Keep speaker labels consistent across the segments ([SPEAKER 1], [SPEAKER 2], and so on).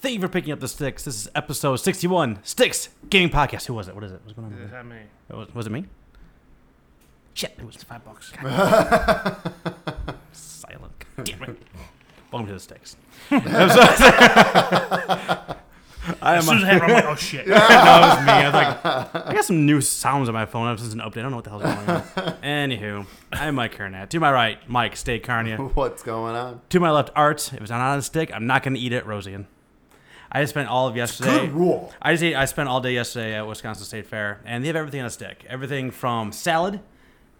[SPEAKER 1] Thank you for picking up the sticks. This is episode 61, Sticks Gaming Podcast. Who was it? What is it? What's going on? over
[SPEAKER 2] Is
[SPEAKER 1] there?
[SPEAKER 2] that me?
[SPEAKER 1] It Was, was it me? Shit, it was
[SPEAKER 2] Five bucks.
[SPEAKER 1] silent. God Damn it. Welcome to the Sticks. I'm sorry. I
[SPEAKER 2] As
[SPEAKER 1] am.
[SPEAKER 2] soon as
[SPEAKER 1] no,
[SPEAKER 2] I had it, I'm like, oh shit.
[SPEAKER 1] that was me. I was like, I got some new sounds on my phone since an update. I don't know what the hell's going on. Anywho, I'm Mike Kernat. To my right, Mike Stay Carnia.
[SPEAKER 3] What's going on?
[SPEAKER 1] To my left, Art. If it's not on a stick, I'm not going to eat it, Rosian. I just spent all of yesterday.
[SPEAKER 3] Good rule.
[SPEAKER 1] I just ate, I spent all day yesterday at Wisconsin State Fair, and they have everything on a stick. Everything from salad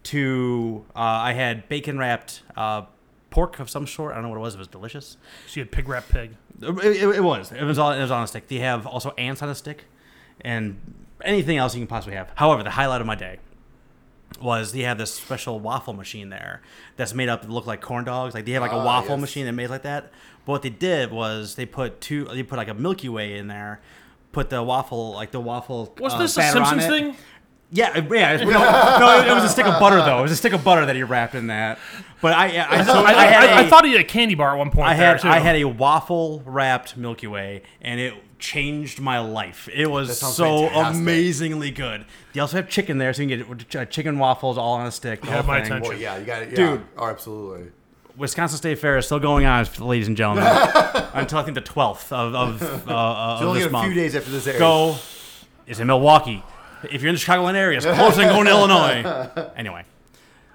[SPEAKER 1] to uh, I had bacon wrapped uh, pork of some sort. I don't know what it was. It was delicious.
[SPEAKER 2] She had pig wrap pig.
[SPEAKER 1] It, it- it was. It was all. It was on a stick. They have also ants on a stick, and anything else you can possibly have. However, the highlight of my day was they have this special waffle machine there that's made up to look like corn dogs. Like they have like a
[SPEAKER 3] Ah,
[SPEAKER 1] waffle
[SPEAKER 3] yes.
[SPEAKER 1] machine that made like that. But what they did was they put two. They put like a Milky Way in there. Put the waffle, like the waffle.
[SPEAKER 2] Was
[SPEAKER 1] uh,
[SPEAKER 2] this a
[SPEAKER 1] batter on
[SPEAKER 2] Simpsons
[SPEAKER 1] it.
[SPEAKER 2] thing?
[SPEAKER 1] Yeah, it- yeah. it's- No, no, it, it was a stick of butter though. It was a stick of butter that he wrapped in that. But I, I, I, so
[SPEAKER 2] I,
[SPEAKER 1] I had
[SPEAKER 2] I- I
[SPEAKER 1] a-
[SPEAKER 2] thought he had a candy bar at one point.
[SPEAKER 1] I
[SPEAKER 2] there,
[SPEAKER 1] had
[SPEAKER 2] too.
[SPEAKER 1] I had a waffle wrapped Milky Way, and it changed my life. It was
[SPEAKER 3] sounds
[SPEAKER 1] so
[SPEAKER 3] fantastic.
[SPEAKER 1] amazingly good. They also have chicken there, so you can get uh, chicken waffles all on a stick. The
[SPEAKER 2] You have
[SPEAKER 1] whole
[SPEAKER 2] my
[SPEAKER 1] thing.
[SPEAKER 2] attention.
[SPEAKER 3] Well, yeah, you got it. Yeah.
[SPEAKER 1] Dude.
[SPEAKER 3] Oh, absolutely.
[SPEAKER 1] Wisconsin State Fair is still going on, ladies and gentlemen, until I think the twelfth of of, uh, uh,
[SPEAKER 3] You
[SPEAKER 1] of
[SPEAKER 3] only
[SPEAKER 1] this
[SPEAKER 3] get a
[SPEAKER 1] month.
[SPEAKER 3] few days after this airs.
[SPEAKER 1] Go. It's in Milwaukee. If you're in the Chicagoland area, it's closer than going to Illinois. Anyway,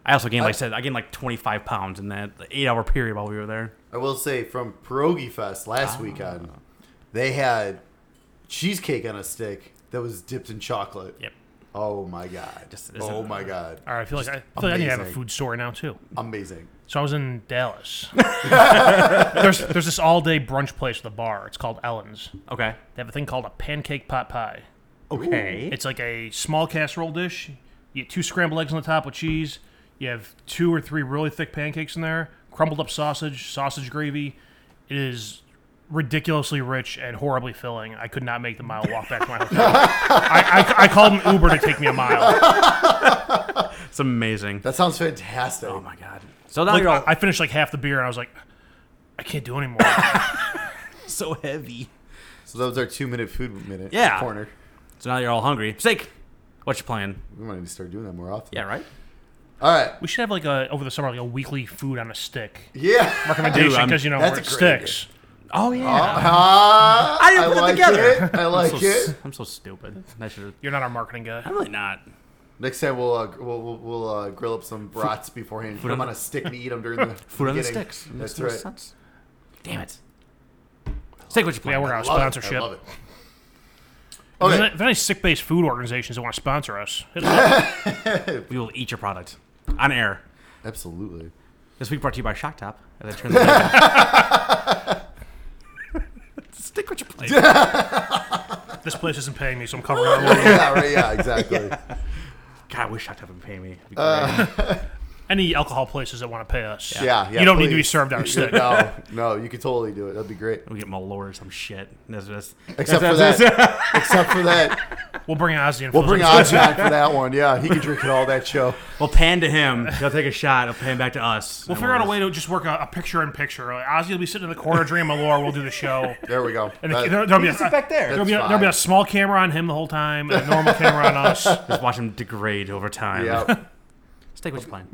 [SPEAKER 1] I also gained, like I said, I gained like 25 pounds in that eight-hour period while we were there.
[SPEAKER 3] I will say from Pierogi Fest
[SPEAKER 1] Ah.
[SPEAKER 3] last weekend, they had cheesecake on a stick that was dipped in chocolate.
[SPEAKER 1] Yep.
[SPEAKER 3] Oh my god.
[SPEAKER 1] Just-
[SPEAKER 3] oh
[SPEAKER 1] isn't-
[SPEAKER 3] my god.
[SPEAKER 2] All right, I feel like I, I feel like I need to have a
[SPEAKER 3] Amazing.
[SPEAKER 2] food store now too.
[SPEAKER 3] Amazing.
[SPEAKER 2] So I was in Dallas. there's there's this all day brunch place with a bar. It's called Ellen's.
[SPEAKER 1] Okay.
[SPEAKER 2] They have a thing called a pancake pot pie.
[SPEAKER 1] Okay.
[SPEAKER 2] It's like a small casserole dish. You get two scrambled eggs on the top with cheese. You have two or three really thick pancakes in there, crumbled up sausage, sausage gravy. It is ridiculously rich and horribly filling. I could not make the mile walk back to my hotel. I, I, I called an Uber to take me a mile.
[SPEAKER 1] It's amazing.
[SPEAKER 3] That sounds fantastic.
[SPEAKER 1] Oh my god. So now
[SPEAKER 2] Like,
[SPEAKER 1] you're
[SPEAKER 2] I
[SPEAKER 1] all
[SPEAKER 2] I finished like half the beer and I was like, I can't do anymore.
[SPEAKER 1] so heavy.
[SPEAKER 3] So that was our two minute food minute
[SPEAKER 1] Yeah.
[SPEAKER 3] corner.
[SPEAKER 1] So now you're all hungry. Steak. What you playing?
[SPEAKER 3] We might need to start doing that more often.
[SPEAKER 1] Yeah, right.
[SPEAKER 3] All right.
[SPEAKER 2] We should have like a over the summer like a weekly food on a stick
[SPEAKER 3] Yeah.
[SPEAKER 1] Dude,
[SPEAKER 2] recommendation
[SPEAKER 1] I'm-
[SPEAKER 2] because you know
[SPEAKER 3] that's
[SPEAKER 2] where it
[SPEAKER 3] a great
[SPEAKER 2] sticks.
[SPEAKER 1] Oh yeah.
[SPEAKER 3] Ah,
[SPEAKER 1] I didn't put it
[SPEAKER 3] like
[SPEAKER 1] together.
[SPEAKER 3] It. I
[SPEAKER 1] I'm
[SPEAKER 3] like
[SPEAKER 1] so,
[SPEAKER 3] it.
[SPEAKER 1] s- I'm so stupid. I should.
[SPEAKER 2] You're not our marketing guy.
[SPEAKER 1] I'm really not.
[SPEAKER 3] Next time we'll uh, we'll, we'll, we'll uh, grill up some brats beforehand. Put
[SPEAKER 1] on
[SPEAKER 3] them on
[SPEAKER 1] the-
[SPEAKER 3] a stick and eat them during the
[SPEAKER 1] Food on the
[SPEAKER 3] beginning.
[SPEAKER 1] sticks.
[SPEAKER 3] That's
[SPEAKER 1] Makes no
[SPEAKER 3] right.
[SPEAKER 1] sense. Damn it. Steak. What you
[SPEAKER 2] Yeah,
[SPEAKER 1] playing?
[SPEAKER 2] we're out of
[SPEAKER 3] Love it. I
[SPEAKER 2] sponsorship.
[SPEAKER 3] love it.
[SPEAKER 2] If there's
[SPEAKER 3] Okay.
[SPEAKER 2] any- If there's any sick-based food organizations that want to sponsor us, hit us up.
[SPEAKER 1] we will eat your product on air.
[SPEAKER 3] Absolutely.
[SPEAKER 1] This week brought to you by Shock Top. As I turn the- Stick what you playing.
[SPEAKER 2] this place isn't paying me, so I'm covering it.
[SPEAKER 3] Oh, yeah, right, yeah, exactly.
[SPEAKER 1] God, I wish Shock Top would pay me. It'd be great.
[SPEAKER 2] Any alcohol places that want to pay us.
[SPEAKER 3] Yeah, yeah.
[SPEAKER 2] you don't need to be
[SPEAKER 3] please.
[SPEAKER 2] served our stick.
[SPEAKER 3] No, no, you could totally do it. That'd be great.
[SPEAKER 1] we get Malore or some shit. That's, that's,
[SPEAKER 3] Except for
[SPEAKER 1] that's-
[SPEAKER 3] that. Except for that.
[SPEAKER 2] We'll bring Ozzy in.
[SPEAKER 3] We'll bring Ozzy on for that one. Yeah, he can drink it all that show.
[SPEAKER 1] We'll pan to him. He'll take a shot. He'll pan back to us.
[SPEAKER 2] We'll figure out a way to just work a, a picture in picture. Like, Ozzy will be sitting in the corner drinking Malore. We'll do the show.
[SPEAKER 3] There we go.
[SPEAKER 2] And
[SPEAKER 3] That-
[SPEAKER 2] the, there, will be a,
[SPEAKER 1] back there.
[SPEAKER 2] there'll be a, there'll be a
[SPEAKER 3] fine.
[SPEAKER 2] small camera on him the whole time, and a normal camera on us.
[SPEAKER 1] Just watch him degrade over time.
[SPEAKER 3] yeah.
[SPEAKER 1] Steak was fine.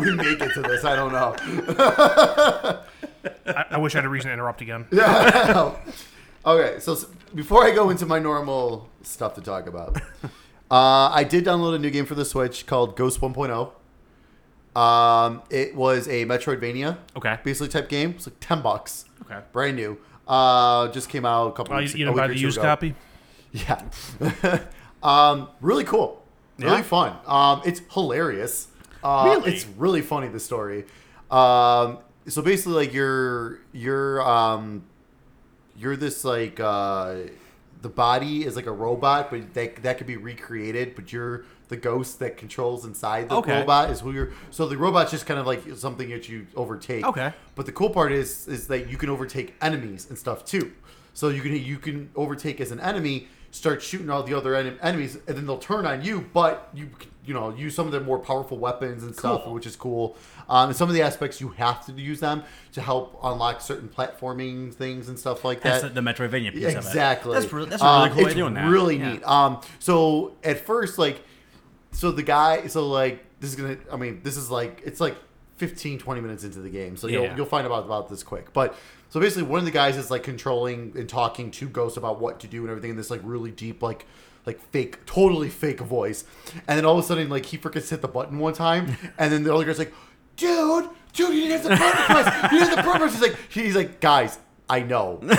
[SPEAKER 3] We make it to this. I don't know.
[SPEAKER 2] I, I wish I had a reason to interrupt again.
[SPEAKER 3] Okay, so s- before I go into my normal stuff to talk about, uh, I did download a new game for the Switch called Ghost 1.0. Um, it was a Metroidvania,
[SPEAKER 1] Okay.
[SPEAKER 3] basically type game. It's like ten bucks,
[SPEAKER 1] Okay.
[SPEAKER 3] brand new. Uh, just came out a couple
[SPEAKER 2] Uh, you,
[SPEAKER 3] weeks
[SPEAKER 2] you
[SPEAKER 3] a
[SPEAKER 2] know,
[SPEAKER 3] week
[SPEAKER 2] buy
[SPEAKER 3] or
[SPEAKER 2] the
[SPEAKER 3] two
[SPEAKER 2] used
[SPEAKER 3] ago.
[SPEAKER 2] copy.
[SPEAKER 3] Yeah, um, really cool, really
[SPEAKER 1] Yeah?
[SPEAKER 3] fun. Um, it's hilarious. Uh,
[SPEAKER 1] Really?
[SPEAKER 3] it's really funny the story. Um, so basically, like you're you're um, you're this like uh, the body is like a robot, but that that could be recreated. But you're the ghost that controls inside the
[SPEAKER 1] Okay.
[SPEAKER 3] robot is who you're. So the robot's just kind of like something that you overtake.
[SPEAKER 1] Okay.
[SPEAKER 3] But the cool part is is that you can overtake enemies and stuff too. So you can you can overtake as an enemy, start shooting all the other en- enemies, and then they'll turn on you. But you c- you know use some of their more powerful weapons and stuff,
[SPEAKER 1] Cool.
[SPEAKER 3] which is cool. Um, and some of the aspects you have to use them to help unlock certain platforming things and stuff like
[SPEAKER 1] That's
[SPEAKER 3] that.
[SPEAKER 1] the, the Metroidvania piece
[SPEAKER 3] Exactly.
[SPEAKER 1] of it. That's, re- that's a really
[SPEAKER 3] Um,
[SPEAKER 1] cool way
[SPEAKER 3] it's
[SPEAKER 1] of doing that.
[SPEAKER 3] Really
[SPEAKER 1] Yeah.
[SPEAKER 3] neat. Um, so at first, like, so the guy, so like, this is gonna. I mean, this is like, it's like 15, 20 minutes into the game, so you'll
[SPEAKER 1] Yeah.
[SPEAKER 3] you'll find out about this quick. But so basically, one of the guys is like controlling and talking to Ghost about what to do and everything in this like really deep like. Like fake, totally fake voice, and then all of a sudden, like he forgets to hit the button one time, and then the other guy's like, "Dude, dude, you didn't hit the button press. You didn't hit the button press." He's like, "He's like, guys, I know. Like,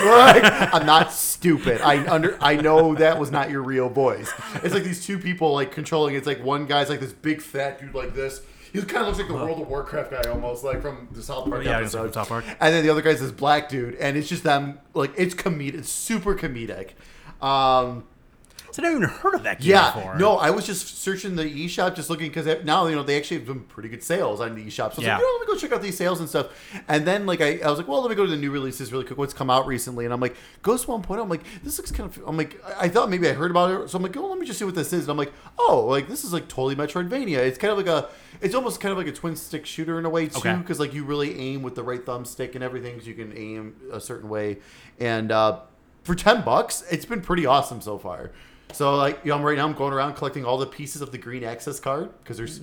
[SPEAKER 3] I'm not stupid. I under I know that was not your real voice. It's like these two people like controlling. It's like one guy's like this big fat dude like this. He kind of looks like the World of Warcraft guy almost, like from the South Park
[SPEAKER 1] Yeah, I guess
[SPEAKER 3] episode.
[SPEAKER 1] from South Park.
[SPEAKER 3] And then the other guy's this black dude, and it's just them like it's comedic, it's super comedic. Um,
[SPEAKER 1] So I never even heard of that game
[SPEAKER 3] yeah,
[SPEAKER 1] before.
[SPEAKER 3] no, I was just searching the eShop, just looking because now you know they actually have some pretty good sales on the eShop. So I was
[SPEAKER 1] Yeah.
[SPEAKER 3] like, you know, let me go check out these sales and stuff. And then like I, I was like, well, let me go to the new releases really quick. What's come out recently? And I'm like, Ghost 1.0. I'm like, this looks kind of. I'm like, I I thought maybe I heard about it, so I'm like, oh, let me just see what this is. And I'm like, oh, like this is like totally Metroidvania. It's kind of like a, it's almost kind of like a twin stick shooter in a way too,
[SPEAKER 1] Okay.
[SPEAKER 3] because like you really aim with the right thumb stick and everything, so you can aim a certain way. And uh, for ten bucks, it's been pretty awesome so far. So like you know, I'm right now, I'm going around collecting all the pieces of the green access card because there's,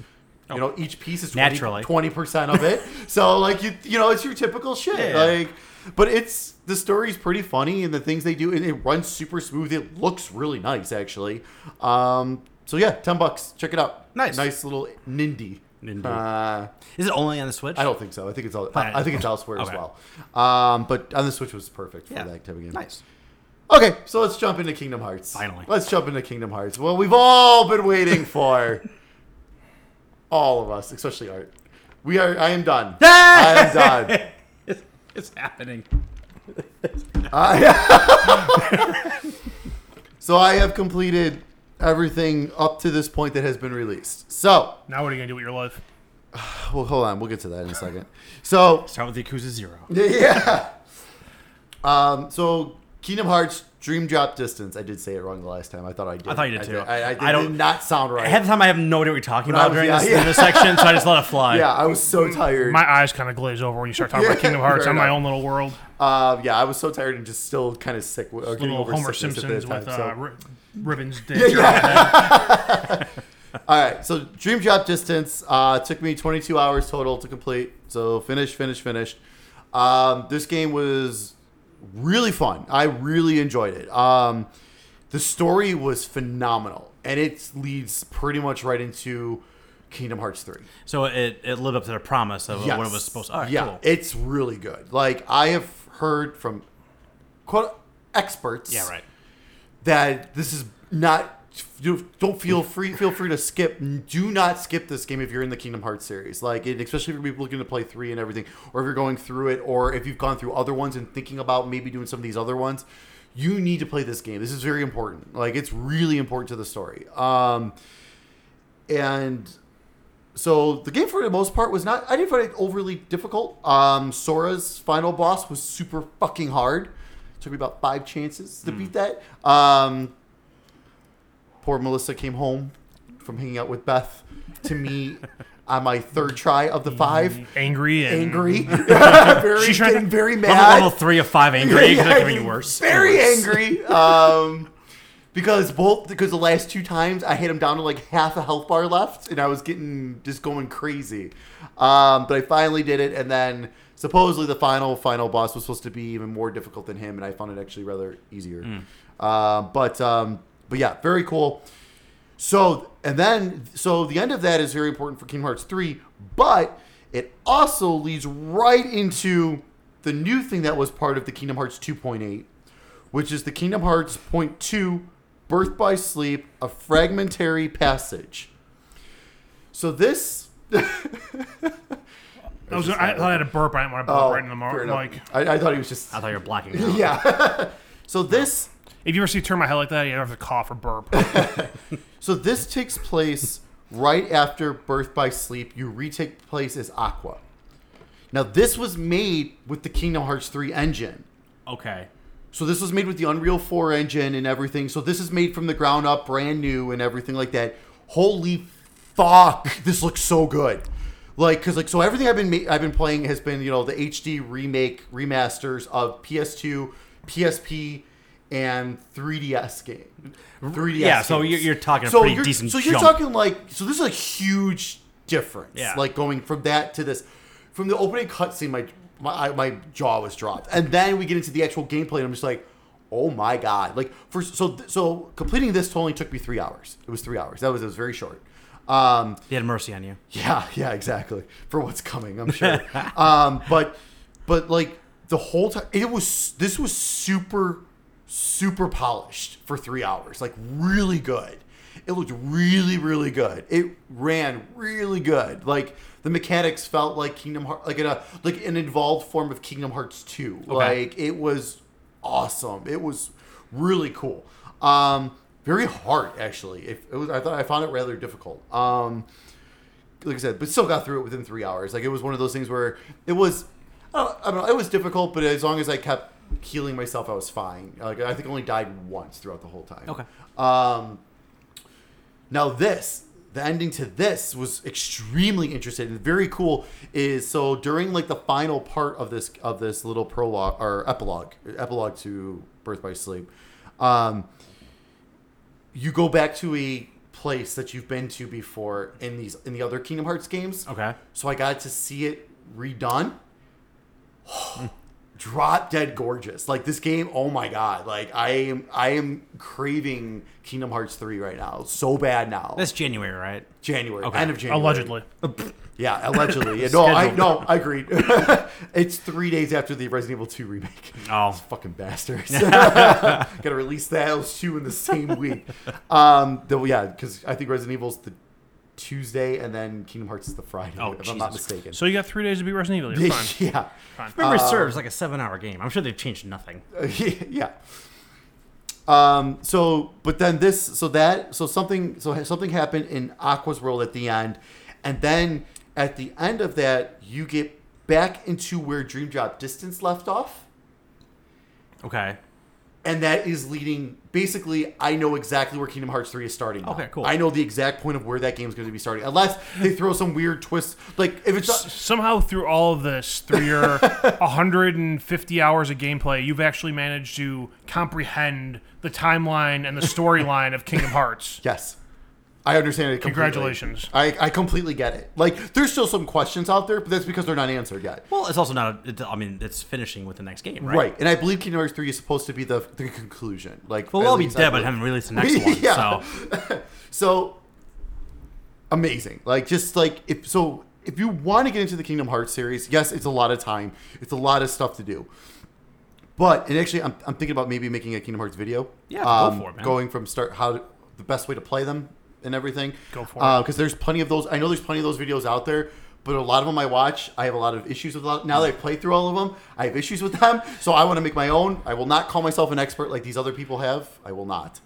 [SPEAKER 3] you know, each piece is
[SPEAKER 1] Mm. Naturally.
[SPEAKER 3] 20 percent of it. so like you you know, it's your typical shit.
[SPEAKER 1] Yeah.
[SPEAKER 3] Like, but it's the story's pretty funny and the things they do and it runs super smooth. It looks really nice actually. Um, so yeah, ten bucks. Check it out.
[SPEAKER 1] Nice.
[SPEAKER 3] nice little nindy.
[SPEAKER 1] Nindy.
[SPEAKER 3] Uh,
[SPEAKER 1] Is it only on the Switch?
[SPEAKER 3] I don't think so. I think it's all.
[SPEAKER 1] Fine.
[SPEAKER 3] I, I think it's elsewhere
[SPEAKER 1] Okay.
[SPEAKER 3] as well. Um, but on the Switch was perfect for
[SPEAKER 1] Yeah.
[SPEAKER 3] that type of game.
[SPEAKER 1] Nice.
[SPEAKER 3] Okay, so let's jump into Kingdom Hearts.
[SPEAKER 1] Finally.
[SPEAKER 3] Let's jump into Kingdom Hearts. Well, we've all been waiting for all of us, especially Art. We are I am done. I am done.
[SPEAKER 2] It's, it's happening.
[SPEAKER 3] So I have completed everything up to this point that has been released. So,
[SPEAKER 2] Now what are you gonna do with your life?
[SPEAKER 3] well, hold on, we'll get to that in a second. So,
[SPEAKER 1] Start with Yakuza Zero.
[SPEAKER 3] yeah. Um, so Kingdom Hearts Dream Drop Distance. I did say it wrong the last time. I thought I did.
[SPEAKER 1] I thought you did too.
[SPEAKER 3] I, I,
[SPEAKER 1] I don't-
[SPEAKER 3] don't, did not sound right.
[SPEAKER 1] Ahead of time, I have no idea what you're talking
[SPEAKER 3] I
[SPEAKER 1] about
[SPEAKER 3] was-
[SPEAKER 1] during
[SPEAKER 3] yeah,
[SPEAKER 1] this,
[SPEAKER 3] yeah.
[SPEAKER 1] this section, so I just let it fly.
[SPEAKER 3] yeah, I was so tired.
[SPEAKER 2] My eyes kind of glaze over when you start talking about Kingdom Hearts.
[SPEAKER 3] Fair
[SPEAKER 2] I'm my
[SPEAKER 3] enough.
[SPEAKER 2] own little world.
[SPEAKER 3] Uh, yeah, I was so tired and just still kind of sick. Or getting
[SPEAKER 2] Little
[SPEAKER 3] over
[SPEAKER 2] Homer
[SPEAKER 3] sickness at
[SPEAKER 2] Simpsons
[SPEAKER 3] that time,
[SPEAKER 2] with
[SPEAKER 3] so-
[SPEAKER 2] uh, ri- ribbons. Yeah,
[SPEAKER 3] All right, so Dream Job Distance uh, took me 22 hours total to complete. So finished, finished, finished. Um, this game was really fun. I really enjoyed it. Um, the story was phenomenal, and it leads pretty much right into Kingdom Hearts 3.
[SPEAKER 1] So it, it lived up to the promise of Uh, what it was supposed to. All right,
[SPEAKER 3] yeah,
[SPEAKER 1] cool.
[SPEAKER 3] it's really good. Like I have heard from quote experts.
[SPEAKER 1] yeah, right.
[SPEAKER 3] that this is not you don't feel free feel free to skip do not skip this game if you're in the kingdom hearts series like and especially if you're looking to play three and everything or if you're going through it or if you've gone through other ones and thinking about maybe doing some of these other ones you need to play this game this is very important like it's really important to the story um and so the game for the most part was not i didn't find it overly difficult um sora's final boss was super fucking hard took me about five chances to beat that um poor melissa came home from hanging out with beth to me on my third try of the five
[SPEAKER 2] Angry and
[SPEAKER 3] angry very,
[SPEAKER 2] She tried to-
[SPEAKER 3] getting very
[SPEAKER 1] Level,
[SPEAKER 3] mad
[SPEAKER 1] level three of five angry.
[SPEAKER 3] Yeah,
[SPEAKER 1] could have been
[SPEAKER 3] I'm
[SPEAKER 1] worse.
[SPEAKER 3] Very
[SPEAKER 1] Worse.
[SPEAKER 3] angry. Um, because both because the last two times I hit him down to like half a health bar left, and I was getting just going crazy. Um, but I finally did it, and then supposedly the final final boss was supposed to be even more difficult than him, and I found it actually rather easier. Uh, but um, but yeah, very cool. So and then so the end of that is very important for Kingdom Hearts 3, but it also leads right into the new thing that was part of the Kingdom Hearts 2.8, which is the Kingdom Hearts point two, Birth by Sleep, a fragmentary passage. So this
[SPEAKER 2] I, was, I thought I had a burp. I didn't want to burp right in the
[SPEAKER 3] Oh, fair
[SPEAKER 2] mark.
[SPEAKER 3] enough.
[SPEAKER 2] Like,
[SPEAKER 3] I, I thought he was just
[SPEAKER 1] I thought you were blocking it out.
[SPEAKER 3] yeah. so this
[SPEAKER 2] if you ever see turn my head like that, you don't have to cough or burp.
[SPEAKER 3] So this takes place right after Birth by Sleep, you retake place as Aqua. Now, this was made with the Kingdom Hearts 3 engine.
[SPEAKER 1] Okay.
[SPEAKER 3] So this was made with the Unreal 4 engine and everything. So this is made from the ground up, brand new and everything like that. Holy fuck, this looks so good. Like cuz like so everything I've been ma- I've been playing has been, you know, the HD remake remasters of PS2, PSP and 3DS game. 3DS.
[SPEAKER 1] Yeah, so
[SPEAKER 3] games.
[SPEAKER 1] you're- you're talking a pretty
[SPEAKER 3] you're-
[SPEAKER 1] decent
[SPEAKER 3] So you're
[SPEAKER 1] jump.
[SPEAKER 3] talking like so this is a huge difference.
[SPEAKER 1] Yeah.
[SPEAKER 3] Like going from that to this, from the opening cutscene, my my I- my jaw was dropped, and then we get into the actual gameplay, and I'm just like, oh my god! Like for so so completing this only took me three hours. It was three hours. That was it was very short. Um,
[SPEAKER 1] He had mercy on you.
[SPEAKER 3] yeah, yeah, exactly. For what's coming, I'm sure. um, but but like the whole time, it was this was super super polished for three hours. Like really good. It looked really really good. It ran really good. Like the mechanics felt like Kingdom Heart, like in a like an involved form of Kingdom Hearts two. Like it was awesome. It was really cool. Um, very hard actually. If it was, I thought I found it rather difficult. Um, like I said, but still got through it within three hours. Like it was one of those things where it was, I don't, I don't know, it was difficult, but as long as I kept healing myself, I was fine. Like I think I only died once throughout the whole time.
[SPEAKER 1] Okay.
[SPEAKER 3] Um, now this, the ending to this was extremely interesting and very cool. Is so during like the final part of this of this little prologue or epilogue epilogue to Birth by Sleep, um, you go back to a place that you've been to before in these in the other Kingdom Hearts games.
[SPEAKER 1] Okay.
[SPEAKER 3] So I got to see it redone. Drop dead gorgeous. Like this game, oh my god. Like I am I am craving Kingdom Hearts 3 right now. So bad now.
[SPEAKER 1] That's January, right?
[SPEAKER 3] January.
[SPEAKER 1] Okay.
[SPEAKER 3] End of January.
[SPEAKER 2] Allegedly.
[SPEAKER 3] Yeah, allegedly. Yeah, no, I
[SPEAKER 1] Scheduled.
[SPEAKER 3] no, I agreed. it's three days after the Resident Evil 2 remake.
[SPEAKER 1] Oh.
[SPEAKER 3] Fucking bastards. Gotta release the those two in the same week. Um though yeah, because I think Resident Evil's the Tuesday and then Kingdom Hearts is the Friday,
[SPEAKER 1] Oh,
[SPEAKER 3] if I'm not
[SPEAKER 1] Jesus.
[SPEAKER 3] mistaken.
[SPEAKER 2] So you got three days to beat Resident Evil. You're fine.
[SPEAKER 3] yeah.
[SPEAKER 1] Remember, it serves like a seven-hour game. I'm sure they've changed nothing.
[SPEAKER 3] Uh, yeah. Um, so, but then this, so that, so something, so something happened in Aqua's world at the end, and then at the end of that, you get back into where Dream Job Distance left off,
[SPEAKER 1] Okay.
[SPEAKER 3] and that is leading. Basically, I know exactly where Kingdom Hearts three is starting. now.
[SPEAKER 1] Okay, cool.
[SPEAKER 3] I know the exact point of where that game is going to be starting, unless they throw some weird twist. Like if it's not-
[SPEAKER 2] Somehow through all of this, through your 150 hours of gameplay, you've actually managed to comprehend the timeline and the storyline of Kingdom Hearts.
[SPEAKER 3] Yes. I understand it. Completely.
[SPEAKER 2] Congratulations.
[SPEAKER 3] I, I completely get it. Like, there's still some questions out there, but that's because they're not answered yet.
[SPEAKER 1] Well, it's also not. A, it, I mean, it's finishing with the next game, right?
[SPEAKER 3] Right. And I believe Kingdom Hearts 3 is supposed to be the, the conclusion. Like,
[SPEAKER 1] Well,
[SPEAKER 3] at
[SPEAKER 1] we'll all be
[SPEAKER 3] least
[SPEAKER 1] dead
[SPEAKER 3] I
[SPEAKER 1] by the
[SPEAKER 3] believe.
[SPEAKER 1] time we release the next one.
[SPEAKER 3] Yeah.
[SPEAKER 1] So
[SPEAKER 3] So, amazing. Like, just like, if so, if you want to get into the Kingdom Hearts series, yes, it's a lot of time, it's a lot of stuff to do. But, and actually, I'm, I'm thinking about maybe making a Kingdom Hearts video.
[SPEAKER 1] Yeah, go
[SPEAKER 3] um,
[SPEAKER 1] for it, man.
[SPEAKER 3] Going from start, how to, the best way to play them and everything.
[SPEAKER 2] Go for it.
[SPEAKER 3] Because there's plenty of those. I know there's plenty of those videos out there, but a lot of them I watch. I have a lot of issues with. A lot, now that I've played through all of them, I have issues with them. So I want to make my own. I will not call myself an expert like these other people have. I will not.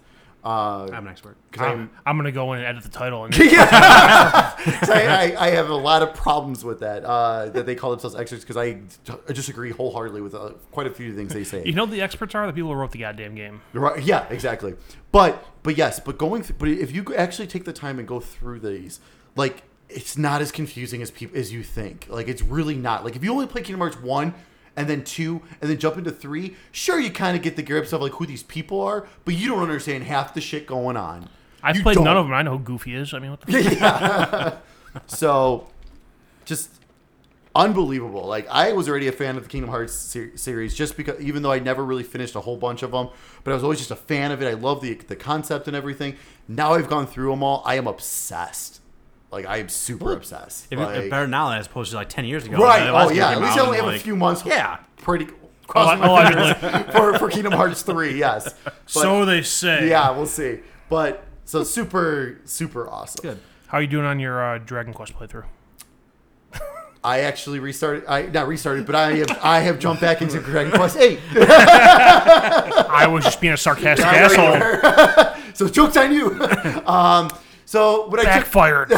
[SPEAKER 3] Uh,
[SPEAKER 1] I'm an expert.
[SPEAKER 3] 'cause I'm-
[SPEAKER 2] I'm, I'm going to go in and edit the title. And
[SPEAKER 3] yeah. So I, I, I have a lot of problems with that. Uh, that they call themselves experts because I, I disagree wholeheartedly with uh, quite a few things they say.
[SPEAKER 2] you know what the experts are? The people who wrote the goddamn game.
[SPEAKER 3] Right. Yeah, exactly. But but yes, but going th- but if you actually take the time and go through these, like it's not as confusing as people as you think. Like it's really not. Like if you only play Kingdom Hearts 1 and then 2 and then jump into 3, sure you kind of get the grips of like who these people are, but you don't understand half the shit going on.
[SPEAKER 2] I've
[SPEAKER 3] You
[SPEAKER 2] played
[SPEAKER 3] don't.
[SPEAKER 2] none of them. I know who Goofy is. I mean, what the fuck?
[SPEAKER 3] So, just unbelievable. Like I was already a fan of the Kingdom Hearts ser- series, just because even though I never really finished a whole bunch of them, but I was always just a fan of it. I love the the concept and everything. Now I've gone through them all. I am obsessed. Like I am super obsessed.
[SPEAKER 1] If
[SPEAKER 3] Like-
[SPEAKER 1] it, better now than as opposed to like ten years ago.
[SPEAKER 3] right?
[SPEAKER 1] when the last
[SPEAKER 3] Oh
[SPEAKER 1] game
[SPEAKER 3] yeah. At
[SPEAKER 1] came
[SPEAKER 3] least I
[SPEAKER 1] out
[SPEAKER 3] only
[SPEAKER 1] and,
[SPEAKER 3] have a
[SPEAKER 1] like,
[SPEAKER 3] few months.
[SPEAKER 1] Yeah. Oh,
[SPEAKER 3] Pretty. Crossing my
[SPEAKER 2] Allegedly.
[SPEAKER 3] fingers for, for Kingdom Hearts three. Yes. But,
[SPEAKER 2] so they say.
[SPEAKER 3] yeah, we'll see. But so super super awesome.
[SPEAKER 1] Good.
[SPEAKER 2] How are you doing on your uh, Dragon Quest playthrough?
[SPEAKER 3] I actually restarted. I not restarted, but I have I have jumped back into Dragon Quest Eight.
[SPEAKER 2] I was just being a sarcastic
[SPEAKER 3] I know you
[SPEAKER 2] asshole.
[SPEAKER 3] were. so jokes on you. um, So what I took
[SPEAKER 2] Backfired.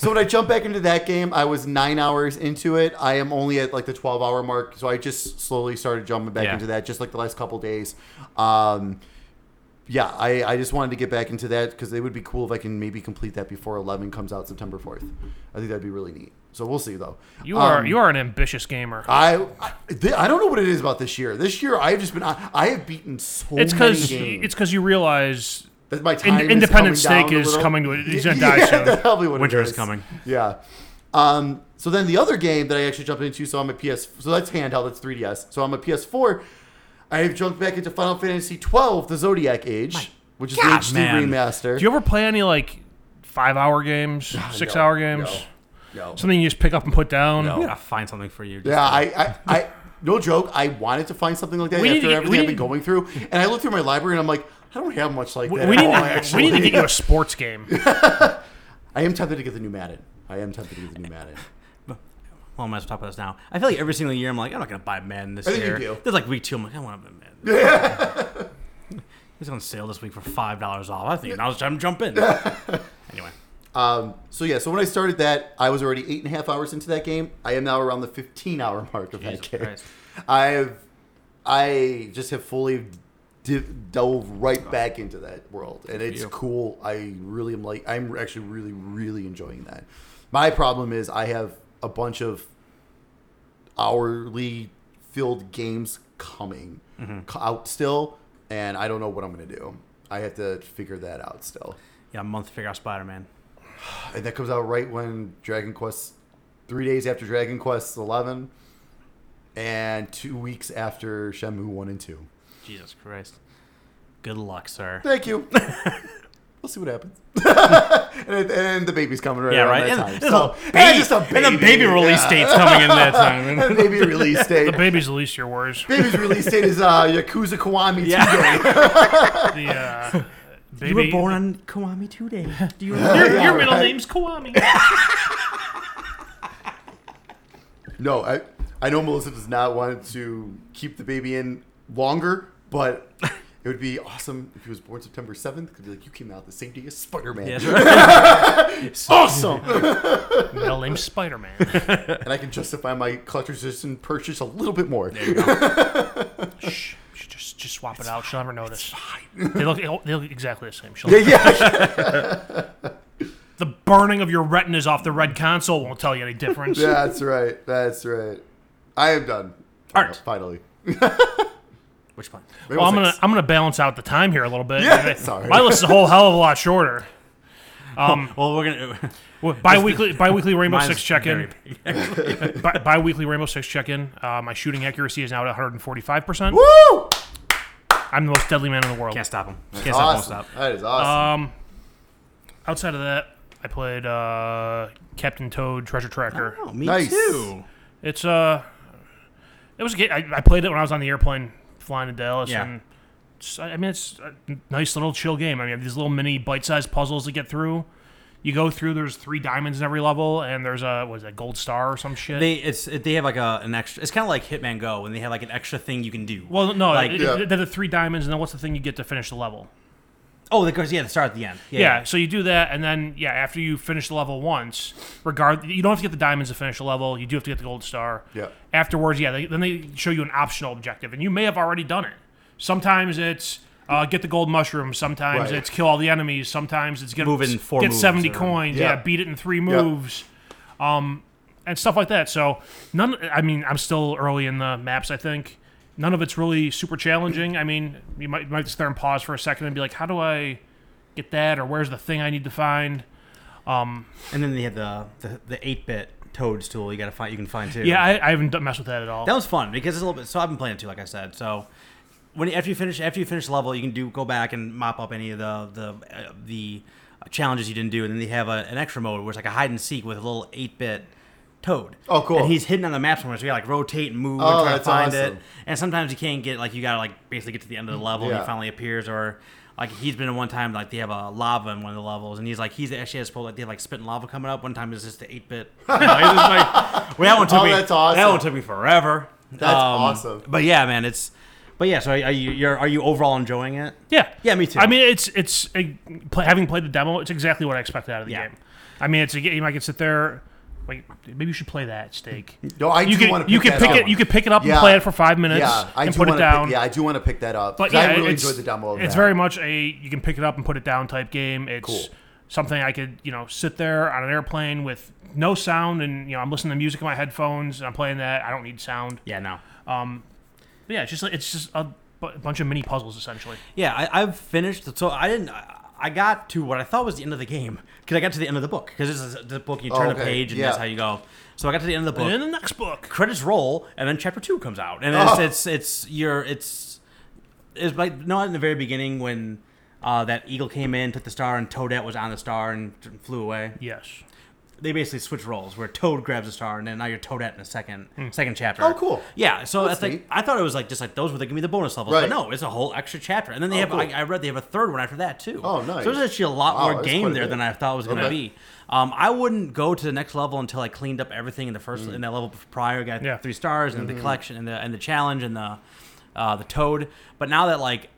[SPEAKER 3] so when I jump back into that game, I was nine hours into it. I am only at like the twelve hour mark, so I just slowly started jumping back
[SPEAKER 1] Yeah.
[SPEAKER 3] into that, just like the last couple days. Um, yeah, I, I just wanted to get back into that because it would be cool if I can maybe complete that before eleven comes out September fourth. I think that'd be really neat. So we'll see though.
[SPEAKER 2] You are
[SPEAKER 3] Um,
[SPEAKER 2] you are an ambitious gamer.
[SPEAKER 3] I I, th- I don't know what it is about this year. This year I've just been I, I have beaten so
[SPEAKER 2] it's
[SPEAKER 3] many
[SPEAKER 2] because
[SPEAKER 3] games.
[SPEAKER 2] it's because you realize
[SPEAKER 3] That my
[SPEAKER 2] In-
[SPEAKER 3] time is
[SPEAKER 2] Independence
[SPEAKER 3] coming down
[SPEAKER 2] Day
[SPEAKER 3] a
[SPEAKER 2] is
[SPEAKER 3] little.
[SPEAKER 2] coming to it. He's gonna
[SPEAKER 3] Yeah,
[SPEAKER 2] die soon.
[SPEAKER 3] that's probably what it
[SPEAKER 1] Winter is
[SPEAKER 3] is
[SPEAKER 1] coming.
[SPEAKER 3] Yeah. Um, so then the other game that I actually jumped into, so I'm a PS, so that's handheld, that's 3DS. So I'm a PS4. I have jumped back into Final Fantasy 12, the Zodiac Age, which is
[SPEAKER 1] gosh,
[SPEAKER 3] the HD
[SPEAKER 1] man.
[SPEAKER 3] remaster.
[SPEAKER 2] do you ever play any like five hour games, six
[SPEAKER 3] No,
[SPEAKER 2] hour games,
[SPEAKER 3] No. no.
[SPEAKER 2] something you just pick up and put down?
[SPEAKER 1] We gotta find something for you.
[SPEAKER 3] Yeah, I, I, I, no joke. I wanted to find something like that
[SPEAKER 2] We need
[SPEAKER 3] after
[SPEAKER 2] to get- we
[SPEAKER 3] everything I've been
[SPEAKER 2] need-
[SPEAKER 3] going through, and I looked through my library and I'm like, I don't have much like
[SPEAKER 2] We,
[SPEAKER 3] that.
[SPEAKER 2] we
[SPEAKER 3] at
[SPEAKER 2] need
[SPEAKER 3] all,
[SPEAKER 2] to, we need to
[SPEAKER 3] actually.
[SPEAKER 2] get you a sports game.
[SPEAKER 3] I am tempted to get the new Madden. I am tempted to get the new Madden.
[SPEAKER 1] Well, I might as well talk about this now. I feel like every single year I'm like, I'm not gonna buy Madden this
[SPEAKER 3] I think you
[SPEAKER 1] year.
[SPEAKER 3] do.
[SPEAKER 1] There's like week two, I'm like, I want to buy Madden. it's on sale this week for five dollars off. I think now's the time to jump in. anyway,
[SPEAKER 3] Um, so yeah, so when I started that, I was already eight and a half hours into that game. I am now around the fifteen hour mark of
[SPEAKER 1] Jesus
[SPEAKER 3] that game.
[SPEAKER 1] Christ.
[SPEAKER 3] I've I just have fully div- dove right back into that world, and it's
[SPEAKER 1] you.
[SPEAKER 3] cool. I really am like I'm actually really really enjoying that. My problem is I have a bunch of hourly filled games coming
[SPEAKER 1] Mm-hmm.
[SPEAKER 3] co- out still, and I don't know what I'm gonna do. I have to figure that out still.
[SPEAKER 1] yeah, a month to figure out Spider Man.
[SPEAKER 3] And that comes out right when Dragon Quest, three days after Dragon Quest eleven, and two weeks after Shenmue one and two.
[SPEAKER 1] Jesus Christ. Good luck, sir.
[SPEAKER 3] Thank you. we'll see what happens. and, and the baby's coming right.
[SPEAKER 1] Yeah,
[SPEAKER 3] around
[SPEAKER 1] right.
[SPEAKER 3] That
[SPEAKER 1] And,
[SPEAKER 3] time,
[SPEAKER 1] there's
[SPEAKER 3] so-
[SPEAKER 1] a
[SPEAKER 3] and
[SPEAKER 1] baby,
[SPEAKER 3] just a baby.
[SPEAKER 1] and the baby release
[SPEAKER 3] yeah.
[SPEAKER 1] date's coming in that time.
[SPEAKER 3] And the baby release
[SPEAKER 2] The
[SPEAKER 3] date.
[SPEAKER 2] baby's at least your worries.
[SPEAKER 3] Baby's release date is uh, Yakuza Kiwami
[SPEAKER 1] Yeah.
[SPEAKER 3] Tuesday.
[SPEAKER 2] The uh, baby.
[SPEAKER 1] You were born on Koami today. Do you
[SPEAKER 2] Your,
[SPEAKER 1] remember?
[SPEAKER 3] Yeah,
[SPEAKER 2] your middle
[SPEAKER 3] right.
[SPEAKER 2] name's Koami.
[SPEAKER 3] No, I, I know Melissa does not want to keep the baby in longer, but it would be awesome if he was born September 7th. Could be like, you came out the same day as Spider Man.
[SPEAKER 1] Yeah, that's right. Oh!
[SPEAKER 3] Awesome!
[SPEAKER 2] middle name's Spider Man.
[SPEAKER 3] and I can justify my collector's edition purchase a little bit more.
[SPEAKER 1] There you go.
[SPEAKER 2] Shh, shh, just just swap it out. She'll never notice. They look they look exactly the same. She'll
[SPEAKER 3] Yeah, yeah.
[SPEAKER 2] The burning of your retinas off the red console won't tell you any difference.
[SPEAKER 3] That's right. That's right. I am done.
[SPEAKER 1] Art.
[SPEAKER 3] Finally.
[SPEAKER 1] Which one?
[SPEAKER 2] Well, I'm
[SPEAKER 3] Rainbow
[SPEAKER 2] gonna
[SPEAKER 3] Six.
[SPEAKER 2] I'm gonna balance out the time here a little bit.
[SPEAKER 3] Yeah, sorry.
[SPEAKER 2] My list is a whole hell of a lot shorter.
[SPEAKER 1] Well, we're gonna.
[SPEAKER 2] Well, Bi-weekly bi-weekly Rainbow
[SPEAKER 1] mine's
[SPEAKER 2] Six check-in.
[SPEAKER 1] very big.
[SPEAKER 2] Bi- bi-weekly Rainbow Six check-in. Uh, my shooting accuracy is now at 145. percent
[SPEAKER 3] Woo!
[SPEAKER 2] I'm the most deadly man in the world. Um,
[SPEAKER 1] Can't stop him. Can't stop him.
[SPEAKER 3] Awesome.
[SPEAKER 1] Stop.
[SPEAKER 3] That is
[SPEAKER 2] Uh,
[SPEAKER 3] awesome.
[SPEAKER 2] Outside of that, I played uh, Captain Toad Treasure Tracker.
[SPEAKER 1] Oh, me
[SPEAKER 3] Nice.
[SPEAKER 1] too.
[SPEAKER 2] It's uh, it was a ga- I, I played it when I was on the airplane flying to Dallas,
[SPEAKER 1] Yeah.
[SPEAKER 2] and it's, I I mean it's a nice little chill game. I mean, these little mini bite-sized puzzles to get through. You go through. There's three diamonds in every level, and there's a was a gold star or some shit.
[SPEAKER 1] They it's they have like a an extra. It's kind of like Hitman Go when they have like an extra thing you can do.
[SPEAKER 2] well, no,
[SPEAKER 1] like
[SPEAKER 2] it-
[SPEAKER 3] Yeah.
[SPEAKER 2] it- they're the three diamonds, and then what's the thing you get to finish the level?
[SPEAKER 1] oh, because yeah, the start at the end. Yeah,
[SPEAKER 2] Yeah, so you do that, and then yeah, after you finish the level once, regard you don't have to get the diamonds to finish the level. You do have to get the gold star.
[SPEAKER 3] Yeah.
[SPEAKER 2] Afterwards, yeah, they, then they show you an optional objective, and you may have already done it. Sometimes it's uh, get the gold mushroom. Sometimes
[SPEAKER 3] Right.
[SPEAKER 2] it's kill all the enemies. Sometimes it's get
[SPEAKER 1] Move in four
[SPEAKER 2] get
[SPEAKER 1] moves
[SPEAKER 2] seventy
[SPEAKER 1] or-
[SPEAKER 2] coins.
[SPEAKER 3] Yeah.
[SPEAKER 2] Yeah. beat it in three moves. Um. And stuff like that. So none. I mean, I'm still early in the maps. I think none of it's really super challenging. I mean, you might you might sit there and pause for a second and be like, "How do I get that or where's the thing I need to find.
[SPEAKER 1] And then they had the the the eight bit toads tool. You gotta find. You can find too.
[SPEAKER 2] Yeah, I, I haven't done- messed with that at all.
[SPEAKER 1] that was fun because it's a little bit. So I've been playing it too, like I said. So when after you finish after you finish the level, you can do go back and mop up any of the the uh, the challenges you didn't do, and then they have a, an extra mode where it's like a hide and seek with a little eight bit toad.
[SPEAKER 3] Oh, cool.
[SPEAKER 1] And he's hidden on the map somewhere, so you gotta like rotate and move
[SPEAKER 3] Oh,
[SPEAKER 1] and try to
[SPEAKER 3] that's
[SPEAKER 1] find
[SPEAKER 3] awesome.
[SPEAKER 1] it. And sometimes you can't get like you gotta like basically get to the end of the level and
[SPEAKER 3] Yeah.
[SPEAKER 1] he finally appears or. Like he's been in one time, like they have a lava in one of the levels, and he's like he's actually has like they have like spit and lava coming up. One time it's just the eight bit. like, well, that one took
[SPEAKER 3] Oh,
[SPEAKER 1] me.
[SPEAKER 3] that's awesome.
[SPEAKER 1] That one took me forever.
[SPEAKER 3] That's awesome.
[SPEAKER 1] But yeah, man, it's But yeah, so are, are you you're, are you overall enjoying it?
[SPEAKER 2] Yeah,
[SPEAKER 1] Yeah, me too.
[SPEAKER 2] I mean, it's it's a, play, having played the demo, it's exactly what I expected out of the
[SPEAKER 1] Yeah.
[SPEAKER 2] game. I mean, it's a game I could sit there. Wait, maybe you should play that steak.
[SPEAKER 3] No, I
[SPEAKER 2] you
[SPEAKER 3] do want
[SPEAKER 2] can
[SPEAKER 3] to.
[SPEAKER 2] you can
[SPEAKER 3] that
[SPEAKER 2] pick
[SPEAKER 3] up.
[SPEAKER 2] it you can pick it up
[SPEAKER 3] Yeah.
[SPEAKER 2] and play it for five minutes
[SPEAKER 3] yeah, I
[SPEAKER 2] and
[SPEAKER 3] do
[SPEAKER 2] put it
[SPEAKER 3] wanna
[SPEAKER 2] down.
[SPEAKER 3] Pick, yeah, I do want to pick that up.
[SPEAKER 2] But
[SPEAKER 3] 'cause
[SPEAKER 2] yeah,
[SPEAKER 3] I really
[SPEAKER 2] it's,
[SPEAKER 3] enjoyed the demo. Of
[SPEAKER 2] It's
[SPEAKER 3] that.
[SPEAKER 2] very much a you can pick it up and put it down type game. It's
[SPEAKER 3] Cool.
[SPEAKER 2] something I could you know sit there on an airplane with no sound and you know I'm listening to music in my headphones and I'm playing that. I don't need sound.
[SPEAKER 1] yeah, no.
[SPEAKER 2] But yeah, it's just like- it's just a bu- bunch of mini puzzles essentially.
[SPEAKER 1] Yeah, I, I've finished. So I didn't. I I got to what I thought was the end of the game because I got to the end of the book because this is the book you turn
[SPEAKER 3] Oh, Okay,
[SPEAKER 1] a page and that's
[SPEAKER 3] yeah.
[SPEAKER 1] how you go. So I got to the end of the book.
[SPEAKER 2] And then the next book.
[SPEAKER 1] credits roll, and then chapter two comes out, and it's
[SPEAKER 3] Oh.
[SPEAKER 1] it's it's your it's it's like not in the very beginning when uh, that eagle came in, took the star, and Toadette was on the star and flew away.
[SPEAKER 2] Yes.
[SPEAKER 1] They basically switch roles where Toad grabs the star, and then now you're Toadette in the second second chapter.
[SPEAKER 3] Oh, cool.
[SPEAKER 1] Yeah, so
[SPEAKER 3] That's
[SPEAKER 1] that's, like
[SPEAKER 3] neat.
[SPEAKER 1] I thought it was like just like those were the give me the bonus levels,
[SPEAKER 3] Right. Oh,
[SPEAKER 1] but no, it's a whole extra chapter, and then they have
[SPEAKER 3] cool.
[SPEAKER 1] I, I read they have a third one after that too.
[SPEAKER 3] Oh, nice.
[SPEAKER 1] So there's actually a lot
[SPEAKER 3] Wow,
[SPEAKER 1] more
[SPEAKER 3] that's
[SPEAKER 1] game
[SPEAKER 3] quite a
[SPEAKER 1] there
[SPEAKER 3] bit.
[SPEAKER 1] than I thought it was going to
[SPEAKER 3] Okay.
[SPEAKER 1] be. Um, I wouldn't go to the next level until I cleaned up everything in the first
[SPEAKER 3] Hmm.
[SPEAKER 1] in that level prior. Got
[SPEAKER 2] Yeah.
[SPEAKER 1] three stars and the collection and the and the challenge and the uh, the toad. But now that like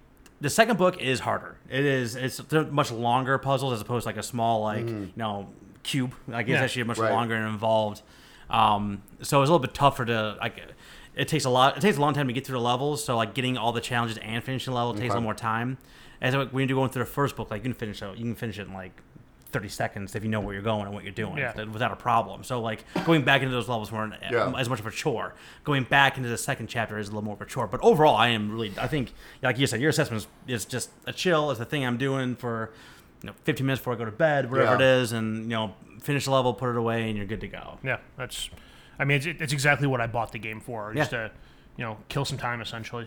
[SPEAKER 1] the second book is harder. It is it's they're much longer puzzles as opposed to like a small like you know cube. Like it's
[SPEAKER 2] Yeah.
[SPEAKER 1] actually much
[SPEAKER 3] Right.
[SPEAKER 1] longer and involved. Um, so it's a little bit tougher to like. It takes a lot. It takes a long time to get through the levels. So like getting all the challenges and finishing the level takes a
[SPEAKER 3] Okay.
[SPEAKER 1] little more time. As like, when you're going through the first book, like you can finish it. You can finish it in like. 30 seconds if you know where you're going and what you're doing
[SPEAKER 2] Yeah.
[SPEAKER 1] without a problem. So, like, going back into those levels weren't
[SPEAKER 3] Yeah.
[SPEAKER 1] as much of a chore. Going back into the second chapter is a little more of a chore. But overall, I am really, I think, like you said, your assessment is, is just a chill. It's the thing I'm doing for you know, 15 minutes before I go to bed, wherever
[SPEAKER 3] Yeah.
[SPEAKER 1] it is, and, you know, finish the level, put it away, and you're good to go.
[SPEAKER 2] Yeah, that's. I mean, it's, it's exactly what I bought the game for, just
[SPEAKER 1] Yeah.
[SPEAKER 2] to, you know, kill some time essentially.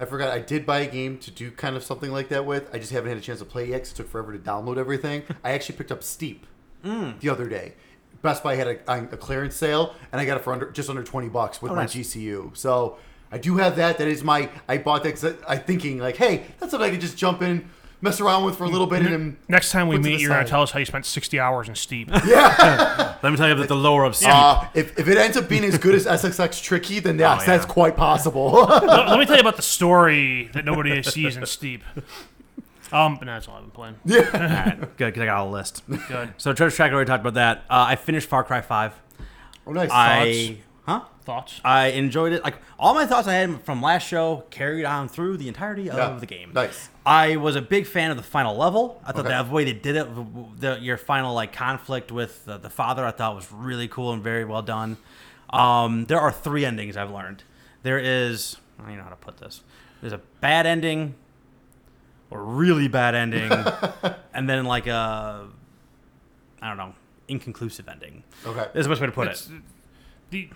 [SPEAKER 3] I forgot. I did buy a game to do kind of something like that with. I just haven't had a chance to play yet. 'cause it took forever to download everything. I actually picked up Steep
[SPEAKER 1] Mm.
[SPEAKER 3] the other day. Best Buy had a, a clearance sale, and I got it for under just under twenty bucks with my
[SPEAKER 1] Oh, nice.
[SPEAKER 3] GCU. So I do have that. That is my. I bought that. 'cause I, I thinking like, hey, that's something I could just jump in, mess around with for a little bit, and then
[SPEAKER 2] Next time we
[SPEAKER 3] Put to
[SPEAKER 2] meet,
[SPEAKER 3] the
[SPEAKER 2] you're gonna
[SPEAKER 3] side.
[SPEAKER 2] tell us how you spent 60 hours in Steep.
[SPEAKER 1] Let me tell you about the lower of
[SPEAKER 3] Uh, if, if it ends up being as good as SXX Tricky, then
[SPEAKER 1] Oh,
[SPEAKER 3] yes,
[SPEAKER 1] yeah.
[SPEAKER 3] that's quite possible. Oh,
[SPEAKER 2] let, let me tell you about the story that nobody sees in Steep. Um, but no, that's all I've been playing.
[SPEAKER 1] All right, good, because I got a list.
[SPEAKER 2] Good
[SPEAKER 1] so, Treasure Track, I already talked about that. Uh, I finished Far Cry 5.
[SPEAKER 3] oh, nice.
[SPEAKER 1] I. Huh?
[SPEAKER 2] thoughts.
[SPEAKER 1] I enjoyed it. Like all my thoughts I had from last show carried on through the entirety of
[SPEAKER 3] Yeah.
[SPEAKER 1] the game.
[SPEAKER 3] Nice.
[SPEAKER 1] I was a big fan of the final level. I thought
[SPEAKER 3] Okay.
[SPEAKER 1] the way they did it, the, your final like conflict with the, the father, I thought was really cool and very well done. Um, there are three endings I've learned. There is I don't even know how to put this. There's a bad ending, a really bad ending, and then like a I don't know inconclusive ending.
[SPEAKER 3] Okay.
[SPEAKER 1] That's the best way to put it.
[SPEAKER 2] The,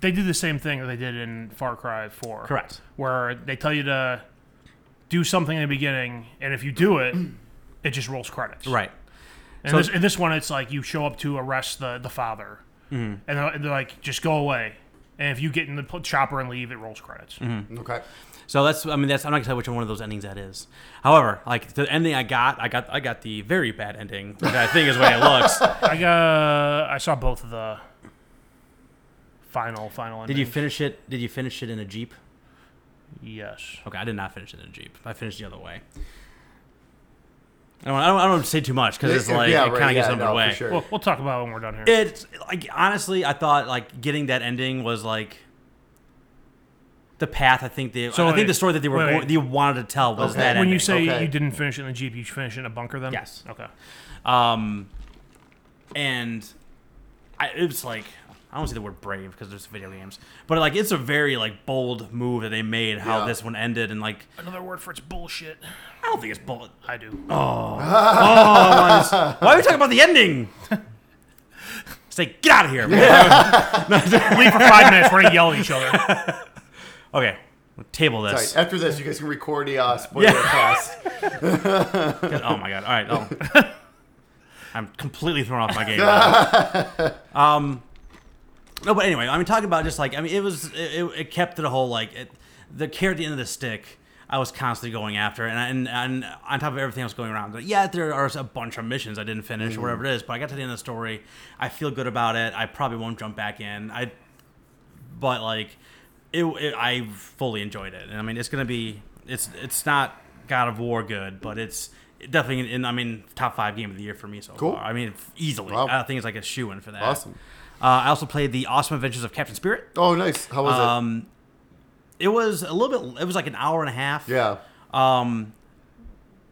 [SPEAKER 2] they did the same thing that they did in Far Cry 4.
[SPEAKER 1] Correct.
[SPEAKER 2] Where they tell you to do something in the beginning, and if you do it, it just rolls credits.
[SPEAKER 1] Right.
[SPEAKER 2] And
[SPEAKER 1] So-
[SPEAKER 2] this, in this one, it's like you show up to arrest the, the father,
[SPEAKER 1] Mm-hmm.
[SPEAKER 2] and, they're, and they're like, just go away. And if you get in the pl- chopper and leave, it rolls credits.
[SPEAKER 1] Mm-hmm.
[SPEAKER 3] Okay.
[SPEAKER 1] So that's I mean that's I'm not gonna tell which one of those endings that is. However, like the ending I got, I got I got the very bad ending, which I think is the way it looks.
[SPEAKER 2] I got, I saw both of the final final.
[SPEAKER 1] Did you
[SPEAKER 2] endings.
[SPEAKER 1] finish it? Did you finish it in a jeep?
[SPEAKER 2] yes.
[SPEAKER 1] Okay, I did not finish it in a jeep. I finished the other way. I don't, I don't, I don't want to say too much because it's like
[SPEAKER 3] Yeah,
[SPEAKER 1] it
[SPEAKER 3] right,
[SPEAKER 1] kind of gets
[SPEAKER 3] yeah,
[SPEAKER 1] them
[SPEAKER 3] no, for
[SPEAKER 1] away.
[SPEAKER 3] sure.
[SPEAKER 2] We'll, we'll talk about it when we're done here.
[SPEAKER 1] It's like honestly, I thought like getting that ending was like the path. I think they,
[SPEAKER 2] So
[SPEAKER 1] I think
[SPEAKER 2] it-
[SPEAKER 1] the story that they were
[SPEAKER 2] wait,
[SPEAKER 1] going,
[SPEAKER 2] wait.
[SPEAKER 1] they wanted to tell was
[SPEAKER 3] Okay.
[SPEAKER 1] that
[SPEAKER 2] when
[SPEAKER 1] ending.
[SPEAKER 2] you say
[SPEAKER 3] Okay.
[SPEAKER 2] you didn't finish it in the Jeep, you finished it in a bunker then?
[SPEAKER 1] Yes.
[SPEAKER 2] Okay.
[SPEAKER 1] Um, and I, it's like I don't see the word brave because there's video games, but like it's a very like bold move that they made how
[SPEAKER 3] Yeah.
[SPEAKER 1] this one ended, and like
[SPEAKER 2] Another word for it's bullshit.
[SPEAKER 1] I don't think it's bold.
[SPEAKER 2] I do.
[SPEAKER 1] Oh. Why are we talking about the ending? Say get out of here. man."
[SPEAKER 2] Leave for five minutes. We're gonna yell at each other.
[SPEAKER 1] okay, we'll table
[SPEAKER 3] All right,
[SPEAKER 1] this.
[SPEAKER 3] after this, you guys can record the uh, spoiler cast.
[SPEAKER 1] oh my god. All right. Oh. I'm completely thrown off my game. now. um. No, but anyway, I mean, talking about just like I mean, it was it, it- it kept to the whole like it, the carrot at the end of the stick. I was constantly going after, and and, and on top of everything else going around, like, yeah, there are a bunch of missions I didn't finish or whatever it is. But I got to the end of the story. I feel good about it. I probably won't jump back in. I but like it, it I fully enjoyed it, and I mean it's gonna be it's it's not God of War good, but it's definitely in I mean top five game of the year for me so
[SPEAKER 3] Cool.
[SPEAKER 1] far. I mean easily.
[SPEAKER 3] Wow.
[SPEAKER 1] I think it's like a shoe in for that.
[SPEAKER 3] Awesome.
[SPEAKER 1] Uh, I also played the Awesome Adventures of Captain Spirit.
[SPEAKER 3] Oh, nice. How was
[SPEAKER 1] Um, it was a little bit. It was like an hour and a half.
[SPEAKER 3] it? Yeah.
[SPEAKER 1] Um,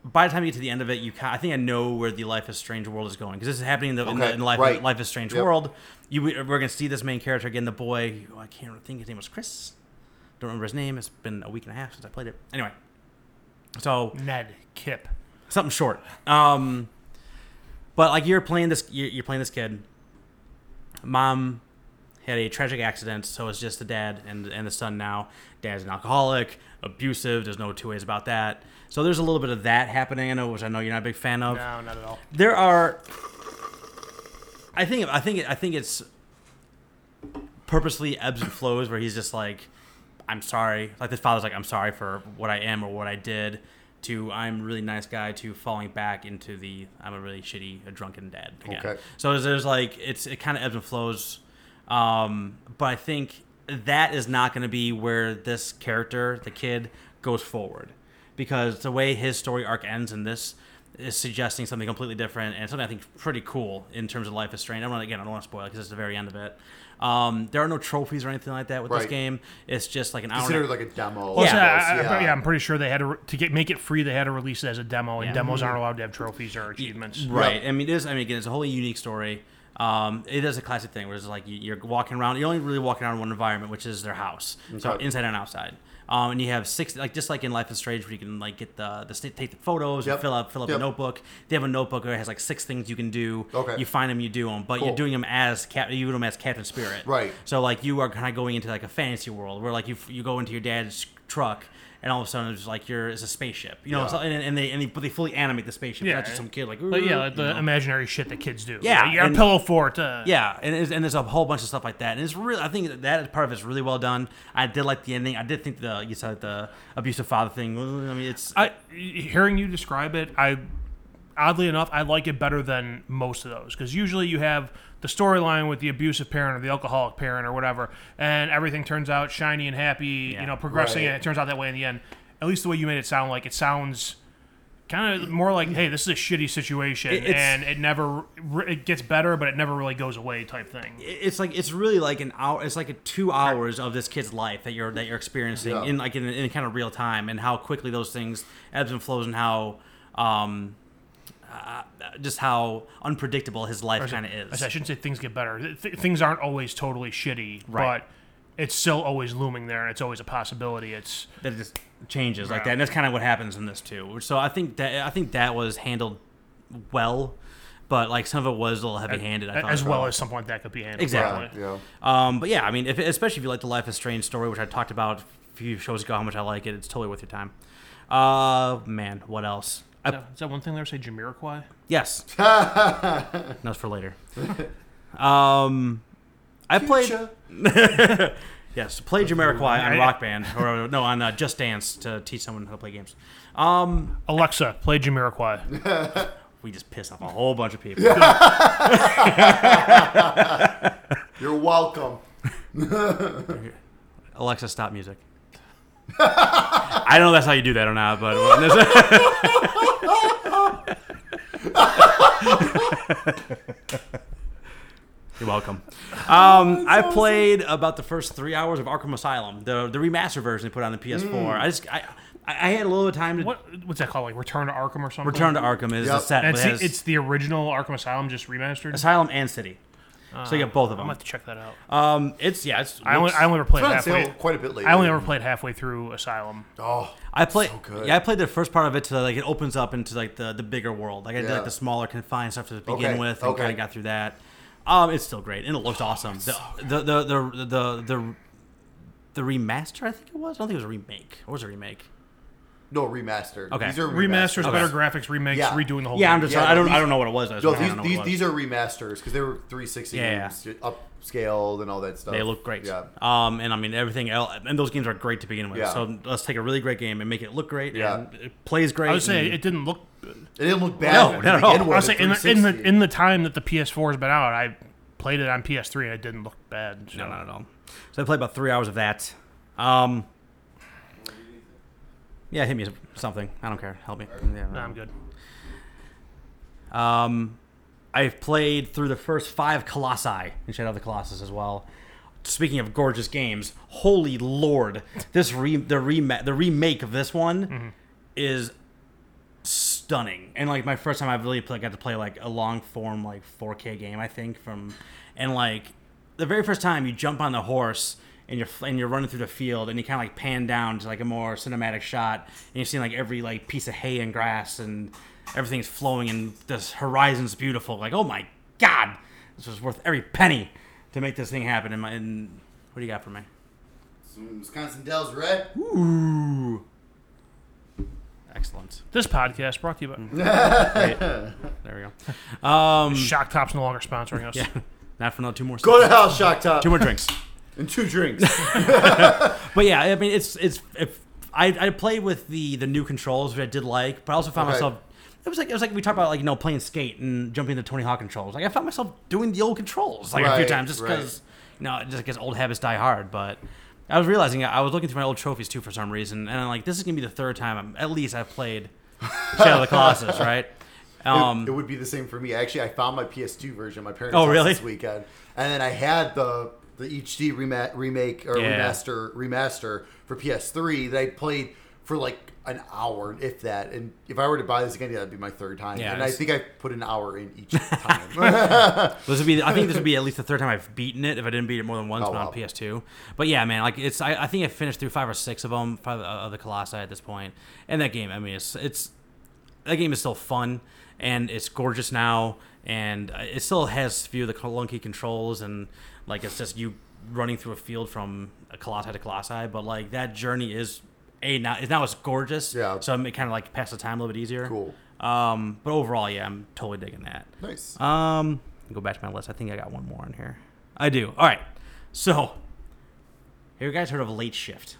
[SPEAKER 1] by the time you get to the end of it, you ca I think I know where the Life is Strange world is going because this is happening in, the, in, the,
[SPEAKER 3] Okay,
[SPEAKER 1] in Life,
[SPEAKER 3] right.
[SPEAKER 1] Life is Strange
[SPEAKER 3] Yep.
[SPEAKER 1] world. You we're gonna see this main character again, the boy. Who I can't think his name was Chris. Don't remember his name. It's been a week and a half since I played it. Anyway, so
[SPEAKER 2] Ned Kip.
[SPEAKER 1] something short. Um, but like you're playing this, you're, you're playing this kid. Mom had a tragic accident, so it's just the dad and and the son now. Dad's an alcoholic, abusive. There's no two ways about that. So there's a little bit of that happening. I know, which I know you're not a big fan of.
[SPEAKER 2] No, not at all.
[SPEAKER 1] There are. I think I think I think it's purposely ebbs and flows where he's just like, I'm sorry. Like the father's like, I'm sorry for what I am or what I did. To I'm a really nice guy. To falling back into the I'm a really shitty, a drunken dad. Again.
[SPEAKER 3] Okay.
[SPEAKER 1] So there's, there's like it's it kind of ebbs and flows, um, but I think that is not going to be where this character, the kid, goes forward, because the way his story arc ends in this is suggesting something completely different and something I think pretty cool in terms of Life is Strange. I'm not again I don't want to spoil it because it's the very end of it. Um, there are no trophies or anything like that with this
[SPEAKER 3] Right.
[SPEAKER 1] game. It's just like an hour. and a-
[SPEAKER 3] Considered like a demo.
[SPEAKER 2] Well,
[SPEAKER 1] Yeah.
[SPEAKER 2] so I- I-
[SPEAKER 3] I guess,
[SPEAKER 2] I, am pretty sure they had to, re- to get make it free. They had to release it as a demo, and
[SPEAKER 1] Yeah. Mm-hmm.
[SPEAKER 2] demos aren't allowed to have trophies or achievements.
[SPEAKER 1] Right. I mean, it is. I mean, again, it's a wholly unique story. Um, it is a classic thing where it's like you- you're walking around. You're only really walking around in one environment, which is their house. So
[SPEAKER 3] Okay.
[SPEAKER 1] inside and outside. Um, and you have six, like just like in Life is Strange, where you can like get the, the sta- take the photos, and
[SPEAKER 3] Yep.
[SPEAKER 1] fill up fill up a
[SPEAKER 3] Yep.
[SPEAKER 1] notebook. They have a notebook where it has like six things you can do.
[SPEAKER 3] Okay.
[SPEAKER 1] You find them, you do them, but you're
[SPEAKER 3] Cool.
[SPEAKER 1] doing them as cap, you do them as Captain Spirit.
[SPEAKER 3] Right.
[SPEAKER 1] So like you are kind of going into like a fantasy world where like you you go into your dad's truck. And all of a sudden, it's like you're it's a spaceship, you know.
[SPEAKER 3] Yeah.
[SPEAKER 1] so- And, and they and they, but they fully animate the spaceship,
[SPEAKER 2] Yeah.
[SPEAKER 1] not just some kid like.
[SPEAKER 2] But yeah,
[SPEAKER 1] "Ooh,"
[SPEAKER 2] like
[SPEAKER 1] you
[SPEAKER 2] the um,
[SPEAKER 1] know?
[SPEAKER 2] imaginary shit that kids do.
[SPEAKER 1] mm-hmm. Yeah,
[SPEAKER 2] Like, you got a
[SPEAKER 1] and-
[SPEAKER 2] pillow fort. Uh,
[SPEAKER 1] Yeah, and it's, and there's a whole bunch of stuff like that, and it's really I think that that part of it's really well done. I did like the ending. I did think the you said the abusive father thing. I mean, it's
[SPEAKER 2] I hearing you describe it, I oddly enough, I like it better than most of those because usually you have the storyline with the abusive parent or the alcoholic parent or whatever, and everything turns out shiny and happy,
[SPEAKER 1] Yeah.
[SPEAKER 2] you know, progressing,
[SPEAKER 3] Right.
[SPEAKER 2] and it turns out that way in the end. At least the way you made it sound like it sounds kind of more like, hey, this is a shitty situation,
[SPEAKER 1] It- it's-
[SPEAKER 2] and it never re- it gets better, but it never really goes away type thing.
[SPEAKER 1] it's like it's really like an hour. It's like a two hours of this kid's life that you're that you're experiencing
[SPEAKER 3] Yeah.
[SPEAKER 1] in like in, in kind of real time, and how quickly those things ebbs and flows, and how. um uh, just how unpredictable his life kind of
[SPEAKER 2] I
[SPEAKER 1] is.
[SPEAKER 2] said- I shouldn't say things get better. Th- th- things aren't always totally shitty,
[SPEAKER 1] Right.
[SPEAKER 2] but it's still always looming there, and it's always a possibility. It's
[SPEAKER 1] that it just changes like
[SPEAKER 2] Yeah.
[SPEAKER 1] that. And that's kind of what happens in this too. Which- So I think that I think that was handled well, but like some of it was a little heavy-handed. I thought
[SPEAKER 2] as well as something like that could be handled.
[SPEAKER 1] Exactly.
[SPEAKER 3] Yeah.
[SPEAKER 2] properly.
[SPEAKER 3] yeah.
[SPEAKER 1] Um, but yeah, I mean, if, especially if you like the Life is Strange story, which I talked about a few shows ago, how much I like it. It's totally worth your time. Uh, man, what else?
[SPEAKER 2] Is
[SPEAKER 1] I,
[SPEAKER 2] that, is that one thing there? Say Jamiroquai.
[SPEAKER 1] yes, that's for later. Um, I played
[SPEAKER 3] Future.
[SPEAKER 1] yes, played Jamiroquai on
[SPEAKER 2] Right.
[SPEAKER 1] Rock Band or no on uh, Just Dance to teach someone how to play games. Um,
[SPEAKER 2] Alexa, play Jamiroquai.
[SPEAKER 1] we just piss off a whole bunch of people.
[SPEAKER 3] You're welcome.
[SPEAKER 1] Alexa, stop music. I don't know if that's how you do that or not, but well, you're welcome. Um, I played about the first three hours of Arkham Asylum, the the remaster version they put on the PS4. I just I, I I had a little time to
[SPEAKER 2] What what's that called? Like Return to Arkham or something?
[SPEAKER 1] return to Arkham is
[SPEAKER 3] Yep.
[SPEAKER 1] a set.
[SPEAKER 2] And
[SPEAKER 1] but
[SPEAKER 2] It's,
[SPEAKER 1] it has
[SPEAKER 2] the, it's the original Arkham Asylum just remastered.
[SPEAKER 1] Asylum and City, so you get both of
[SPEAKER 2] Uh, I'm gonna
[SPEAKER 1] them.
[SPEAKER 2] have to check that out.
[SPEAKER 1] Um, it's yeah, it's
[SPEAKER 2] I only I only ever played
[SPEAKER 3] It's on sale
[SPEAKER 2] halfway.
[SPEAKER 3] quite a bit later.
[SPEAKER 2] I only ever played halfway through Asylum.
[SPEAKER 3] Oh,
[SPEAKER 1] I played.
[SPEAKER 3] good.
[SPEAKER 1] Yeah, I played the first part of it to like it opens up into like the the bigger world. Like I did
[SPEAKER 3] Yeah.
[SPEAKER 1] like the smaller confined stuff to begin
[SPEAKER 3] Okay,
[SPEAKER 1] with, and
[SPEAKER 3] okay.
[SPEAKER 1] kind of got through that. Um, it's still great and it looks awesome. The, the, the the the the the remaster, I think it was. I don't think it was a remake. Or was it a remake?
[SPEAKER 3] no, remastered.
[SPEAKER 1] Okay.
[SPEAKER 3] These are
[SPEAKER 2] Remasters,
[SPEAKER 3] remasters.
[SPEAKER 2] better graphics, remakes,
[SPEAKER 3] Yeah.
[SPEAKER 2] redoing the whole.
[SPEAKER 1] Yeah, I'm
[SPEAKER 2] game.
[SPEAKER 1] just.
[SPEAKER 3] Yeah,
[SPEAKER 1] I don't.
[SPEAKER 3] Oh these-
[SPEAKER 1] I don't know what it was. I
[SPEAKER 3] No,
[SPEAKER 1] don't know
[SPEAKER 3] these,
[SPEAKER 1] what it
[SPEAKER 3] these,
[SPEAKER 1] was.
[SPEAKER 3] these are remasters because they were 360
[SPEAKER 1] Yeah.
[SPEAKER 3] games, uh, upscaled and all that stuff.
[SPEAKER 1] They look great.
[SPEAKER 3] Yeah.
[SPEAKER 1] Um, and I mean everything else, and those games are great to begin with.
[SPEAKER 3] Yeah.
[SPEAKER 1] So let's take a really great game and make it look great.
[SPEAKER 3] Yeah.
[SPEAKER 1] And it plays great.
[SPEAKER 2] I would say
[SPEAKER 1] and-
[SPEAKER 2] it didn't look
[SPEAKER 3] It didn't look
[SPEAKER 1] No,
[SPEAKER 3] bad.
[SPEAKER 1] not at
[SPEAKER 3] to
[SPEAKER 1] all.
[SPEAKER 3] begin with
[SPEAKER 2] I'll say
[SPEAKER 3] at
[SPEAKER 2] in the, in the
[SPEAKER 3] 360.
[SPEAKER 2] in the time that the PS4 has been out, I played it on PS3 and it didn't look bad. so.
[SPEAKER 1] No, not at all. So I played about three hours of that. Um, yeah, hit me with something. I don't care. Help me. Yeah,
[SPEAKER 2] Nah, I'm good.
[SPEAKER 1] Um, I've played through the first five Colossi in Shadow of the Colossus as well. Speaking of gorgeous games, holy lord, this re- the rema- the remake of this one is stunning. And like my first time, I really play- got to play like a long form like 4K game, I think from, and like the very first time you jump on the horse. And you're, and you're running through the field and you kind of like pan down to like a more cinematic shot and you're seeing like every like piece of hay and grass and everything's flowing and this horizon's beautiful like oh my god this was worth every penny to make this thing happen and, my, and what do you got for me
[SPEAKER 3] Some Wisconsin Dells Red.
[SPEAKER 1] ooh excellent
[SPEAKER 2] This podcast brought to you by
[SPEAKER 1] there we go um
[SPEAKER 2] Shock Top's no longer sponsoring us.
[SPEAKER 1] yeah not for another two more
[SPEAKER 3] Go to hell, Shock Top.
[SPEAKER 1] two more drinks
[SPEAKER 3] and two drinks.
[SPEAKER 1] But yeah, I mean, it's it's. If, I I played with the the new controls, which I did like, but I also found
[SPEAKER 3] Okay.
[SPEAKER 1] myself. It was like it was like we talked about like you know playing skate and jumping the Tony Hawk controls. Like I found myself doing the old controls like a few
[SPEAKER 3] Right,
[SPEAKER 1] times just
[SPEAKER 3] right.
[SPEAKER 1] because you know just because old habits die hard. But I was realizing I was looking through my old trophies too for some reason, and I'm like, this is gonna be the third time I'm, at least I've played Shadow of the Colossus, right? Um,
[SPEAKER 3] it, it would be the same for me. Actually, I found my PS2 version. at My parents'
[SPEAKER 1] Oh,
[SPEAKER 3] house
[SPEAKER 1] really?
[SPEAKER 3] this weekend, and then I had the the HD rema- remake or
[SPEAKER 1] Yeah.
[SPEAKER 3] remaster remaster for PS3 that I played for like an hour, if that. And if I were to buy this again, yeah, that'd be my third time.
[SPEAKER 1] Yeah,
[SPEAKER 3] and I
[SPEAKER 1] it's-
[SPEAKER 3] think I put an hour in each time.
[SPEAKER 1] This would be. I think this would be at least the third time I've beaten it. If I didn't beat it more than once,
[SPEAKER 3] Oh,
[SPEAKER 1] but
[SPEAKER 3] wow.
[SPEAKER 1] on PS2. But yeah, man, like it's. I, I think I finished through five or six of them, five uh, of the Colossi at this point. And that game, I mean, it's it's that game is still fun and it's gorgeous now, and uh, it still has a few of the clunky controls and like it's just you running through a field from a Colossi to Colossi. But like that journey is a now now it's gorgeous.
[SPEAKER 3] Yeah.
[SPEAKER 1] So it kind of like passes the time a little bit easier.
[SPEAKER 3] Cool.
[SPEAKER 1] Um, but overall, yeah, I'm totally digging that.
[SPEAKER 3] nice.
[SPEAKER 1] Um, let me go back to my list. I think I got one more in here. I do. All right. So, have you guys heard of Late Shift?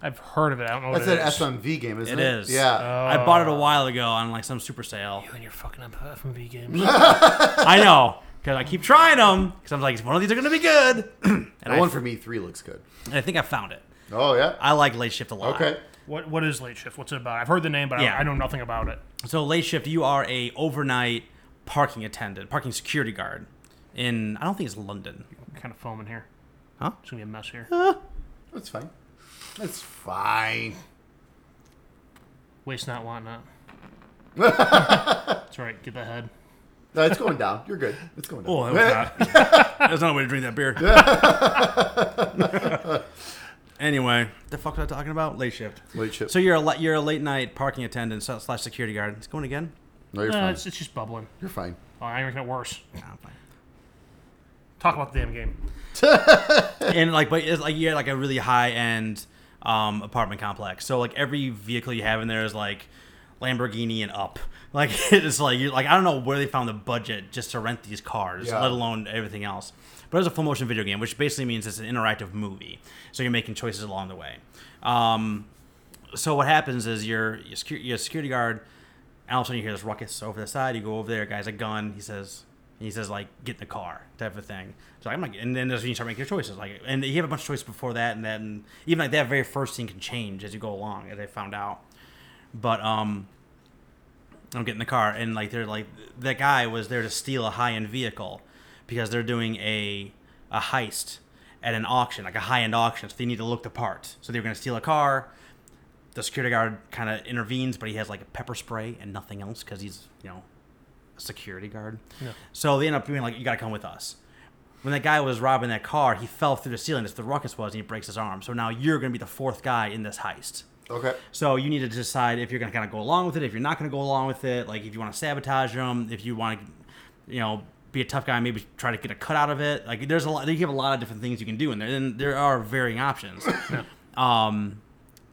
[SPEAKER 2] I've heard of it. I don't know what
[SPEAKER 3] That's
[SPEAKER 2] it
[SPEAKER 3] an
[SPEAKER 2] is.
[SPEAKER 3] SMV game, isn't
[SPEAKER 1] It
[SPEAKER 3] it?
[SPEAKER 1] is. Uh,
[SPEAKER 3] Yeah.
[SPEAKER 1] I bought it a while ago on like some super sale.
[SPEAKER 2] You and your fucking FMV games.
[SPEAKER 1] I know because I keep trying them because I'm like, one of these are gonna be good. and
[SPEAKER 3] the
[SPEAKER 1] I,
[SPEAKER 3] one for me three looks good.
[SPEAKER 1] and I think I found it.
[SPEAKER 3] Oh yeah.
[SPEAKER 1] I like Late Shift a lot.
[SPEAKER 3] Okay.
[SPEAKER 2] what What is Late Shift? What's it about? I've heard the name, but I-
[SPEAKER 1] Yeah.
[SPEAKER 2] I, know nothing about it.
[SPEAKER 1] So late shift, you are a overnight parking attendant, parking security guard in I don't think it's London.
[SPEAKER 2] I'm kind of foaming here.
[SPEAKER 1] Huh?
[SPEAKER 2] It's gonna be a mess here.
[SPEAKER 3] That's fine. That's fine.
[SPEAKER 2] Waste not, want not. That's right. Get that head.
[SPEAKER 3] No, it's going down. You're good. It's going down.
[SPEAKER 1] Oh, that was not. That's not a way to drink that beer. anyway, the fuck was I talking about? Late shift.
[SPEAKER 3] Wait, shit.
[SPEAKER 1] So you're a la- you're a late night parking attendant sl- slash security guard. It's going again.
[SPEAKER 3] no, you're
[SPEAKER 2] Uh,
[SPEAKER 3] fine.
[SPEAKER 2] it's, it's just bubbling.
[SPEAKER 3] You're fine.
[SPEAKER 2] Oh, I'm making it worse.
[SPEAKER 1] Nah, I'm fine.
[SPEAKER 2] Talk about the damn game.
[SPEAKER 1] and like, but it's like you had like a really high end um, apartment complex. So like every vehicle you have in there is like Lamborghini and up. Like it's like you like I don't know where they found the budget just to rent these cars,
[SPEAKER 3] Yeah.
[SPEAKER 1] let alone everything else. But it's a full motion video game, which basically means it's an interactive movie. So you're making choices along the way. Um, so what happens is your your, secu- your security guard, and all of a sudden you hear this ruckus over the side. You go over there, guy's a gun. He says, he says like get in the car type of thing. So I'm like, and then that's when you start making your choices. Like, and you have a bunch of choices before that, and then even like that very first thing can change as you go along, as I found out. But um, I'm getting in the car, and like they're like that guy was there to steal a high end vehicle because they're doing a a heist at an auction, like a high end auction. So they need to look the part. So they're gonna steal a car. The security guard kind of intervenes, but he has like a pepper spray and nothing else because he's you know a security guard. So they end up being like, "You gotta come with us." When that guy was robbing that car, he fell through the ceiling. It's the ruckus was, and he breaks his arm. So now you're gonna be the fourth guy in this heist.
[SPEAKER 3] Okay.
[SPEAKER 1] So you need to decide if you're going to kind of go along with it, if you're not going to go along with it, like if you want to sabotage them, if you want to, you know, be a tough guy, maybe try to get a cut out of it. Like there's a lot, you have a lot of different things you can do in there, and there are varying options. um,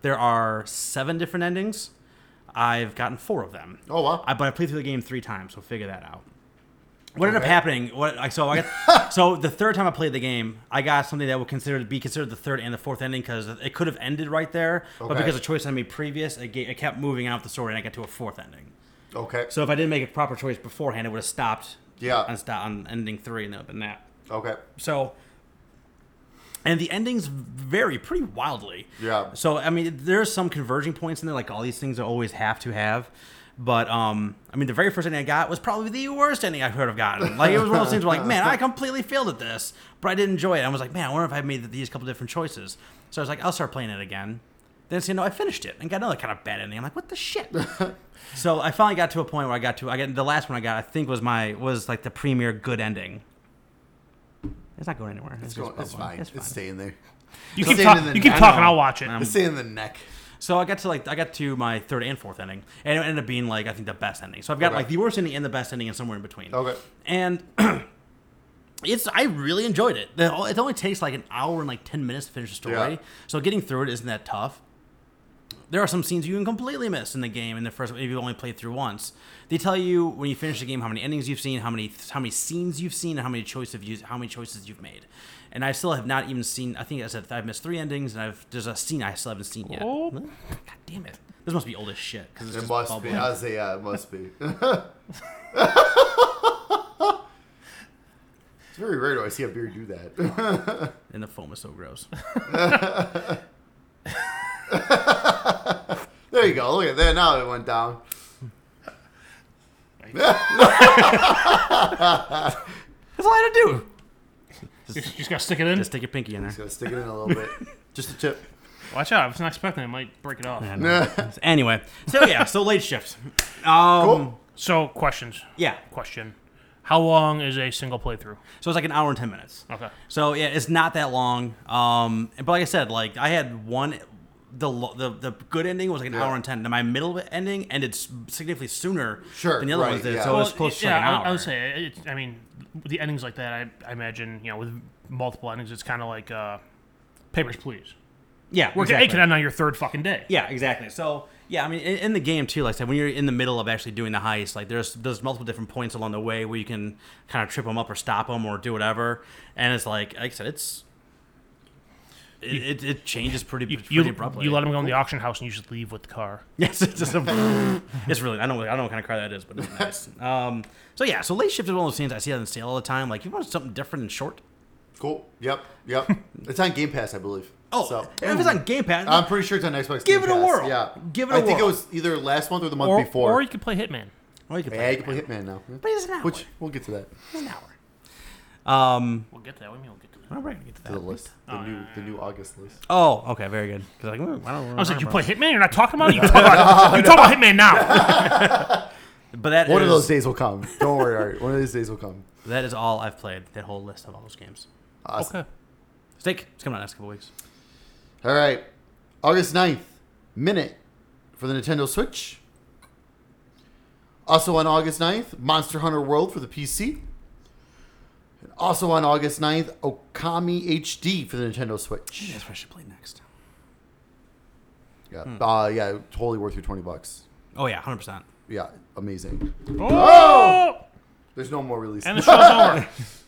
[SPEAKER 1] there are seven different endings. I've gotten four of them.
[SPEAKER 3] Oh wow.
[SPEAKER 1] I, but I played through the game three times, so figure that out. What ended up
[SPEAKER 3] Okay.
[SPEAKER 1] happening? What I so I got, so the third time I played the game, I got something that would consider to be considered the third and the fourth ending because it could have ended right there, but
[SPEAKER 3] Okay.
[SPEAKER 1] because of choice I made previous, it, ga- it kept moving out the story and I got to a fourth ending.
[SPEAKER 3] Okay.
[SPEAKER 1] So if I didn't make a proper choice beforehand, it would have stopped
[SPEAKER 3] Yeah.
[SPEAKER 1] on, sta- on ending three and then up in that.
[SPEAKER 3] Okay.
[SPEAKER 1] So and the endings vary pretty wildly.
[SPEAKER 3] Yeah.
[SPEAKER 1] So I mean, there's some converging points in there, like all these things I always have to have. But um, I mean, the very first ending I got was probably the worst ending I could have gotten. Like it was one of those things where like, man, I completely failed at this, but I did enjoy it. I was like, man, I wonder if I made these couple different choices. So I was like, I'll start playing it again. Then so, you know, I finished it and got another kind of bad ending. I'm like, what the shit? so I finally got to a point where I got to I got the last one I got I think was my was like the premier good ending. It's not going anywhere. It's,
[SPEAKER 3] It's,
[SPEAKER 1] just
[SPEAKER 3] going, it's,
[SPEAKER 1] Pokemon.
[SPEAKER 3] fine. it's staying there.
[SPEAKER 2] You
[SPEAKER 3] It's
[SPEAKER 2] keep,
[SPEAKER 3] staying
[SPEAKER 2] talk-
[SPEAKER 3] in the-
[SPEAKER 2] you keep
[SPEAKER 3] I
[SPEAKER 2] talking,
[SPEAKER 1] know.
[SPEAKER 2] I'll watch it.
[SPEAKER 1] I'm-
[SPEAKER 3] It's staying in the neck.
[SPEAKER 1] So I got to like I got to my third and fourth ending, and it ended up being like I think the best ending. So I've got
[SPEAKER 3] Okay.
[SPEAKER 1] like the worst ending and the best ending, and somewhere in between.
[SPEAKER 3] Okay.
[SPEAKER 1] And it's I really enjoyed it. The- It only takes like an hour and like ten minutes to finish the story,
[SPEAKER 3] Yeah.
[SPEAKER 1] so getting through it isn't that tough. There are some scenes you can completely miss in the game in the first if you only played through once. They tell you when you finish the game how many endings you've seen, how many how many scenes you've seen, and how many choices you've how many choices you've made. And I still have not even seen. I think I said I've missed three endings, and I've there's a scene I still haven't seen yet.
[SPEAKER 2] Oh.
[SPEAKER 1] God damn it! This must be old as shit because it's
[SPEAKER 3] It
[SPEAKER 1] just
[SPEAKER 3] must
[SPEAKER 1] bubbling.
[SPEAKER 3] be. I say, yeah, it must be. it's very rare to I see a beer do that.
[SPEAKER 1] and the foam is so gross.
[SPEAKER 3] there you go. Look at that. Now it went down.
[SPEAKER 1] That's all I had to do.
[SPEAKER 2] You just you just gotta stick it in.
[SPEAKER 1] Just stick your pinky in there.
[SPEAKER 3] Just gotta stick it in a little bit. Just a tip.
[SPEAKER 2] Watch out! I was not expecting. it. I might break it off.
[SPEAKER 1] I know. anyway, so yeah, so late shift. Um,
[SPEAKER 3] Cool.
[SPEAKER 2] So questions.
[SPEAKER 1] Yeah,
[SPEAKER 2] Question. How long is a single playthrough?
[SPEAKER 1] so it's like an hour and ten minutes.
[SPEAKER 2] Okay.
[SPEAKER 1] So yeah, it's not that long. Um, but like I said, like I had one, the lo- the, the good ending was like an
[SPEAKER 3] Yeah.
[SPEAKER 1] hour and ten. Then my middle ending ended s- significantly sooner
[SPEAKER 3] Sure,
[SPEAKER 1] than the other
[SPEAKER 3] right,
[SPEAKER 1] ones did.
[SPEAKER 3] yeah.
[SPEAKER 1] So it was close to
[SPEAKER 2] yeah,
[SPEAKER 1] like an hour.
[SPEAKER 2] I, I would say. It, I mean, the endings like that. I, I imagine you know with multiple endings, it's kind of like uh, Papers Please.
[SPEAKER 1] yeah,
[SPEAKER 2] Where
[SPEAKER 1] exactly.
[SPEAKER 2] it can end on your third fucking day.
[SPEAKER 1] Yeah, exactly. So yeah, I mean, in, in the game too, like I said, when you're in the middle of actually doing the heist, like there's there's multiple different points along the way where you can kind of trip them up or stop them or do whatever, and it's like like I said, it's it, it, it changes pretty
[SPEAKER 2] You,
[SPEAKER 1] pretty
[SPEAKER 2] you,
[SPEAKER 1] abruptly.
[SPEAKER 2] you let them go in the auction house and you just leave with the car.
[SPEAKER 1] yes, it's just a, it's really I don't I don't know what kind of car that is, but it's nice. um, so yeah, so late shift is one of those things I see on sale all the time. Like you want something different and short.
[SPEAKER 3] Cool. Yep. Yep. it's on Game Pass, I believe.
[SPEAKER 1] Oh,
[SPEAKER 3] So- um,
[SPEAKER 1] if it's on Game Pass,
[SPEAKER 3] I'm pretty sure it's on Xbox.
[SPEAKER 1] Give
[SPEAKER 3] Game
[SPEAKER 1] it a
[SPEAKER 3] Pass.
[SPEAKER 1] whirl.
[SPEAKER 3] Yeah,
[SPEAKER 1] Give it
[SPEAKER 3] I
[SPEAKER 1] a
[SPEAKER 3] think it
[SPEAKER 1] whirl.
[SPEAKER 3] was either last month or the month
[SPEAKER 2] Or,
[SPEAKER 3] before.
[SPEAKER 2] or you could play Hitman.
[SPEAKER 1] well, you can
[SPEAKER 3] yeah,
[SPEAKER 1] play
[SPEAKER 3] you can play Hitman now.
[SPEAKER 1] but it's an hour.
[SPEAKER 3] Which we'll get to that.
[SPEAKER 1] it's an hour. Um,
[SPEAKER 2] We'll get to that. What do you mean we'll get to that?
[SPEAKER 1] all right, get to
[SPEAKER 3] To the
[SPEAKER 1] that.
[SPEAKER 3] list, Oh, the new, the new August list.
[SPEAKER 1] Oh, okay, very good. 'Cause, like, I don't
[SPEAKER 2] I was like, you
[SPEAKER 1] remember.
[SPEAKER 2] play Hitman? You're not talking about it? You talk about, you talk about Hitman now.
[SPEAKER 1] But that
[SPEAKER 3] One of
[SPEAKER 1] is-
[SPEAKER 3] those days will come. Don't worry, Ari. One of these days will come.
[SPEAKER 1] That is all I've played. That whole list of all those games.
[SPEAKER 3] Awesome.
[SPEAKER 2] Okay.
[SPEAKER 1] Steak. It's coming out next couple weeks.
[SPEAKER 3] All right, August 9th, minute for the Nintendo Switch. Also on August 9th, Monster Hunter World for the PC. And also on August 9th, Okami HD for the Nintendo Switch.
[SPEAKER 1] That's what I should play next.
[SPEAKER 3] Yeah, uh, yeah, totally worth your twenty bucks.
[SPEAKER 1] Oh yeah, hundred percent.
[SPEAKER 3] Yeah, amazing.
[SPEAKER 2] Oh!
[SPEAKER 3] There's no more releases.
[SPEAKER 2] And the show's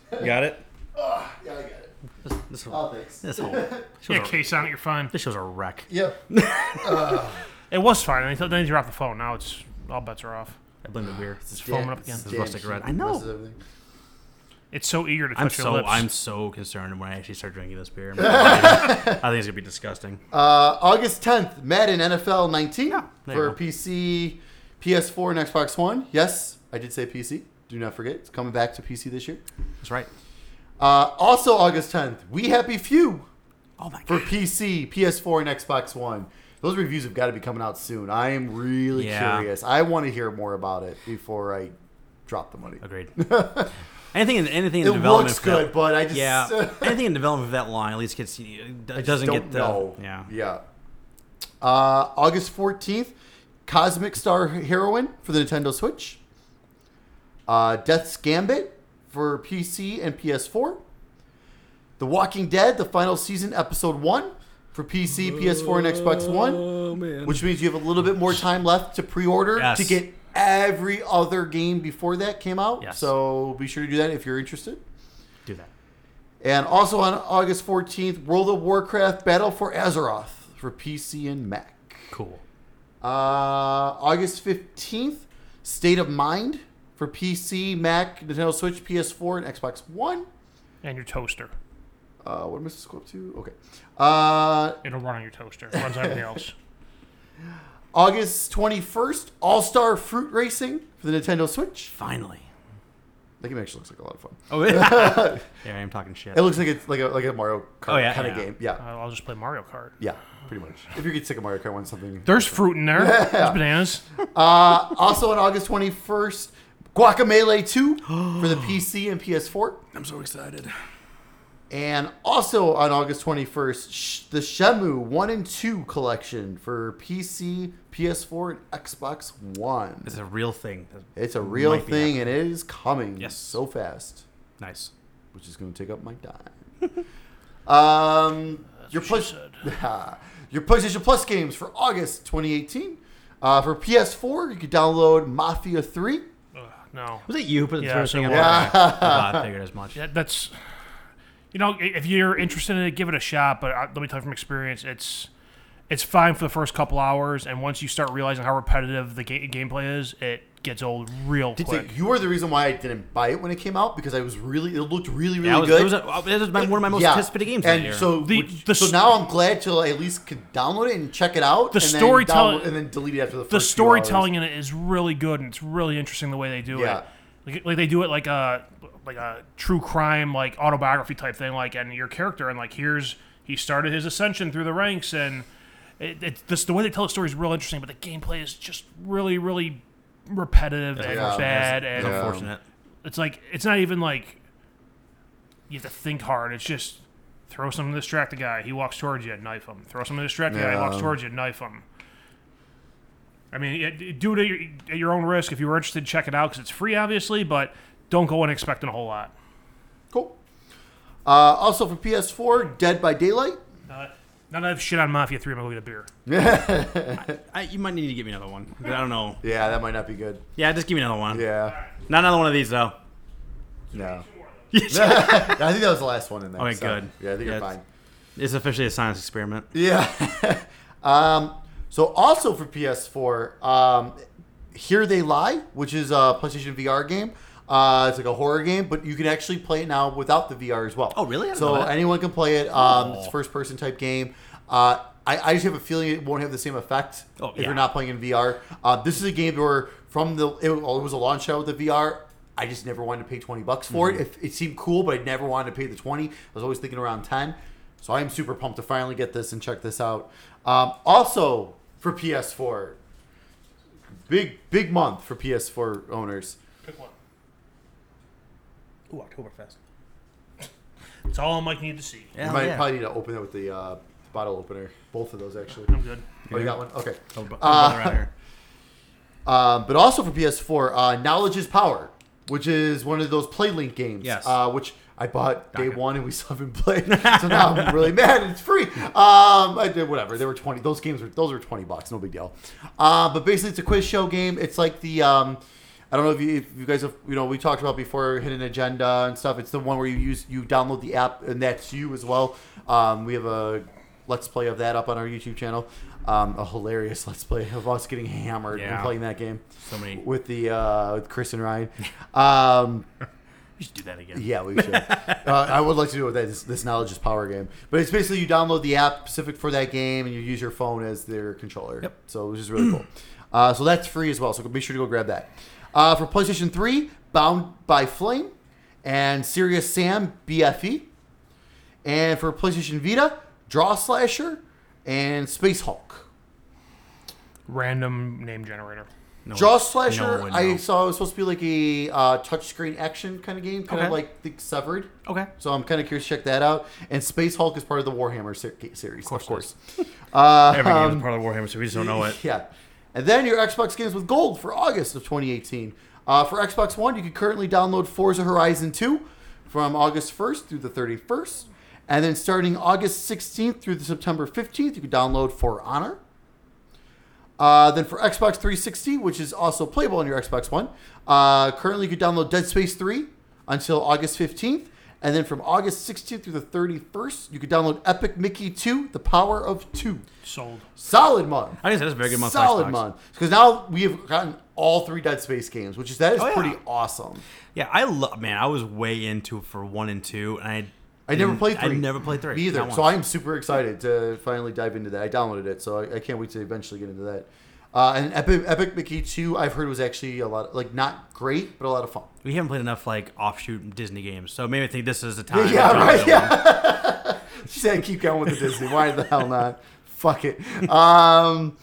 [SPEAKER 2] over.
[SPEAKER 1] Got it.
[SPEAKER 3] yeah, I got it.
[SPEAKER 1] This, this whole,
[SPEAKER 3] Oh, thanks.
[SPEAKER 1] this whole show's
[SPEAKER 2] Yeah,
[SPEAKER 1] a,
[SPEAKER 2] case on it. You're fine.
[SPEAKER 1] this show's a wreck.
[SPEAKER 3] Yep.
[SPEAKER 2] It was fine. and Then they dropped the phone. Now it's all bets are off.
[SPEAKER 1] I blame the beer.
[SPEAKER 3] It's
[SPEAKER 2] foaming up again. It's
[SPEAKER 1] rustic red. I know.
[SPEAKER 2] It's so eager to touch
[SPEAKER 1] I'm
[SPEAKER 2] your
[SPEAKER 1] so
[SPEAKER 2] lips.
[SPEAKER 1] I'm so concerned when I actually start drinking this beer. I think it's gonna be disgusting.
[SPEAKER 3] Uh, August 10th, Madden NFL 19
[SPEAKER 1] there
[SPEAKER 3] for
[SPEAKER 1] you go.
[SPEAKER 3] PC, PS4, and Xbox One. Yes, I did say PC. Do not forget, it's coming back to PC this year.
[SPEAKER 1] That's right.
[SPEAKER 3] Uh, also, August 10th, We Happy Few
[SPEAKER 1] Oh my
[SPEAKER 3] for
[SPEAKER 1] god.
[SPEAKER 3] PC, PS4, and Xbox One. Those reviews have got to be coming out soon. I am really
[SPEAKER 1] Yeah.
[SPEAKER 3] curious. I want to hear more about it before I drop the money.
[SPEAKER 1] Agreed. Anything in anything in
[SPEAKER 3] It
[SPEAKER 1] development.
[SPEAKER 3] looks
[SPEAKER 1] for that-
[SPEAKER 3] good, but I just
[SPEAKER 1] yeah. anything in development for that line at least gets it
[SPEAKER 3] I just
[SPEAKER 1] doesn't
[SPEAKER 3] don't
[SPEAKER 1] get the
[SPEAKER 3] know.
[SPEAKER 1] yeah.
[SPEAKER 3] yeah. Uh, August fourteenth, Cosmic Star Heroine for the Nintendo Switch. Uh, Death's Gambit for PC and PS4. The Walking Dead, the final season, episode one for PC, PS4, and Xbox One.
[SPEAKER 1] Oh, man.
[SPEAKER 3] Which means you have a little bit more time left to pre-order
[SPEAKER 1] Yes.
[SPEAKER 3] to get every other game before that came out.
[SPEAKER 1] Yes.
[SPEAKER 3] So be sure to do that if you're interested.
[SPEAKER 1] Do that.
[SPEAKER 3] And also on August 14th, World of Warcraft Battle for Azeroth for PC and Mac.
[SPEAKER 1] Cool.
[SPEAKER 3] Uh, August 15th, State of Mind for PC, Mac, Nintendo Switch, PS4, and Xbox One.
[SPEAKER 2] and your toaster.
[SPEAKER 3] Uh, what am I supposed to go up to? Okay. Uh,
[SPEAKER 2] It'll run on your toaster. It runs on everything else.
[SPEAKER 3] August 21st, All Star Fruit Racing for the Nintendo Switch.
[SPEAKER 1] Finally.
[SPEAKER 3] That game actually looks like a lot of fun.
[SPEAKER 1] Oh, yeah. I am talking shit.
[SPEAKER 3] It looks like it's like a, like a Mario Kart
[SPEAKER 1] Oh, yeah,
[SPEAKER 3] kind of
[SPEAKER 1] yeah.
[SPEAKER 3] game. Yeah.
[SPEAKER 2] Uh, I'll I'll just play Mario Kart.
[SPEAKER 3] Yeah, pretty much. If you get sick of Mario Kart, want something.
[SPEAKER 2] There's fruit in there. There's bananas.
[SPEAKER 3] Uh, also on August 21st, Guacamelee 2 for the PC and PS4.
[SPEAKER 1] I'm so excited.
[SPEAKER 3] And also on August 21st, Sh- the Shamu 1 and 2 collection for PC, PS4, and Xbox One.
[SPEAKER 1] It's a real thing.
[SPEAKER 3] It's a real
[SPEAKER 1] Might be
[SPEAKER 3] thing and it is coming
[SPEAKER 1] Yes.
[SPEAKER 3] so fast,
[SPEAKER 1] Nice.
[SPEAKER 3] which is going to take up my time. um, your,
[SPEAKER 2] what she
[SPEAKER 3] push-
[SPEAKER 2] said.
[SPEAKER 3] your PlayStation Plus games for August 2018. Uh, for PS4, you can download Mafia 3.
[SPEAKER 2] Ugh, no.
[SPEAKER 1] Was it you who put the
[SPEAKER 2] Yeah,
[SPEAKER 1] first thing
[SPEAKER 2] so
[SPEAKER 1] on
[SPEAKER 2] was
[SPEAKER 1] there? I thought I figured as much.
[SPEAKER 2] That, that's, you know, i- if you're interested in it, give it a shot. But I, let me tell you from experience, it's it's fine for the first couple hours, and once you start realizing how repetitive the ga- gameplay is, it gets old real
[SPEAKER 3] Did
[SPEAKER 2] quick.
[SPEAKER 3] say you were the reason why I didn't buy it when it came out because I was really it looked really really
[SPEAKER 1] Yeah, it was,
[SPEAKER 3] good.
[SPEAKER 1] it was, a, uh, it was my, one of my most anticipated games that
[SPEAKER 3] And
[SPEAKER 1] year.
[SPEAKER 3] so,
[SPEAKER 2] The-
[SPEAKER 3] which-
[SPEAKER 2] the
[SPEAKER 3] so
[SPEAKER 2] s-
[SPEAKER 3] now I'm glad to at least could download it and check it out.
[SPEAKER 2] The
[SPEAKER 3] and then
[SPEAKER 2] storytelling-
[SPEAKER 3] download- and then delete it after the first
[SPEAKER 2] the
[SPEAKER 3] few
[SPEAKER 2] storytelling in it is really good, and it's really interesting the way they do
[SPEAKER 3] Yeah.
[SPEAKER 2] it. Like, like they do it like a like a true crime like autobiography type thing. Like and your character and like here's he started his ascension through the ranks and it, it, this the way they tell the story is real interesting, but the gameplay is just really really repetitive and
[SPEAKER 3] Yeah.
[SPEAKER 2] bad and
[SPEAKER 1] It's unfortunate.
[SPEAKER 2] it's like it's not even like you have to think hard. It's just throw something to distract the guy. He walks towards you, knife him. Throw something to distract the guy. He walks
[SPEAKER 3] Yeah.
[SPEAKER 2] towards you, knife him. I mean, it- it- do it at your, at your own risk. If you were interested, check it out because it's free, obviously. But don't go in expecting a whole lot.
[SPEAKER 3] hours. Cool. Uh, also for PS4, Dead by Daylight.
[SPEAKER 2] Uh, now that I've shit on Mafia Three, I'm gonna go get a beer.
[SPEAKER 1] I, you might need to give me another one. 'cause I don't know.
[SPEAKER 3] Yeah, that might not be good.
[SPEAKER 1] Yeah, just give me another one.
[SPEAKER 3] Yeah,
[SPEAKER 1] Not another one of these though.
[SPEAKER 3] no. I think that was the last one in there.
[SPEAKER 1] Okay,
[SPEAKER 3] so-
[SPEAKER 1] good.
[SPEAKER 3] Yeah, I
[SPEAKER 1] Yeah,
[SPEAKER 3] think you're
[SPEAKER 1] it's-
[SPEAKER 3] fine.
[SPEAKER 1] It's officially a science experiment.
[SPEAKER 3] Yeah. um, so also for PS4, um, Here They Lie, which is a PlayStation VR game. Uh, it's like a horror game, but you can actually play it now without the VR as well.
[SPEAKER 1] Oh, really? I didn't
[SPEAKER 3] So
[SPEAKER 1] know that.
[SPEAKER 3] anyone can play it. Um, It's
[SPEAKER 1] Cool.
[SPEAKER 3] first person type game. Uh, I, I just have a feeling it won't have the same effect
[SPEAKER 1] Oh,
[SPEAKER 3] if
[SPEAKER 1] yeah.
[SPEAKER 3] you're not playing in VR. Uh, this is a game where from the it was a launch out with the VR. I just never wanted to pay twenty bucks for
[SPEAKER 1] Mm-hmm.
[SPEAKER 3] it. it. It seemed cool, but I never wanted to pay the twenty. I was always thinking around ten. So I am super pumped to finally get this and check this out. Um, also for PS4, big big month for PS4 owners.
[SPEAKER 2] Pick one. Ooh, Oktoberfest. That's all Mike needed to see.
[SPEAKER 3] You
[SPEAKER 1] Hell
[SPEAKER 3] might
[SPEAKER 1] yeah.
[SPEAKER 3] probably need to open it with the uh, bottle opener. Both of those actually.
[SPEAKER 2] I'm good.
[SPEAKER 3] Oh, you got one. Okay.
[SPEAKER 1] Oh, bu-
[SPEAKER 3] Uh,
[SPEAKER 1] brother out here.
[SPEAKER 3] Um, but also for PS4, uh, Knowledge is Power, which is one of those PlayLink games.
[SPEAKER 1] Yes.
[SPEAKER 3] Uh, which I bought day
[SPEAKER 1] Gotcha.
[SPEAKER 3] one and we still haven't played. so now I'm really mad. It's free. Um, I did whatever. They were twenty. Those games were those were twenty bucks. No big deal. Uh, but basically, it's a quiz show game. It's like the um, I don't know if you, if you guys have you know we talked about before hidden agenda and stuff. It's the one where you use you download the app and that's you as well. Um, we have a let's play of that up on our YouTube channel. Um, a hilarious let's play of us getting hammered and
[SPEAKER 1] Yeah.
[SPEAKER 3] playing that game
[SPEAKER 1] So many. We
[SPEAKER 3] with the uh, with Chris and Ryan. Um,
[SPEAKER 1] should do that again.
[SPEAKER 3] yeah, we should. uh, I would like to do it with that, this, this knowledge is power game, but it's basically you download the app specific for that game and you use your phone as their controller. Yep. So which is really cool. Uh, so that's free as well. So be sure to go grab that. Uh, for PlayStation Three, Bound by Flame, and Serious Sam BFE, and for PlayStation Vita, Draw Slasher, and Space Hulk.
[SPEAKER 2] Random name generator.
[SPEAKER 1] No
[SPEAKER 3] Draw
[SPEAKER 1] one-
[SPEAKER 3] Slasher,
[SPEAKER 1] no one
[SPEAKER 3] I
[SPEAKER 1] knows.
[SPEAKER 3] saw it was supposed to be like a uh, touchscreen action kind of game, kind of
[SPEAKER 1] Okay.
[SPEAKER 3] like the Severed.
[SPEAKER 1] Okay.
[SPEAKER 3] So I'm kind of curious to check that out. And Space Hulk is part of the Warhammer ser- series, of course. Uh,
[SPEAKER 1] Every game
[SPEAKER 3] um,
[SPEAKER 1] is part of Warhammer, so we just don't know it.
[SPEAKER 3] Yeah. And then your Xbox games with gold for August of 2018. Uh, for Xbox One, you can currently download Forza Horizon 2 from August 1st through the 31st. And then starting August 16th through the September 15th, you can download For Honor. Uh, then for Xbox 360, which is also playable on your Xbox One, uh, currently you can download Dead Space 3 until August 15th. And then from August 16th through the 31st, you can download Epic Mickey 2, The Power of Two.
[SPEAKER 2] Sold.
[SPEAKER 3] Solid month.
[SPEAKER 1] I think that's a very good month. for
[SPEAKER 3] Solid
[SPEAKER 1] Xbox.
[SPEAKER 3] month. Because now we have gotten all three Dead Space games, which is that is
[SPEAKER 1] Oh, yeah.
[SPEAKER 3] pretty awesome.
[SPEAKER 1] Yeah, I love. Man, I was way into for one and two, and I
[SPEAKER 3] I never played
[SPEAKER 1] I
[SPEAKER 3] three.
[SPEAKER 1] never played three.
[SPEAKER 3] Me either.
[SPEAKER 1] Not
[SPEAKER 3] So
[SPEAKER 1] once.
[SPEAKER 3] I am super excited to finally dive into that. I downloaded it, so I, I can't wait to eventually get into that. Uh, and Epic, Epic Mickey 2, I've heard was actually a lot, like not great, but a lot of fun.
[SPEAKER 1] we haven't played enough like offshoot Disney games, so maybe I think this is the time.
[SPEAKER 3] yeah,
[SPEAKER 1] to
[SPEAKER 3] right.
[SPEAKER 1] do
[SPEAKER 3] Yeah. she said, "Keep going with the Disney. Why the hell not? Fuck it." Um,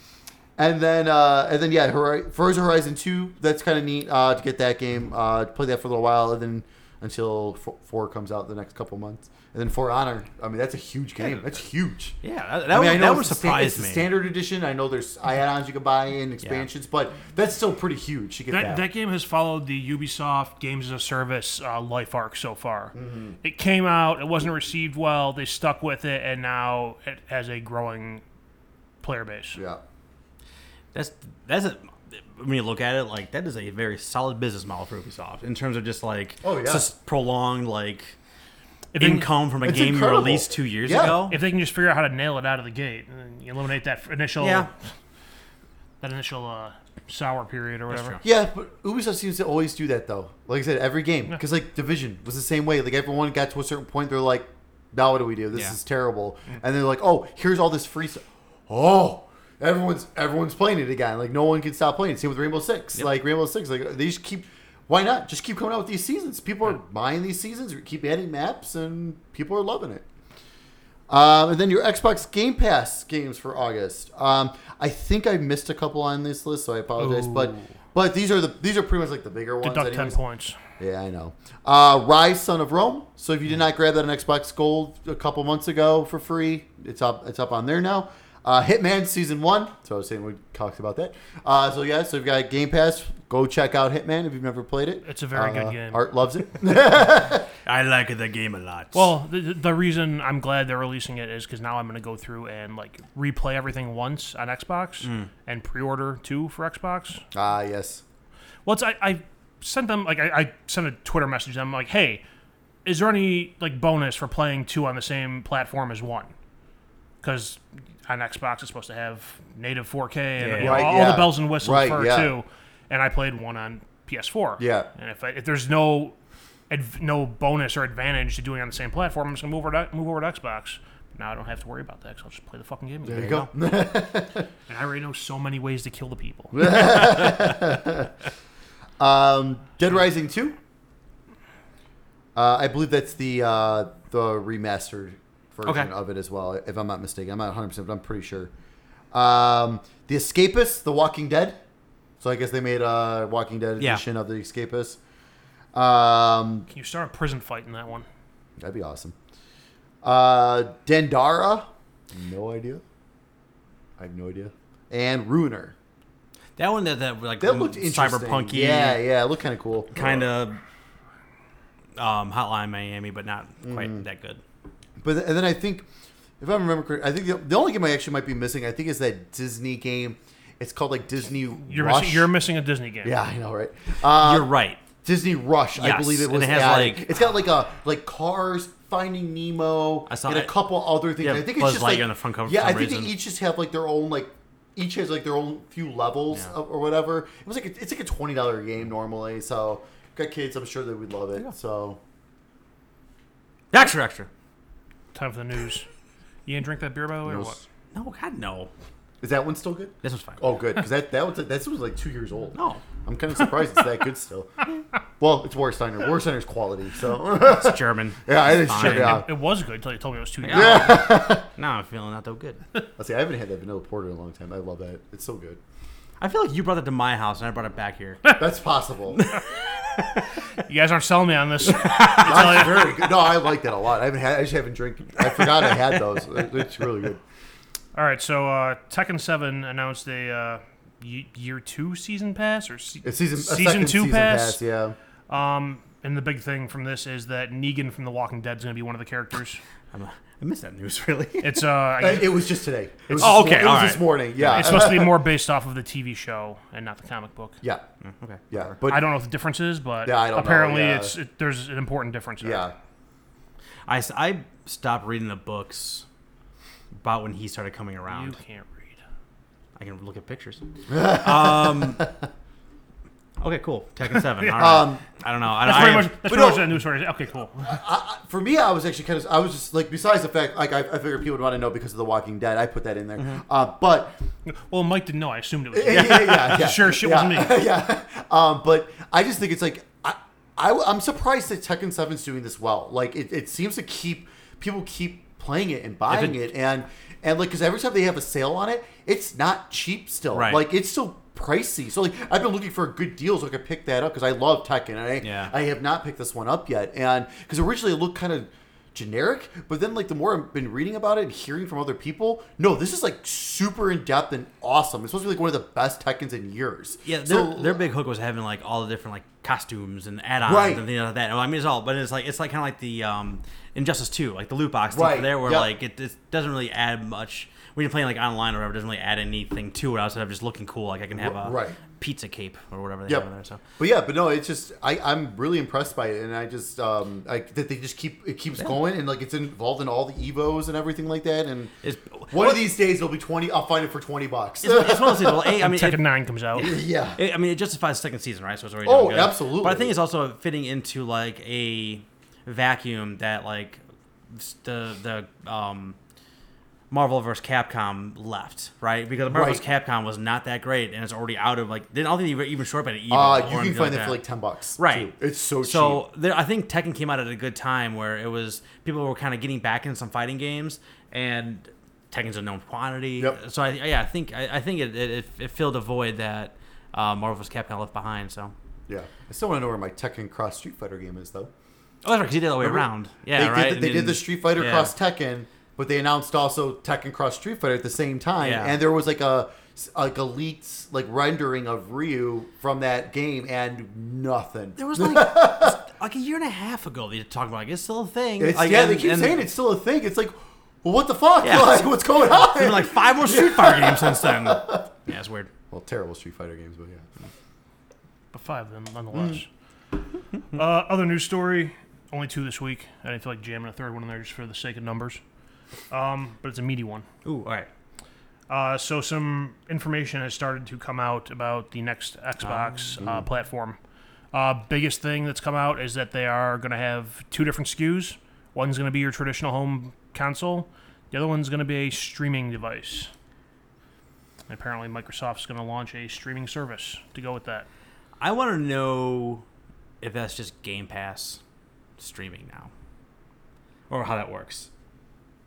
[SPEAKER 3] and then, uh, and then, yeah, Hori- Forza Horizon Two. That's kind of neat uh, to get that game. Uh, play that for a little while, and then until four, four comes out the next couple months, and then For Honor. I mean, that's a huge game. That's huge.
[SPEAKER 1] Yeah, that, that,
[SPEAKER 3] I mean, I
[SPEAKER 1] would,
[SPEAKER 3] know
[SPEAKER 1] that would
[SPEAKER 3] it's the sta-
[SPEAKER 1] surprise
[SPEAKER 3] it's the
[SPEAKER 1] me.
[SPEAKER 3] standard edition. I know there's add-ons you can buy and expansions, but that's still pretty huge. You get
[SPEAKER 2] That, that game has followed the Ubisoft Games as a Service uh, life arc so far. It came out, it wasn't received well, they stuck with it, and now it has a growing player base.
[SPEAKER 3] yeah.
[SPEAKER 1] That's that's a, when you look at it like that is a very solid business model for Ubisoft in terms of just like
[SPEAKER 3] Oh, yeah.
[SPEAKER 1] just prolonged like
[SPEAKER 2] If they, can,
[SPEAKER 1] income from a
[SPEAKER 3] It's
[SPEAKER 1] game
[SPEAKER 3] incredible.
[SPEAKER 1] you released two years
[SPEAKER 3] Yeah.
[SPEAKER 1] ago.
[SPEAKER 2] if they can just figure out how to nail it out of the gate, and then you eliminate that f- initial
[SPEAKER 1] Yeah.
[SPEAKER 2] that initial uh, sour period or whatever.
[SPEAKER 1] true.
[SPEAKER 3] Yeah, but Ubisoft seems to always do that though. Like I said, every game because like Division was the same way. Like everyone got to a certain point, they're like, "Now what do we do? This
[SPEAKER 1] Yeah.
[SPEAKER 3] is terrible." And they're like, "Oh, here's all this free stuff. Oh, everyone's everyone's playing it again. Like no one can stop playing. it. Same with Rainbow Six. Like Rainbow Six. Like they just keep. Why not? Just keep coming out with these seasons. People are buying these seasons. Keep adding maps, and people are loving it. Um, and then your Xbox Game Pass games for August. Um, I think I missed a couple on this list, so I apologize. But
[SPEAKER 2] Ooh.
[SPEAKER 3] but these are the these are pretty much like the bigger ones.
[SPEAKER 2] Deduct ten
[SPEAKER 3] anyways.
[SPEAKER 2] points.
[SPEAKER 3] Yeah, I know. Uh, Rise, Son of Rome. So if
[SPEAKER 2] Mm-hmm.
[SPEAKER 3] you did not grab that on Xbox Gold a couple months ago for free, it's up it's up on there now. Uh, Hitman Season One. So I was saying we talked about that. Uh, so yeah, so if you got Game Pass, go check out Hitman if you've never played it.
[SPEAKER 2] It's a very good
[SPEAKER 3] Uh,
[SPEAKER 2] game.
[SPEAKER 3] Art loves it.
[SPEAKER 1] I like the game a lot.
[SPEAKER 2] Well, the, the reason I'm glad they're releasing it is because now I'm going to go through and like replay everything once on Xbox and pre-order two for Xbox.
[SPEAKER 3] Ah, yes.
[SPEAKER 2] Well, it's, I, I sent them like I, I sent a Twitter message. to them like, hey, is there any like bonus for playing two on the same platform as one? Because on Xbox it's supposed to have native 4K and
[SPEAKER 1] Yeah.
[SPEAKER 2] you know,
[SPEAKER 3] Right,
[SPEAKER 2] all
[SPEAKER 3] yeah.
[SPEAKER 2] the bells and whistles
[SPEAKER 3] Right,
[SPEAKER 2] for
[SPEAKER 3] yeah.
[SPEAKER 2] two, and I played one on PS4.
[SPEAKER 3] Yeah.
[SPEAKER 2] and if I, if there's no adv- no bonus or advantage to doing it on the same platform, I'm just gonna move over to, move over to Xbox. Now I don't have to worry about that because I'll just play the fucking game.
[SPEAKER 3] There
[SPEAKER 2] again.
[SPEAKER 3] you go.
[SPEAKER 2] And I already know so many ways to kill the people.
[SPEAKER 3] Um, Dead Rising two. Uh, I believe that's the uh, the remastered version
[SPEAKER 1] Okay.
[SPEAKER 3] of it as well, if I'm not mistaken. I'm not 100, percent but I'm pretty sure. Um, the Escapist, The Walking Dead. So I guess they made a Walking Dead
[SPEAKER 1] Yeah.
[SPEAKER 3] edition of The Escapist. Um,
[SPEAKER 2] Can you start a prison fight in that one?
[SPEAKER 3] that'd be awesome. Uh, Dendara, no idea. I have no idea. And Ruiner.
[SPEAKER 1] that one that, that like
[SPEAKER 3] That looked interesting.
[SPEAKER 1] Mm, cyberpunky
[SPEAKER 3] Yeah, yeah, it looked kind of cool.
[SPEAKER 1] kind of um, Hotline Miami, but not quite
[SPEAKER 3] Mm.
[SPEAKER 1] that good.
[SPEAKER 3] But th- and then I think, if I remember correctly, I think the, the only game I actually might be missing, I think, is that Disney game. It's called like Disney
[SPEAKER 2] You're
[SPEAKER 3] Rush.
[SPEAKER 2] missing, you're missing a Disney game.
[SPEAKER 3] yeah, I know, right? Uh,
[SPEAKER 1] You're right.
[SPEAKER 3] Disney Rush, I
[SPEAKER 1] Yes,
[SPEAKER 3] believe it
[SPEAKER 1] and
[SPEAKER 3] was.
[SPEAKER 1] it has,
[SPEAKER 3] added.
[SPEAKER 1] like-
[SPEAKER 3] it's got like a like Cars, Finding Nemo,
[SPEAKER 1] I saw
[SPEAKER 3] and a
[SPEAKER 1] it.
[SPEAKER 3] couple other things.
[SPEAKER 1] Yeah,
[SPEAKER 3] I think it's
[SPEAKER 1] Buzz
[SPEAKER 3] just like
[SPEAKER 1] Lightyear on the front cover for
[SPEAKER 3] Yeah, I
[SPEAKER 1] some
[SPEAKER 3] think they
[SPEAKER 1] reason.
[SPEAKER 3] each just have like their own like. Each has like their own few levels
[SPEAKER 1] Yeah.
[SPEAKER 3] of, or whatever. It was like a, it's like a twenty dollar game normally. So got kids, I'm sure they would love it. So
[SPEAKER 1] Extra, extra.
[SPEAKER 2] Time for the news. You didn't drink that beer, by the way, or what?
[SPEAKER 1] No, God, no.
[SPEAKER 3] is that one still good?
[SPEAKER 1] This was fine.
[SPEAKER 3] Oh, good because that that was that was like two years old.
[SPEAKER 1] No,
[SPEAKER 3] I'm kind of surprised it's that good still. Well, it's Warsteiner. Warsteiner's quality, so
[SPEAKER 1] it's German.
[SPEAKER 3] yeah, I didn't
[SPEAKER 1] Fine.
[SPEAKER 3] check it out.
[SPEAKER 2] It was good until you told me it was too
[SPEAKER 1] No.
[SPEAKER 2] good.
[SPEAKER 1] now I'm feeling not that good.
[SPEAKER 3] I see. I haven't had that vanilla porter in a long time. I love that. It's so good.
[SPEAKER 1] I feel like you brought that to my house and I brought it back here.
[SPEAKER 3] That's possible.
[SPEAKER 2] You guys aren't selling me on this. I tell
[SPEAKER 3] That's
[SPEAKER 2] you.
[SPEAKER 3] very good. No, I like that a lot. I haven't had. I just haven't drank. I forgot I had those. It- It's really good.
[SPEAKER 2] All right, so uh, Tekken 7 announced a uh, y- year two season pass or se-
[SPEAKER 3] It's season a
[SPEAKER 2] season
[SPEAKER 3] second
[SPEAKER 2] two
[SPEAKER 3] season
[SPEAKER 2] pass.
[SPEAKER 3] Yeah.
[SPEAKER 2] Um, and the big thing from this is that Negan from The Walking Dead is going to be one of the characters.
[SPEAKER 1] I'm, I miss that news, really.
[SPEAKER 2] It's uh, I
[SPEAKER 3] Uh, It was just today. It was
[SPEAKER 1] Oh,
[SPEAKER 3] this mor-
[SPEAKER 1] okay,
[SPEAKER 3] It was
[SPEAKER 1] all
[SPEAKER 3] this
[SPEAKER 1] right.
[SPEAKER 3] morning. Yeah.
[SPEAKER 2] it's supposed to be more based off of the TV show and not the comic book.
[SPEAKER 3] yeah.
[SPEAKER 1] okay.
[SPEAKER 3] Yeah. But
[SPEAKER 2] Mm, I don't know what the difference is, but
[SPEAKER 3] Yeah, I don't know,
[SPEAKER 2] apparently
[SPEAKER 3] yeah.
[SPEAKER 2] it's it, there's an important difference. there.
[SPEAKER 3] yeah.
[SPEAKER 1] I, s- I stopped reading the books about when he started coming around.
[SPEAKER 2] you can't read.
[SPEAKER 1] I can look at pictures. um, Okay, cool. Tekken Seven. All right.
[SPEAKER 3] Um,
[SPEAKER 1] I don't know. I,
[SPEAKER 2] That's
[SPEAKER 1] I,
[SPEAKER 2] pretty much that's pretty
[SPEAKER 3] no-
[SPEAKER 2] much that news story. Okay, cool.
[SPEAKER 3] I, I- for me, I was actually kind of. I was just like, besides the fact, like, I, I figured people would want to know because of The Walking Dead. I put that in there.
[SPEAKER 2] Mm-hmm.
[SPEAKER 3] Uh, but
[SPEAKER 2] Well, Mike didn't know. I assumed it was.
[SPEAKER 3] yeah, yeah, yeah, yeah.
[SPEAKER 2] Sure, shit
[SPEAKER 3] yeah.
[SPEAKER 2] was me.
[SPEAKER 3] yeah, um, but I just think it's like I, I, am surprised that Tekken 7's doing this well. Like it, it seems to keep people keep playing it and buying it, and and like because every time they have a sale on it, it's not cheap still.
[SPEAKER 1] Right.
[SPEAKER 3] Like it's still pricey. So like I've been looking for a good deal so I could pick that up because I love Tekken and I
[SPEAKER 1] Yeah.
[SPEAKER 3] I have not picked this one up yet. And because originally it looked kind of generic, but then like the more I've been reading about it and hearing from other people, no, this is like super in depth and awesome. It's supposed to be like one of the best Tekkens in years.
[SPEAKER 1] yeah, their,
[SPEAKER 3] So-
[SPEAKER 1] their big hook was having like all the different like costumes and add-ons
[SPEAKER 3] Right.
[SPEAKER 1] and things like that. Well, I mean, it's all, but it's like it's like kind of like the um, Injustice Two, like the loot box
[SPEAKER 3] Right,
[SPEAKER 1] there, where
[SPEAKER 3] yep.
[SPEAKER 1] like it, it doesn't really add much when you're playing like online or whatever. It doesn't really add anything to it outside of just looking cool. Like I can have a
[SPEAKER 3] Right.
[SPEAKER 1] pizza cape or whatever they
[SPEAKER 3] Yep.
[SPEAKER 1] have in there. So
[SPEAKER 3] But yeah, but no, it's just I, I'm really impressed by it, and I just um like that they just keep it keeps going, and like it's involved in all the evos and everything like that, and
[SPEAKER 1] it's
[SPEAKER 3] one of these days it'll be twenty. I'll find it for twenty bucks.
[SPEAKER 1] it's, it's one of those things. Well, A, I mean, it-
[SPEAKER 2] Tekken Nine comes out.
[SPEAKER 3] yeah,
[SPEAKER 1] It, I mean, it justifies the second season, right? So it's already
[SPEAKER 3] Oh,
[SPEAKER 1] doing good.
[SPEAKER 3] absolutely.
[SPEAKER 1] But I think it's also fitting into like a vacuum that like s- the the um, Marvel vs. Capcom left, right? Because Marvel vs. Capcom was not that great, and it's already out of like. They, I don't think they were even short by the even. or
[SPEAKER 3] uh, you
[SPEAKER 1] anything
[SPEAKER 3] can find that
[SPEAKER 1] that.
[SPEAKER 3] for like ten bucks.
[SPEAKER 1] Right.
[SPEAKER 3] too. it's so, cheap.
[SPEAKER 1] So there, I think Tekken came out at a good time where it was people were kind of getting back in some fighting games, and Tekken's a known quantity.
[SPEAKER 3] Yep.
[SPEAKER 1] So I, yeah, I think I, I think it, it, it- it filled a void that uh, Marvel vs. Capcom left behind. So
[SPEAKER 3] Yeah, I still want to know where my Tekken Cross Street Fighter game is
[SPEAKER 1] oh,
[SPEAKER 3] though.
[SPEAKER 1] that's right, 'cause you did it all the way around. Yeah,
[SPEAKER 3] they
[SPEAKER 1] right.
[SPEAKER 3] did the, they did the Street Fighter
[SPEAKER 1] yeah.
[SPEAKER 3] Cross Tekken, but they announced also Tekken Cross Street Fighter at the same time,
[SPEAKER 1] Yeah.
[SPEAKER 3] and there was like a like a leaked like rendering of Ryu from that game, and nothing.
[SPEAKER 1] There was like like a year and a half ago they talked about like it's still a thing.
[SPEAKER 3] It's,
[SPEAKER 1] Like,
[SPEAKER 3] yeah, they
[SPEAKER 1] and-
[SPEAKER 3] keep
[SPEAKER 1] and-
[SPEAKER 3] saying it's still a thing. It's like, well, what the fuck?
[SPEAKER 1] Yeah.
[SPEAKER 3] Like, what's going on?
[SPEAKER 1] There's been like five more Street Fighter games since then. Yeah, it's weird.
[SPEAKER 3] well, terrible Street Fighter games, but yeah.
[SPEAKER 2] but five of them nonetheless.
[SPEAKER 1] Mm.
[SPEAKER 2] uh, other news story, only two this week. I didn't feel like jamming a third one in there just for the sake of numbers. Um, but it's a meaty one.
[SPEAKER 1] Ooh, all right.
[SPEAKER 2] Uh, so some information has started to come out about the next Xbox
[SPEAKER 1] Ah,
[SPEAKER 2] uh, platform. Uh, biggest thing that's come out is that they are going to have two different SKUs. One's going to be your traditional home console. The other one's going to be a streaming device. And apparently, Microsoft's going to launch a streaming service to go with that.
[SPEAKER 1] I want to know if that's just Game Pass streaming now, or how that works.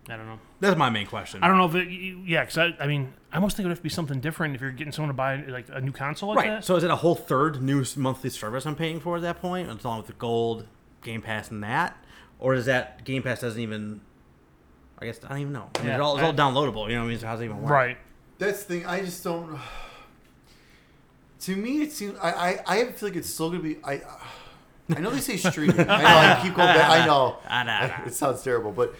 [SPEAKER 2] I don't know.
[SPEAKER 1] That's my main question.
[SPEAKER 2] I don't know if it, yeah, because I, I mean, I almost think it would have to be something different if you're getting someone to buy like a new console like
[SPEAKER 1] right.
[SPEAKER 2] that.
[SPEAKER 1] So is it a whole third new s- monthly service I'm paying for at that point, along with the gold Game Pass and that, or is that Game Pass doesn't even? I guess I don't even know. I mean,
[SPEAKER 2] Yeah,
[SPEAKER 1] it's, all, it's all
[SPEAKER 2] I-
[SPEAKER 1] downloadable. You know what I mean? So how's it even work?
[SPEAKER 2] right.
[SPEAKER 3] That's the thing. I just don't. To me, it seems I I, I feel like it's still gonna be I. I know they say streaming. I know I keep going back. I know
[SPEAKER 1] Ah, nah, nah.
[SPEAKER 3] it sounds terrible, but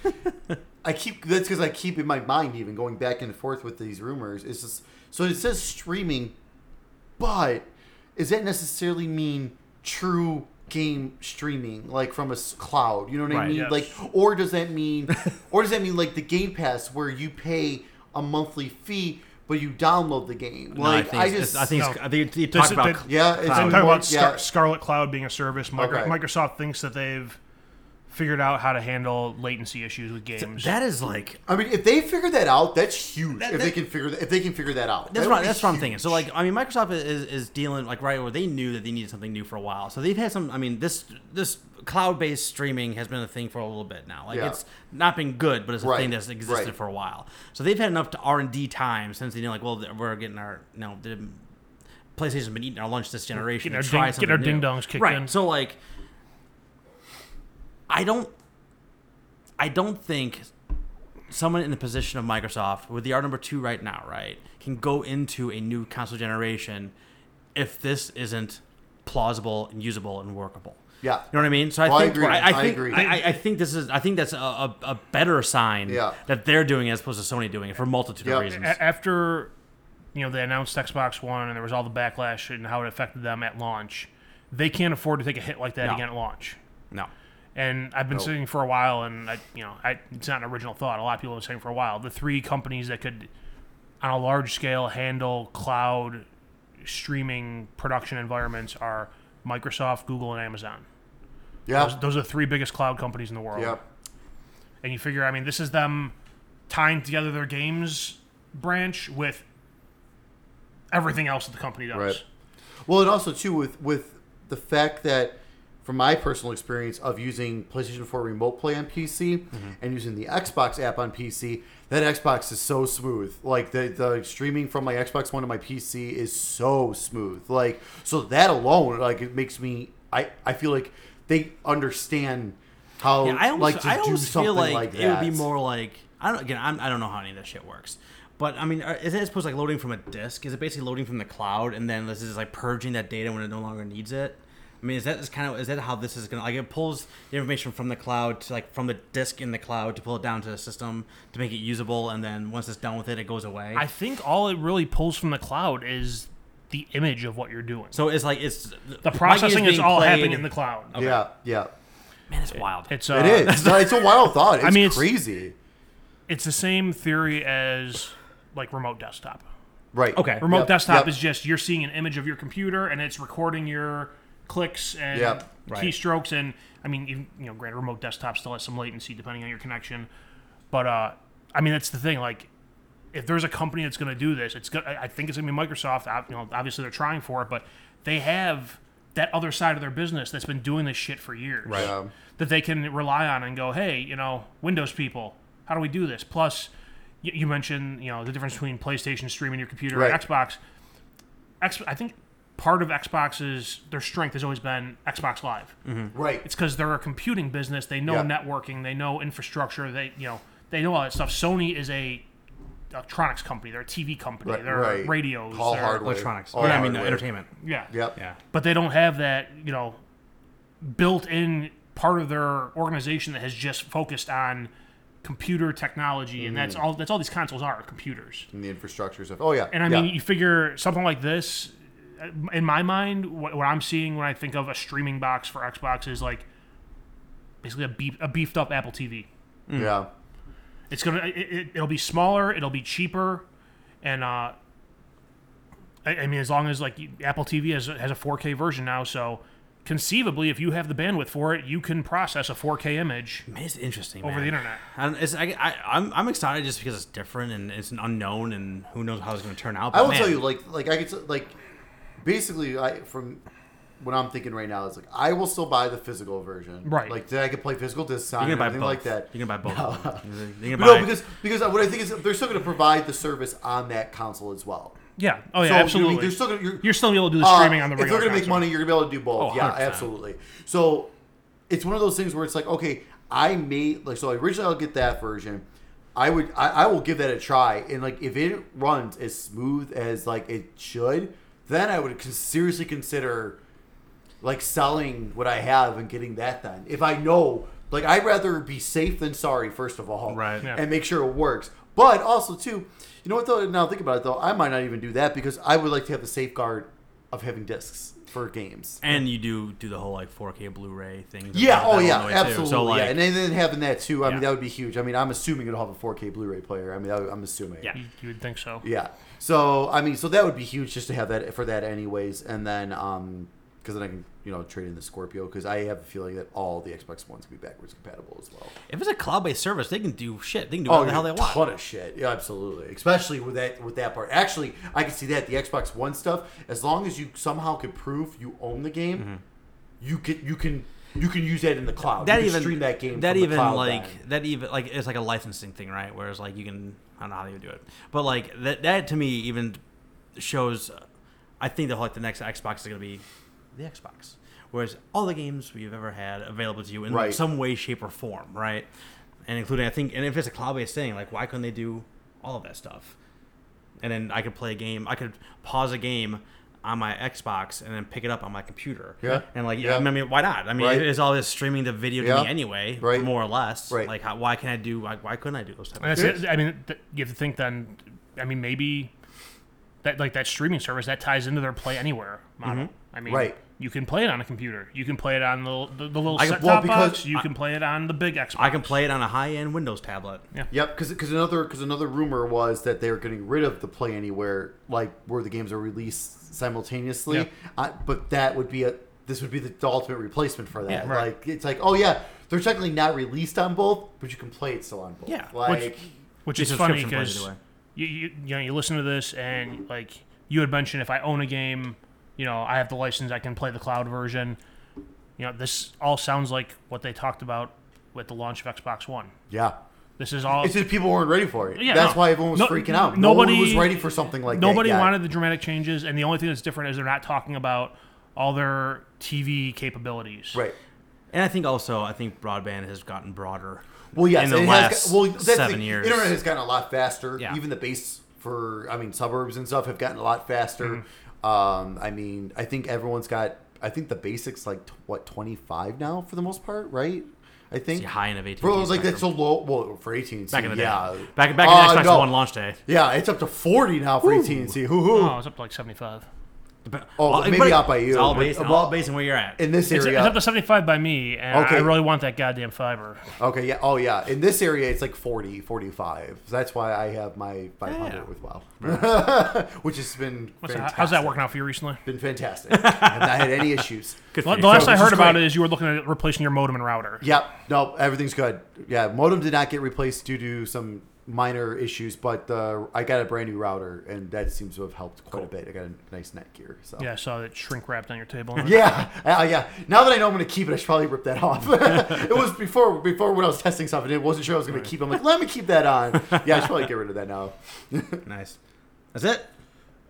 [SPEAKER 3] I keep that's because I keep in my mind even going back and forth with these rumors. It's just so it says streaming, but does that necessarily mean true game streaming, like from a s- cloud? You know what I
[SPEAKER 1] Right,
[SPEAKER 3] mean?
[SPEAKER 2] yes.
[SPEAKER 3] Like, or does that mean, or does that mean like the Game Pass where you pay a monthly fee but you download the game?
[SPEAKER 1] No,
[SPEAKER 3] like
[SPEAKER 1] I think
[SPEAKER 3] I
[SPEAKER 1] it's-
[SPEAKER 3] just
[SPEAKER 1] I think it's,
[SPEAKER 2] No.
[SPEAKER 1] I think you
[SPEAKER 2] This
[SPEAKER 1] talk
[SPEAKER 2] is-
[SPEAKER 1] about
[SPEAKER 2] that-
[SPEAKER 1] cl-
[SPEAKER 3] yeah, it's
[SPEAKER 1] Cloud.
[SPEAKER 2] I'm
[SPEAKER 3] in
[SPEAKER 2] talking
[SPEAKER 3] more-
[SPEAKER 2] about Scar- Scarlet Cloud being a service. Micro-
[SPEAKER 3] Okay.
[SPEAKER 2] Microsoft thinks that they've figured out how to handle latency issues with games.
[SPEAKER 1] that is like
[SPEAKER 3] I mean, if they figure that out, that's huge.
[SPEAKER 1] That-
[SPEAKER 3] if they
[SPEAKER 1] that-
[SPEAKER 3] can figure that, if they can figure that out,
[SPEAKER 1] That's
[SPEAKER 3] that
[SPEAKER 1] what,
[SPEAKER 3] would be
[SPEAKER 1] that's what I'm
[SPEAKER 3] huge.
[SPEAKER 1] thinking. So like I mean Microsoft is, is dealing like right where they knew that they needed something new for a while. So they've had some I mean this this cloud based streaming has been a thing for a little bit now. Like
[SPEAKER 3] Yeah.
[SPEAKER 1] it's not been good, but it's a
[SPEAKER 3] Right,
[SPEAKER 1] thing that's existed
[SPEAKER 3] right.
[SPEAKER 1] for a while. So they've had enough R and D time since they knew like well we're getting our you know the PlayStation's been eating our lunch this generation.
[SPEAKER 2] Getting our
[SPEAKER 1] to try
[SPEAKER 2] ding-
[SPEAKER 1] something
[SPEAKER 2] getting our
[SPEAKER 1] new.
[SPEAKER 2] ding-dongs kicked
[SPEAKER 1] right.
[SPEAKER 2] in.
[SPEAKER 1] So like I don't I don't think someone in the position of Microsoft with the R number two right now, right, can go into a new console generation if this isn't plausible and usable and workable.
[SPEAKER 3] Yeah.
[SPEAKER 1] You know what I mean? So I
[SPEAKER 3] Well, I
[SPEAKER 1] think
[SPEAKER 3] agree.
[SPEAKER 1] I,
[SPEAKER 3] I
[SPEAKER 1] think
[SPEAKER 3] agree.
[SPEAKER 1] I, I think this is I think that's a, a, a better sign
[SPEAKER 3] Yeah.
[SPEAKER 1] that they're doing it as opposed to Sony doing it for a multitude
[SPEAKER 3] Yeah.
[SPEAKER 1] of reasons.
[SPEAKER 2] A- after you know they announced Xbox One and there was all the backlash and how it affected them at launch, they can't afford to take a hit like that
[SPEAKER 1] No.
[SPEAKER 2] again at launch.
[SPEAKER 1] No.
[SPEAKER 2] And I've been saying for a while, and I, you know, I, it's not an original thought. A lot of people have been saying for a while the three companies that could, on a large scale, handle cloud streaming production environments are Microsoft, Google, and Amazon. Those,
[SPEAKER 3] Yeah.
[SPEAKER 2] those are the three biggest cloud companies in the world.
[SPEAKER 3] Yep.
[SPEAKER 2] And you figure, I mean, this is them tying together their games branch with everything else that the company does.
[SPEAKER 3] Right. Well, and also too with with the fact that from my personal experience of using PlayStation 4 Remote Play on PC
[SPEAKER 1] Mm-hmm.
[SPEAKER 3] and using the Xbox app on PC, that Xbox is so smooth. Like the the streaming from my Xbox One to my PC is so smooth. Like so that alone, like it makes me I I feel like they understand how
[SPEAKER 1] Yeah, I almost,
[SPEAKER 3] Oh, like to
[SPEAKER 1] I
[SPEAKER 3] do
[SPEAKER 1] almost
[SPEAKER 3] something
[SPEAKER 1] feel like,
[SPEAKER 3] like that.
[SPEAKER 1] it would be more like I don't again I'm, I don't know how any of that shit works, but I mean are- is it as opposed to like loading from a disk? Is it basically loading from the cloud and then this is like purging that data when it no longer needs it? I mean, is that is kind of is that how this is gonna like it pulls the information from the cloud to like from the disk in the cloud to pull it down to the system to make it usable, and then once it's done with it, it goes away.
[SPEAKER 2] I think all it really pulls from the cloud is the image of what you're doing.
[SPEAKER 1] so it's like it's
[SPEAKER 2] the processing is all happening in the cloud.
[SPEAKER 3] Yeah, yeah.
[SPEAKER 1] man. It's wild.
[SPEAKER 2] It's uh,
[SPEAKER 3] It is. It's not- It's a wild thought. It's
[SPEAKER 2] mean, it's-
[SPEAKER 3] crazy.
[SPEAKER 2] It's the same theory as like remote desktop.
[SPEAKER 3] Right.
[SPEAKER 1] Okay.
[SPEAKER 2] Remote
[SPEAKER 3] Yep,
[SPEAKER 2] desktop
[SPEAKER 3] yep.
[SPEAKER 2] is just you're seeing an image of your computer and it's recording your clicks and
[SPEAKER 3] Yep.
[SPEAKER 1] Right.
[SPEAKER 2] keystrokes and I mean even, you know granted remote desktop still has some latency depending on your connection, but uh, I mean that's the thing like if there's a company that's going to do this, it's going I think it's going to be Microsoft. Ob- You know, obviously they're trying for it, but they have that other side of their business that's been doing this shit for years
[SPEAKER 3] Right. Yeah.
[SPEAKER 2] that they can rely on and go, hey, you know, Windows people, how do we do this? Plus, y- you mentioned you know the difference between PlayStation streaming your computer
[SPEAKER 3] Right.
[SPEAKER 2] and Xbox. X- I think part of Xbox's their strength has always been Xbox Live.
[SPEAKER 3] Right.
[SPEAKER 2] It's because they're a computing business. They know
[SPEAKER 3] Mm. Yeah.
[SPEAKER 2] networking. They know infrastructure. They you know they know all that stuff. Sony is a electronics company. They're a TV company. they're radios.
[SPEAKER 3] all
[SPEAKER 2] they're-
[SPEAKER 3] hardware,
[SPEAKER 1] electronics.
[SPEAKER 3] All
[SPEAKER 1] Or, I mean,
[SPEAKER 3] hardware.
[SPEAKER 1] entertainment.
[SPEAKER 2] Yeah.
[SPEAKER 3] Yep.
[SPEAKER 1] Yeah.
[SPEAKER 2] But they don't have that you know built-in part of their organization that has just focused on computer technology, and that's all. That's all these consoles are computers.
[SPEAKER 3] And the infrastructure stuff. Oh yeah.
[SPEAKER 2] And I
[SPEAKER 3] yeah.
[SPEAKER 2] mean, you figure something like this, uh, in my mind, what, what I'm seeing when I think of a streaming box for Xbox is like basically a, beef, a beefed up Apple TV.
[SPEAKER 1] Mm.
[SPEAKER 3] yeah.
[SPEAKER 2] It's gonna it, it, it'll be smaller, it'll be cheaper, and uh, I, I mean, as long as like you- Apple TV has has a 4K version now, so conceivably, if you have the bandwidth for it, you can process a 4K image
[SPEAKER 1] Man, it's interesting.
[SPEAKER 2] over
[SPEAKER 1] man.
[SPEAKER 2] the internet.
[SPEAKER 1] I don't, it's, I, I, I'm, I'm excited just because it's different and it's an unknown and who knows how it's going to turn out. But
[SPEAKER 3] I will
[SPEAKER 1] man,
[SPEAKER 3] tell you, like, like I could s- like, basically, I from what I'm thinking right now is like, I will still buy the physical version,
[SPEAKER 2] Right.
[SPEAKER 3] Like, that I could play physical discs on
[SPEAKER 1] you're
[SPEAKER 3] and
[SPEAKER 1] going to buy
[SPEAKER 3] everything
[SPEAKER 1] both.
[SPEAKER 3] like that.
[SPEAKER 1] You're going to buy both. You're gonna
[SPEAKER 3] But no,
[SPEAKER 1] buy-
[SPEAKER 3] because because what I think is they're still going to provide the service on that console as well.
[SPEAKER 2] Yeah. Oh yeah.
[SPEAKER 3] So, you know,
[SPEAKER 2] absolutely.
[SPEAKER 3] They're still going to
[SPEAKER 2] You're still able to do the streaming
[SPEAKER 3] Uh,
[SPEAKER 2] on the
[SPEAKER 3] If
[SPEAKER 2] regular.
[SPEAKER 3] they're going to make
[SPEAKER 2] console.
[SPEAKER 3] money, you're going to be able to do both.
[SPEAKER 1] Oh,
[SPEAKER 3] yeah,
[SPEAKER 1] 100%.
[SPEAKER 3] absolutely. So it's one of those things where it's like, okay, I may like so originally I'll get that version. I would I, I will give that a try and like if it runs as smooth as like it should, then I would con- seriously consider like selling what I have and getting that done. If I know, like, I'd rather be safe than sorry, first of all,
[SPEAKER 1] Right. Yeah.
[SPEAKER 3] And make sure it works. But also, too, you know what, though? Now think about it, though. I might not even do that because I would like to have the safeguard of having discs for games.
[SPEAKER 1] and you do do the whole like 4K Blu-ray thing. that-
[SPEAKER 3] Yeah.
[SPEAKER 1] that
[SPEAKER 3] Oh,
[SPEAKER 1] all
[SPEAKER 3] yeah.
[SPEAKER 1] the way too.
[SPEAKER 3] Absolutely.
[SPEAKER 1] So like,
[SPEAKER 3] yeah. And then having that too. I mean,
[SPEAKER 2] Yeah.
[SPEAKER 3] that would be huge. I mean, I'm assuming it'll have a 4K Blu-ray player. I mean, that, I'm assuming.
[SPEAKER 1] Yeah.
[SPEAKER 2] You, you would think so.
[SPEAKER 3] Yeah. So I mean, so that would be huge just to have that for that, anyways. And then, um, because then I can you know trade in the Scorpio because I have a feeling that all the Xbox Ones can be backwards compatible as well.
[SPEAKER 1] if it's a cloud-based service, they can do shit. They can do
[SPEAKER 3] Oh,
[SPEAKER 1] whatever the hell they
[SPEAKER 3] dude,
[SPEAKER 1] want.
[SPEAKER 3] Ton of shit. Yeah, absolutely. Especially with that with that part. Actually, I can see that the Xbox One stuff. As long as you somehow could prove you own the game,
[SPEAKER 1] Mm-hmm.
[SPEAKER 3] you can you can you can use that in the cloud.
[SPEAKER 1] That
[SPEAKER 3] you can
[SPEAKER 1] even
[SPEAKER 3] stream that game.
[SPEAKER 1] That
[SPEAKER 3] from the
[SPEAKER 1] even
[SPEAKER 3] cloud
[SPEAKER 1] like
[SPEAKER 3] then.
[SPEAKER 1] that even like it's like a licensing thing, right? Whereas like you can I don't know how they would do it, but like that that to me even shows. uh, I think the whole like the next Xbox is gonna be the Xbox, whereas all the games we've ever had available to you in
[SPEAKER 3] Right.
[SPEAKER 1] some way, shape, or form, right? And including I think, and if it's a cloud-based thing, like why couldn't they do all of that stuff? and then I could play a game. I could pause a game on my Xbox and then pick it up on my computer.
[SPEAKER 3] Yeah.
[SPEAKER 1] And like,
[SPEAKER 3] Yeah.
[SPEAKER 1] I mean, why not? I mean,
[SPEAKER 3] Right.
[SPEAKER 1] it's all this streaming the video to
[SPEAKER 3] Yeah.
[SPEAKER 1] me anyway,
[SPEAKER 3] Right.
[SPEAKER 1] more or less.
[SPEAKER 3] Right.
[SPEAKER 1] Like, how, why can I do? Why, why couldn't I do those type
[SPEAKER 2] And
[SPEAKER 1] of
[SPEAKER 2] that's it. I mean, th- you have to think then. I mean, maybe that like that streaming service that ties into their play anywhere
[SPEAKER 1] Mm-hmm.
[SPEAKER 2] model. I mean,
[SPEAKER 3] Right.
[SPEAKER 2] You can play it on a computer. You can play it on the the, the little
[SPEAKER 1] I can-
[SPEAKER 2] set
[SPEAKER 3] well,
[SPEAKER 2] top box.
[SPEAKER 3] because
[SPEAKER 2] You can play it on the big Xbox.
[SPEAKER 1] I can play it on a high-end Windows tablet.
[SPEAKER 3] Yep, because another because another rumor was that they were getting rid of the play anywhere, like where the games are released simultaneously.
[SPEAKER 2] Yeah.
[SPEAKER 3] Uh, but that would be a this would be the, the ultimate replacement for that.
[SPEAKER 1] Yeah,
[SPEAKER 2] right.
[SPEAKER 3] Like it's like oh yeah, they're technically not released on both, but you can play it still on both.
[SPEAKER 1] Yeah,
[SPEAKER 3] like
[SPEAKER 2] which- which
[SPEAKER 1] The
[SPEAKER 2] is funny
[SPEAKER 1] subscription plays
[SPEAKER 2] because
[SPEAKER 1] either way.
[SPEAKER 2] you, you you know you listen to this and like you had mentioned if I own a game, you know I have the license, I can play the cloud version. You know this all sounds like what they talked about with the launch of Xbox One.
[SPEAKER 3] yeah.
[SPEAKER 2] This is all
[SPEAKER 3] It's just people weren't ready for it.
[SPEAKER 2] Yeah,
[SPEAKER 3] That's
[SPEAKER 2] no.
[SPEAKER 3] why everyone was
[SPEAKER 2] No-
[SPEAKER 3] freaking out. no
[SPEAKER 2] nobody-
[SPEAKER 3] one was ready for something like
[SPEAKER 2] nobody
[SPEAKER 3] that. yet.
[SPEAKER 2] wanted the dramatic changes, and the only thing that's different is they're not talking about all their TV capabilities.
[SPEAKER 3] right.
[SPEAKER 1] And I think also, I think broadband has gotten broader.
[SPEAKER 3] Well, yes,
[SPEAKER 1] in the
[SPEAKER 3] it
[SPEAKER 1] last
[SPEAKER 3] has, got- well, that's the-
[SPEAKER 1] seven years.
[SPEAKER 3] internet has gotten a lot faster.
[SPEAKER 1] Yeah.
[SPEAKER 3] Even the base for, I mean, suburbs and stuff have gotten a lot faster.
[SPEAKER 1] Mm-hmm.
[SPEAKER 3] Um, I mean, I think everyone's got, I think the basics like t- what twenty five now for the most part, right? I think
[SPEAKER 1] It's high end of AT&T
[SPEAKER 3] Bro, it's like that's so
[SPEAKER 1] spectrum.
[SPEAKER 3] low. Well, for AT and T,
[SPEAKER 1] Back in the day,
[SPEAKER 3] yeah.
[SPEAKER 1] back back in
[SPEAKER 3] Uh,
[SPEAKER 1] the Xbox
[SPEAKER 3] no.
[SPEAKER 1] One launch day,
[SPEAKER 3] Yeah, it's up to forty now for AT and T. Hoo hoo.
[SPEAKER 2] Oh, it's up to like seventy-five.
[SPEAKER 1] But-
[SPEAKER 3] Oh,
[SPEAKER 1] all-
[SPEAKER 3] but maybe
[SPEAKER 1] but
[SPEAKER 3] out by
[SPEAKER 1] It's
[SPEAKER 3] you.
[SPEAKER 1] all based,
[SPEAKER 3] Well,
[SPEAKER 1] all based on where you're at.
[SPEAKER 3] In this
[SPEAKER 2] It's,
[SPEAKER 3] area,
[SPEAKER 2] it's up to seventy-five by me, and
[SPEAKER 3] Okay.
[SPEAKER 2] I really want that goddamn fiber.
[SPEAKER 3] Okay, yeah. Oh, yeah. In this area, it's like 40, 45. So that's why I have my 500
[SPEAKER 1] Yeah.
[SPEAKER 3] with WoW, which has been
[SPEAKER 2] What's that-
[SPEAKER 3] fantastic.
[SPEAKER 2] how's that working out for you recently?
[SPEAKER 3] Been fantastic. I have not had any issues.
[SPEAKER 1] Good for
[SPEAKER 2] Well,
[SPEAKER 1] you.
[SPEAKER 2] the last
[SPEAKER 3] So
[SPEAKER 2] I
[SPEAKER 3] this
[SPEAKER 2] heard
[SPEAKER 3] is
[SPEAKER 2] about
[SPEAKER 3] great.
[SPEAKER 2] it is you were looking at replacing your modem and router.
[SPEAKER 3] Yep. No, everything's good. Yeah, modem did not get replaced due to some minor issues, but uh, I got a brand new router, and that seems to have helped quite a bit. I got a nice neck gear. So.
[SPEAKER 2] Yeah, I saw that shrink wrapped on your table.
[SPEAKER 3] Yeah, uh, yeah. Now that I know I'm going to keep it, I should probably rip that off. it was before, before when I was testing something, I wasn't sure I was going to keep. it. I'm like, let me keep that on. Yeah, I should probably get rid of that now.
[SPEAKER 1] nice. That's it.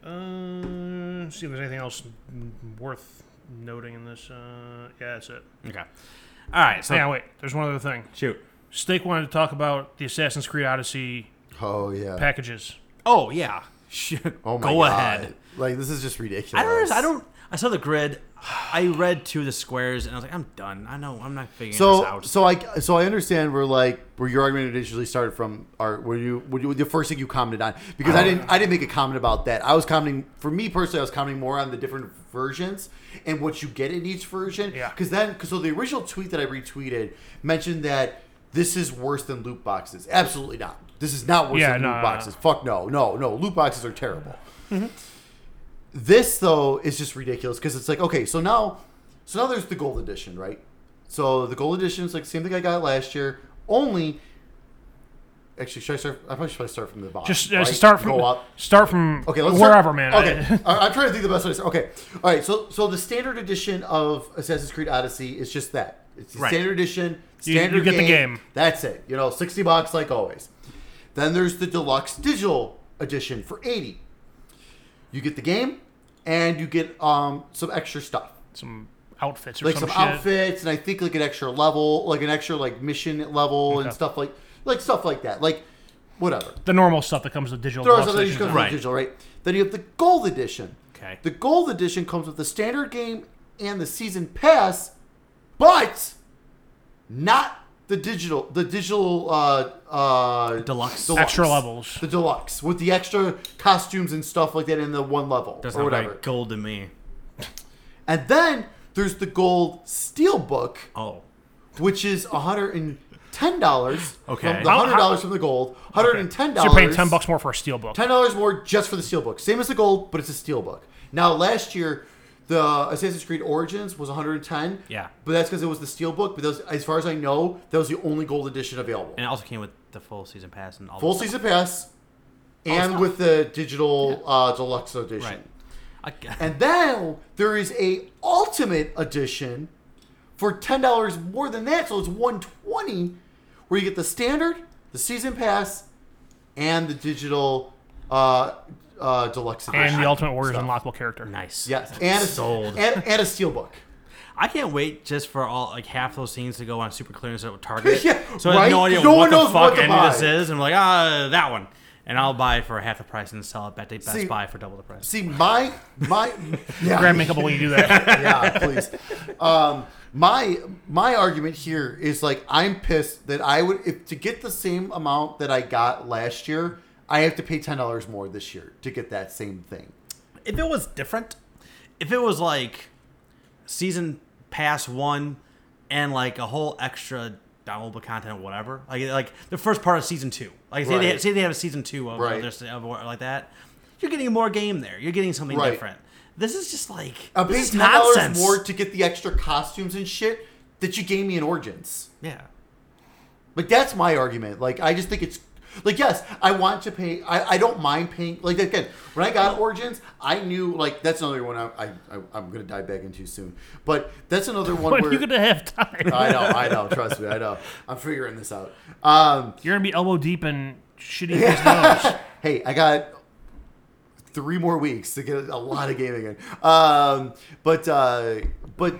[SPEAKER 2] Uh, see if there's anything else m- worth noting in this. Uh, yeah, that's it.
[SPEAKER 1] Okay. All right. So
[SPEAKER 2] yeah, wait. There's one other thing.
[SPEAKER 1] shoot.
[SPEAKER 2] Steak wanted to talk about the Assassin's Creed Odyssey
[SPEAKER 3] Oh yeah.
[SPEAKER 2] packages.
[SPEAKER 1] Oh yeah. Shoot.
[SPEAKER 3] Oh my
[SPEAKER 1] Go
[SPEAKER 3] God.
[SPEAKER 1] ahead.
[SPEAKER 3] Like this is just ridiculous.
[SPEAKER 1] I don't. I don't. I saw the grid. I read two of the squares, and I was like, I'm done. I know. I'm not figuring this
[SPEAKER 3] So
[SPEAKER 1] out.
[SPEAKER 3] so I so I understand where like where your argument initially started from, or where you, where you the first thing you commented on because I
[SPEAKER 2] Uh-huh.
[SPEAKER 3] didn't I didn't make a comment about that. I was commenting for me personally. I was commenting more on the different versions and what you get in each version.
[SPEAKER 2] Yeah.
[SPEAKER 3] Because then because so the original tweet that I retweeted mentioned that this is worse than loot boxes. Absolutely not. This is not worse
[SPEAKER 2] Yeah,
[SPEAKER 3] than
[SPEAKER 2] no, no,
[SPEAKER 3] loot
[SPEAKER 2] no. Mm-hmm.
[SPEAKER 3] boxes. Fuck no, no, no. Loot boxes are terrible. this though is just ridiculous because it's like okay so now so now there's the gold edition right so the gold edition is like same thing i got last year only actually should i start i probably should start from the bottom
[SPEAKER 2] Just uh,
[SPEAKER 3] right?
[SPEAKER 2] start from
[SPEAKER 3] go up
[SPEAKER 2] start from
[SPEAKER 3] okay let's start-
[SPEAKER 2] wherever, man.
[SPEAKER 3] okay I, i'm trying to think the best way to start okay all right so so the standard edition of assassin's creed odyssey is just that it's the
[SPEAKER 1] Right.
[SPEAKER 3] standard edition
[SPEAKER 2] You- you
[SPEAKER 3] standard
[SPEAKER 2] get the
[SPEAKER 3] game,
[SPEAKER 2] game.
[SPEAKER 3] that's it you know 60 bucks like always then there's the deluxe digital edition for 80 you get the game and you get um some extra stuff
[SPEAKER 2] some outfits or
[SPEAKER 3] like
[SPEAKER 2] some,
[SPEAKER 3] some,
[SPEAKER 2] shit.
[SPEAKER 3] outfits and i think like an extra level like an extra like mission level and
[SPEAKER 2] Okay.
[SPEAKER 3] stuff like like stuff like that like whatever
[SPEAKER 2] The normal stuff that comes with digital.
[SPEAKER 3] throws
[SPEAKER 2] box
[SPEAKER 3] out that you
[SPEAKER 2] editions.
[SPEAKER 3] go
[SPEAKER 1] Right.
[SPEAKER 3] digital right then you have the gold edition
[SPEAKER 1] Okay.
[SPEAKER 3] the gold edition comes with the standard game and the season pass but not the digital the digital uh uh
[SPEAKER 1] Deluxe.
[SPEAKER 2] Extra levels.
[SPEAKER 3] the deluxe with the extra costumes and stuff like that in the one level
[SPEAKER 1] That's
[SPEAKER 3] or
[SPEAKER 1] not
[SPEAKER 3] whatever
[SPEAKER 1] very gold to me.
[SPEAKER 3] and then there's the gold steel book
[SPEAKER 1] Oh.
[SPEAKER 3] which is $110
[SPEAKER 1] Okay.
[SPEAKER 3] from the
[SPEAKER 1] How-
[SPEAKER 2] how-
[SPEAKER 3] $100 from the gold $110
[SPEAKER 2] So you're paying ten bucks more for a steelbook.
[SPEAKER 3] Ten dollars more just for the steelbook. Same as the gold, but it's a steelbook. Now last year, the Assassin's Creed Origins was 110.
[SPEAKER 1] Yeah.
[SPEAKER 3] But that's because it was the steelbook. But those, as far as I know, that was the only gold edition available.
[SPEAKER 1] And it also came with the full season pass and all.
[SPEAKER 3] Full
[SPEAKER 1] the
[SPEAKER 3] season
[SPEAKER 2] Oh,
[SPEAKER 3] pass, and
[SPEAKER 1] stuff.
[SPEAKER 3] with the digital uh, deluxe edition.
[SPEAKER 1] Right. I,
[SPEAKER 3] And then there is a ultimate edition for ten dollars more than that, so it's one twenty, where you get the standard, the season pass, and the digital uh, uh, deluxe edition.
[SPEAKER 2] And the Ultimate Warriors
[SPEAKER 3] Stuff.
[SPEAKER 2] unlockable character.
[SPEAKER 1] nice.
[SPEAKER 3] Yes, and a,
[SPEAKER 1] Sold.
[SPEAKER 3] And, and a steelbook.
[SPEAKER 1] I can't wait just for all like half those scenes to go on super clearance at Target.
[SPEAKER 3] Yeah,
[SPEAKER 1] so I have
[SPEAKER 3] right?
[SPEAKER 1] no idea
[SPEAKER 3] No
[SPEAKER 1] what
[SPEAKER 3] one
[SPEAKER 1] the
[SPEAKER 3] knows
[SPEAKER 1] fuck
[SPEAKER 3] what to
[SPEAKER 1] any of this
[SPEAKER 3] buy.
[SPEAKER 1] is. I'm like, ah, that one, and I'll buy it for half the price and sell it back to Best
[SPEAKER 3] See-
[SPEAKER 1] Buy for double the price.
[SPEAKER 3] See, my my yeah,
[SPEAKER 2] Grab makeup when you do that.
[SPEAKER 3] yeah, please. Um, my my argument here is like I'm pissed that I would if to get the same amount that I got last year, I have to pay ten dollars more this year to get that same thing.
[SPEAKER 1] if it was different, if it was like season pass one and like a whole extra downloadable content or whatever, like like the first part of season two, like say, they,
[SPEAKER 3] Right.
[SPEAKER 1] have, say they have a season two of,
[SPEAKER 3] Right.
[SPEAKER 1] right. of or like that, you're getting more game there. You're getting something
[SPEAKER 3] Right.
[SPEAKER 1] different. This is just like
[SPEAKER 3] I'm
[SPEAKER 1] this
[SPEAKER 3] paying
[SPEAKER 1] is
[SPEAKER 3] ten dollars
[SPEAKER 1] nonsense.
[SPEAKER 3] more to get the extra costumes and shit that you gave me in Origins.
[SPEAKER 1] yeah,
[SPEAKER 3] Like that's my argument. Like I just think it's like yes, I want to pay. I, I don't mind paying. Like again, when I got Origins, I knew like that's another one I, I, I I'm gonna dive back into soon. But that's another one
[SPEAKER 2] When
[SPEAKER 3] where
[SPEAKER 2] are you gonna have time?
[SPEAKER 3] I know, I know. Trust me, I know. I'm figuring this out. Um,
[SPEAKER 2] You're gonna be elbow deep in shitty ass nose.
[SPEAKER 3] hey, I got three more weeks to get a lot of gaming in. Um, but uh, but